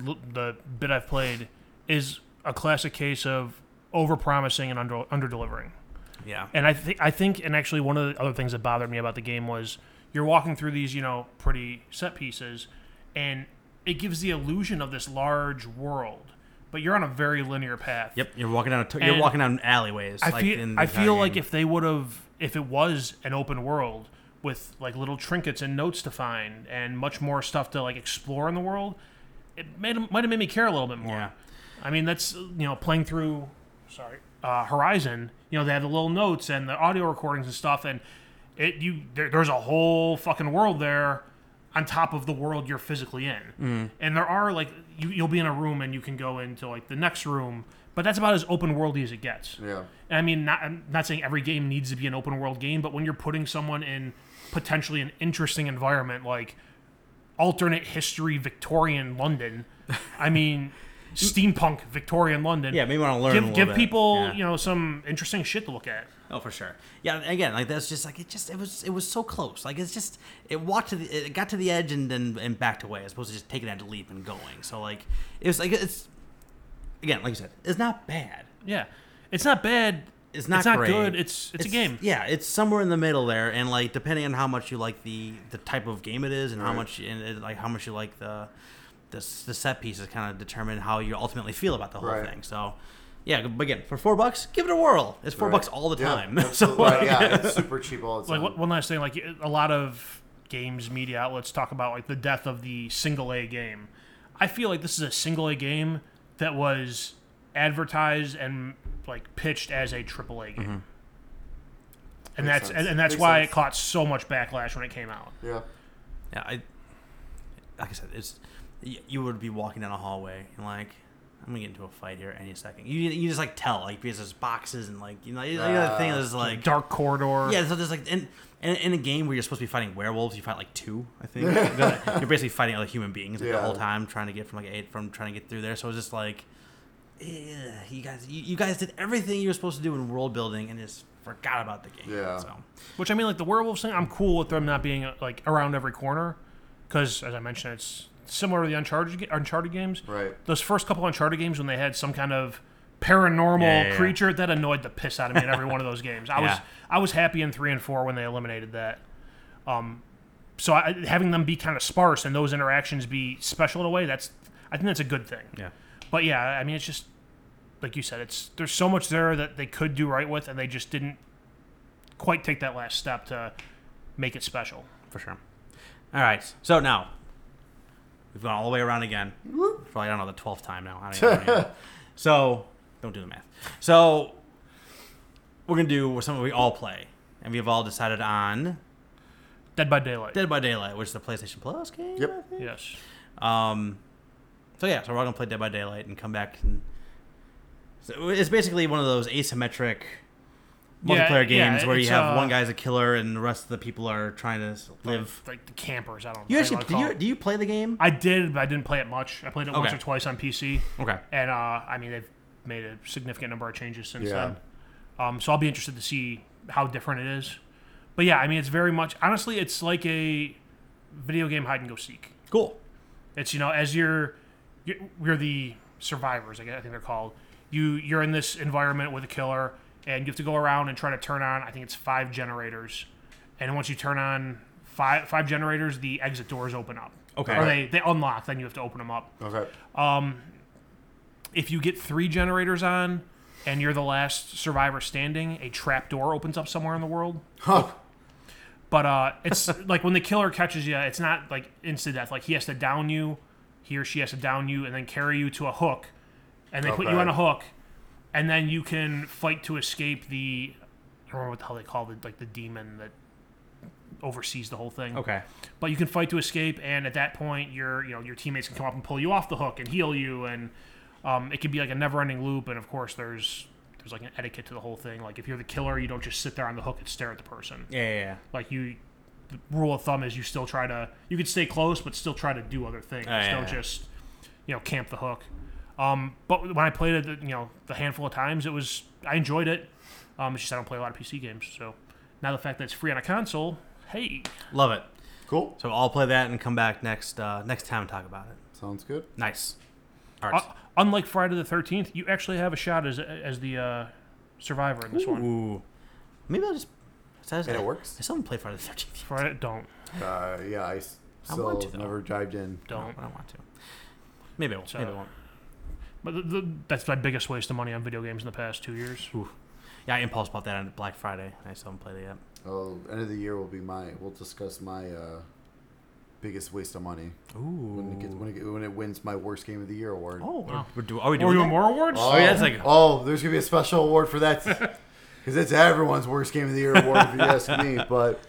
[SPEAKER 2] l- the bit I've played, is a classic case of overpromising and under under delivering.
[SPEAKER 1] Yeah.
[SPEAKER 2] And I think I think and actually one of the other things that bothered me about the game was you're walking through these you know pretty set pieces, and it gives the illusion of this large world, but you're on a very linear path.
[SPEAKER 1] Yep. You're walking down. A t- you're
[SPEAKER 2] And
[SPEAKER 1] walking down alleyways.
[SPEAKER 2] I
[SPEAKER 1] like,
[SPEAKER 2] feel
[SPEAKER 1] in the
[SPEAKER 2] I
[SPEAKER 1] entire
[SPEAKER 2] feel
[SPEAKER 1] game.
[SPEAKER 2] like if they would have if it was an open world with like little trinkets and notes to find and much more stuff to like explore in the world, it made, might have made me care a little bit more.
[SPEAKER 1] Yeah.
[SPEAKER 2] I mean that's you know playing through sorry uh, Horizon, you know they had the little notes and the audio recordings and stuff and it you there, there's a whole fucking world there on top of the world you're physically in.
[SPEAKER 1] Mm.
[SPEAKER 2] And there are like you, you'll be in a room and you can go into like the next room, but that's about as open worldy as it gets.
[SPEAKER 3] Yeah.
[SPEAKER 2] I mean, not, I'm not saying every game needs to be an open world game, but when you're putting someone in potentially an interesting environment like alternate history Victorian London, I mean, steampunk Victorian London.
[SPEAKER 1] Yeah, maybe want to learn. a
[SPEAKER 2] Give,
[SPEAKER 1] little
[SPEAKER 2] give
[SPEAKER 1] bit.
[SPEAKER 2] people
[SPEAKER 1] Yeah.
[SPEAKER 2] you know some interesting shit to look at.
[SPEAKER 1] Oh, for sure. Yeah. and Again, like that's just like it. Just it was it was so close. Like it's just it walked to the it got to the edge and then and backed away as opposed to just taking that leap and going. So like it was like it's again like you said it's not bad.
[SPEAKER 2] Yeah, it's not bad.
[SPEAKER 1] It's not
[SPEAKER 2] It's not
[SPEAKER 1] great.
[SPEAKER 2] good. It's, it's a game.
[SPEAKER 1] Yeah, it's somewhere in the middle there, and like depending on how much you like the the type of game it is, and how
[SPEAKER 3] Right.
[SPEAKER 1] much and uh, like how much you like the the, s- the set pieces, kind of determine how you ultimately feel about the whole
[SPEAKER 3] Right.
[SPEAKER 1] thing. So. Yeah, but again, for four bucks, give it a whirl. It's four
[SPEAKER 3] Right.
[SPEAKER 1] bucks all the
[SPEAKER 3] Yeah,
[SPEAKER 1] time. so uh,
[SPEAKER 3] absolutely. Right, yeah, it's super cheap all the
[SPEAKER 2] Like
[SPEAKER 3] time.
[SPEAKER 2] one- one last thing, like a lot of games media outlets talk about like the death of the single A game. I feel like this is a single A game that was advertised and like pitched as a triple A game. And
[SPEAKER 3] Makes
[SPEAKER 2] that's
[SPEAKER 3] sense.
[SPEAKER 2] and, and that's
[SPEAKER 3] Makes
[SPEAKER 2] why
[SPEAKER 3] sense.
[SPEAKER 2] it caught so much backlash when it came out.
[SPEAKER 3] yeah.
[SPEAKER 1] Yeah, I like I said, it's y- you would be walking down a hallway and like I'm gonna get into a fight here any second. You you just like tell like because there's boxes and like you know you know, the thing
[SPEAKER 3] Ah.
[SPEAKER 1] is like
[SPEAKER 2] Dark Corridor.
[SPEAKER 1] yeah so there's like in, in in a game where you're supposed to be fighting werewolves you fight like two I think you're basically fighting other human beings like, the
[SPEAKER 3] Yeah.
[SPEAKER 1] whole time trying to get from like eight from trying to get through there so it's just like eh, you guys you, you guys did everything you were supposed to do in world building and just forgot about the game
[SPEAKER 3] Yeah.
[SPEAKER 1] so
[SPEAKER 2] Which I mean, like the werewolves thing, I'm cool with them not being uh, like around every corner, because as I mentioned, it's similar to the Uncharted ga- Uncharted games.
[SPEAKER 3] Right.
[SPEAKER 2] Those first couple Uncharted games when they had some kind of paranormal
[SPEAKER 1] Yeah, yeah, yeah.
[SPEAKER 2] creature that annoyed the piss out of me in every one of those games. I was
[SPEAKER 1] Yeah.
[SPEAKER 2] I was happy in three and four when they eliminated that. Um, so I, having them be kind of sparse and those interactions be special in a way that's I think that's a good thing.
[SPEAKER 1] yeah
[SPEAKER 2] But yeah, I mean, it's just like you said. It's there's so much there that they could do right with, and they just didn't quite take that last step to make it special.
[SPEAKER 1] for sure all right so now. We've gone all the way around again. Probably I don't know the twelfth time now. I don't even know. so don't do the math. So we're gonna do something we all play, and we've all decided on
[SPEAKER 2] Dead by Daylight.
[SPEAKER 1] Dead by Daylight, which is the PlayStation Plus game.
[SPEAKER 3] Yep.
[SPEAKER 1] I think.
[SPEAKER 2] Yes.
[SPEAKER 1] Um, so yeah, so we're all gonna play Dead by Daylight and come back. And, so it's basically one of those asymmetric
[SPEAKER 2] Yeah,
[SPEAKER 1] multiplayer
[SPEAKER 2] yeah,
[SPEAKER 1] games where you
[SPEAKER 2] it's,
[SPEAKER 1] have
[SPEAKER 2] uh,
[SPEAKER 1] one guy's a killer and the rest of the people are trying to s- live.
[SPEAKER 2] Like the campers. I don't.
[SPEAKER 1] You
[SPEAKER 2] I
[SPEAKER 1] actually
[SPEAKER 2] don't
[SPEAKER 1] do
[SPEAKER 2] call
[SPEAKER 1] you,
[SPEAKER 2] it.
[SPEAKER 1] do you play the game?
[SPEAKER 2] I did, but I didn't play it much. I played it once
[SPEAKER 1] Okay.
[SPEAKER 2] or twice on PC,
[SPEAKER 1] Okay.
[SPEAKER 2] and uh, I mean they've made a significant number of changes since
[SPEAKER 3] Yeah.
[SPEAKER 2] then. Um, so I'll be interested to see how different it is. But yeah, I mean it's very much honestly, it's like a video game hide and go seek.
[SPEAKER 1] Cool.
[SPEAKER 2] It's you know as you're you're, you're the survivors, I guess I think they're called. You you're in this environment with a killer, and you have to go around and try to turn on. I think it's five generators, and once you turn on five five generators, the exit doors open up.
[SPEAKER 1] Okay.
[SPEAKER 2] Or they they unlock, then you have to open them up.
[SPEAKER 3] Okay.
[SPEAKER 2] If you get three generators on, and you're the last survivor standing, a trap door opens up somewhere in the world.
[SPEAKER 3] Huh.
[SPEAKER 2] But uh, it's like when the killer catches you, it's not like instant death. Like he has to down you, he or she has to down you, and then carry you to a hook, and they put you
[SPEAKER 3] Okay.
[SPEAKER 2] on a hook, and then you can fight to escape the. I don't remember what the hell they call it, like the demon that oversees the whole thing.
[SPEAKER 1] Okay.
[SPEAKER 2] But you can fight to escape, and at that point, your you know your teammates can come up and pull you off the hook and heal you, and um, it can be like a never-ending loop. And of course, there's there's like an etiquette to the whole thing. Like if you're the killer, you don't just sit there on the hook and stare at the person
[SPEAKER 1] Yeah, yeah, yeah.
[SPEAKER 2] like you the rule of thumb is you still try to you could stay close but still try to do other things
[SPEAKER 1] Oh, yeah,
[SPEAKER 2] don't
[SPEAKER 1] yeah.
[SPEAKER 2] just you know camp the hook um, but when i played it the- you know the handful of times it was i enjoyed it um, it's just i don't play a lot of pc games so now the fact that it's free on a console hey
[SPEAKER 1] Love it.
[SPEAKER 3] Cool.
[SPEAKER 1] So I'll play that and come back next uh, next time and talk about it.
[SPEAKER 3] Sounds good.
[SPEAKER 1] Nice. All right.
[SPEAKER 2] uh, unlike friday the 13th you actually have a shot as as the uh, survivor in this one
[SPEAKER 1] Ooh. Maybe I'll just. says-
[SPEAKER 3] And it works?
[SPEAKER 1] I still haven't played Friday the Thirteenth.
[SPEAKER 2] friday don't
[SPEAKER 3] Uh, yeah, I s-
[SPEAKER 1] I want
[SPEAKER 3] still
[SPEAKER 1] to, though.
[SPEAKER 3] never dived in.
[SPEAKER 2] don't
[SPEAKER 1] I don't want to. Maybe I will.
[SPEAKER 2] So-
[SPEAKER 1] Maybe I won't.
[SPEAKER 2] but the, the, that's my biggest waste of money on video games in the past two years
[SPEAKER 1] Yeah, I impulse bought that on Black Friday. I still haven't played it yet.
[SPEAKER 3] Oh, end of the year will be my. We'll discuss my uh, biggest waste of money when it, gets,
[SPEAKER 1] Ooh.
[SPEAKER 3] when, it, get- when it wins my worst game of the year award.
[SPEAKER 1] Oh,
[SPEAKER 2] Wow.
[SPEAKER 1] we're, we're do, are we
[SPEAKER 2] are
[SPEAKER 1] doing
[SPEAKER 2] we
[SPEAKER 1] that?
[SPEAKER 2] doing more awards
[SPEAKER 1] Oh, yeah, it's like-
[SPEAKER 3] oh, there's gonna be a special award for that because it's everyone's worst game of the year award if you ask me. But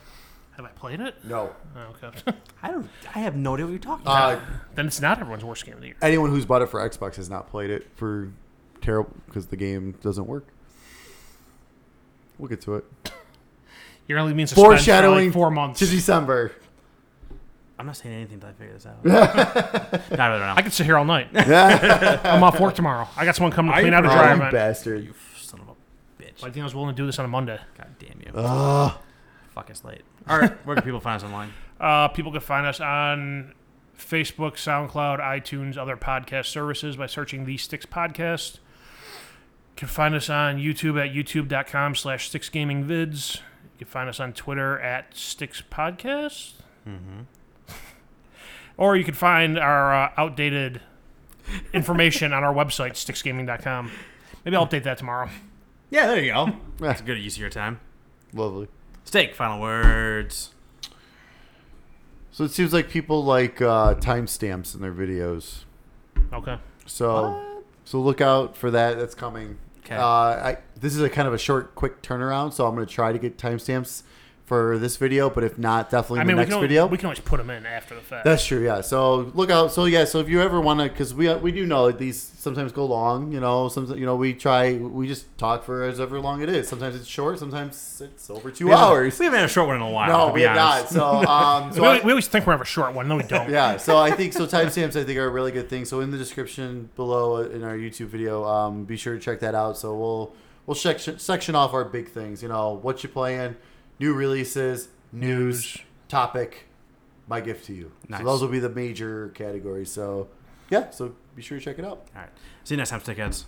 [SPEAKER 2] have i played it
[SPEAKER 3] no,
[SPEAKER 2] oh, okay
[SPEAKER 1] I don't. I have no idea what you're talking about.
[SPEAKER 3] uh,
[SPEAKER 2] then it's not everyone's worst game of the year.
[SPEAKER 3] anyone who's bought it for Xbox has not played it for terrible because the game doesn't work. We'll get to it.
[SPEAKER 2] You're only means
[SPEAKER 3] Foreshadowing
[SPEAKER 2] four months.
[SPEAKER 3] to December.
[SPEAKER 1] I'm not saying anything until I figure this out. no, I really don't
[SPEAKER 2] I
[SPEAKER 1] know.
[SPEAKER 2] could sit here all night.
[SPEAKER 3] Yeah,
[SPEAKER 2] I'm off work tomorrow. I got someone coming to
[SPEAKER 1] Are
[SPEAKER 2] clean
[SPEAKER 1] you
[SPEAKER 2] out a
[SPEAKER 1] really?
[SPEAKER 2] dryer.
[SPEAKER 3] you
[SPEAKER 2] event.
[SPEAKER 3] bastard.
[SPEAKER 1] You son of a bitch.
[SPEAKER 2] I think I was willing to do this on a Monday.
[SPEAKER 1] God damn you.
[SPEAKER 3] Ugh.
[SPEAKER 1] Fuck, it's late. All right, where can people find us online?
[SPEAKER 2] Uh, people can find us on Facebook, SoundCloud, iTunes, other podcast services by searching the Sticks Podcast. You can find us on YouTube at youtube.com slash sticksgamingvids. You can find us on Twitter at Sticks Podcast.
[SPEAKER 3] Mm-hmm.
[SPEAKER 2] Or you can find our uh, outdated information on our website, sticksgaming.com. Maybe I'll update that tomorrow.
[SPEAKER 1] Yeah, there you go. That's a good use of your time.
[SPEAKER 3] Lovely.
[SPEAKER 1] Steak. Final words.
[SPEAKER 3] So it seems like people like uh, timestamps in their videos.
[SPEAKER 2] Okay.
[SPEAKER 3] So so look out for that. That's coming.
[SPEAKER 1] 'Kay.
[SPEAKER 3] Uh, I, this is a kind of a short, quick turnaround. So I'm going to try to get timestamps for this video, but if not, definitely
[SPEAKER 2] I
[SPEAKER 3] the
[SPEAKER 2] mean, we
[SPEAKER 3] next
[SPEAKER 2] can, always,
[SPEAKER 3] video.
[SPEAKER 2] we can always put them in after the fact.
[SPEAKER 3] That's true. Yeah. So look out. So yeah. So if you ever want to, because we uh, we do know that these sometimes go long. You know, sometimes you know we try. We just talk for as ever long it is. Sometimes it's short. Sometimes it's over two
[SPEAKER 1] We haven't-
[SPEAKER 3] hours.
[SPEAKER 1] We haven't had a short one in a while.
[SPEAKER 3] No,
[SPEAKER 1] to
[SPEAKER 3] we
[SPEAKER 1] be
[SPEAKER 3] have not.
[SPEAKER 1] honest.
[SPEAKER 3] So um, so
[SPEAKER 2] we,
[SPEAKER 3] I-
[SPEAKER 2] always, we always think we have a short one, no, we don't.
[SPEAKER 3] yeah so i think so timestamps i think are a really good thing so in the description below uh, in our youtube video um, be sure to check that out so we'll we'll section, section off our big things you know what you playing new releases news, topic my gift to you
[SPEAKER 1] Nice.
[SPEAKER 3] so those will be the major categories so yeah so be sure to check it out
[SPEAKER 1] All right. See you next time, stickheads.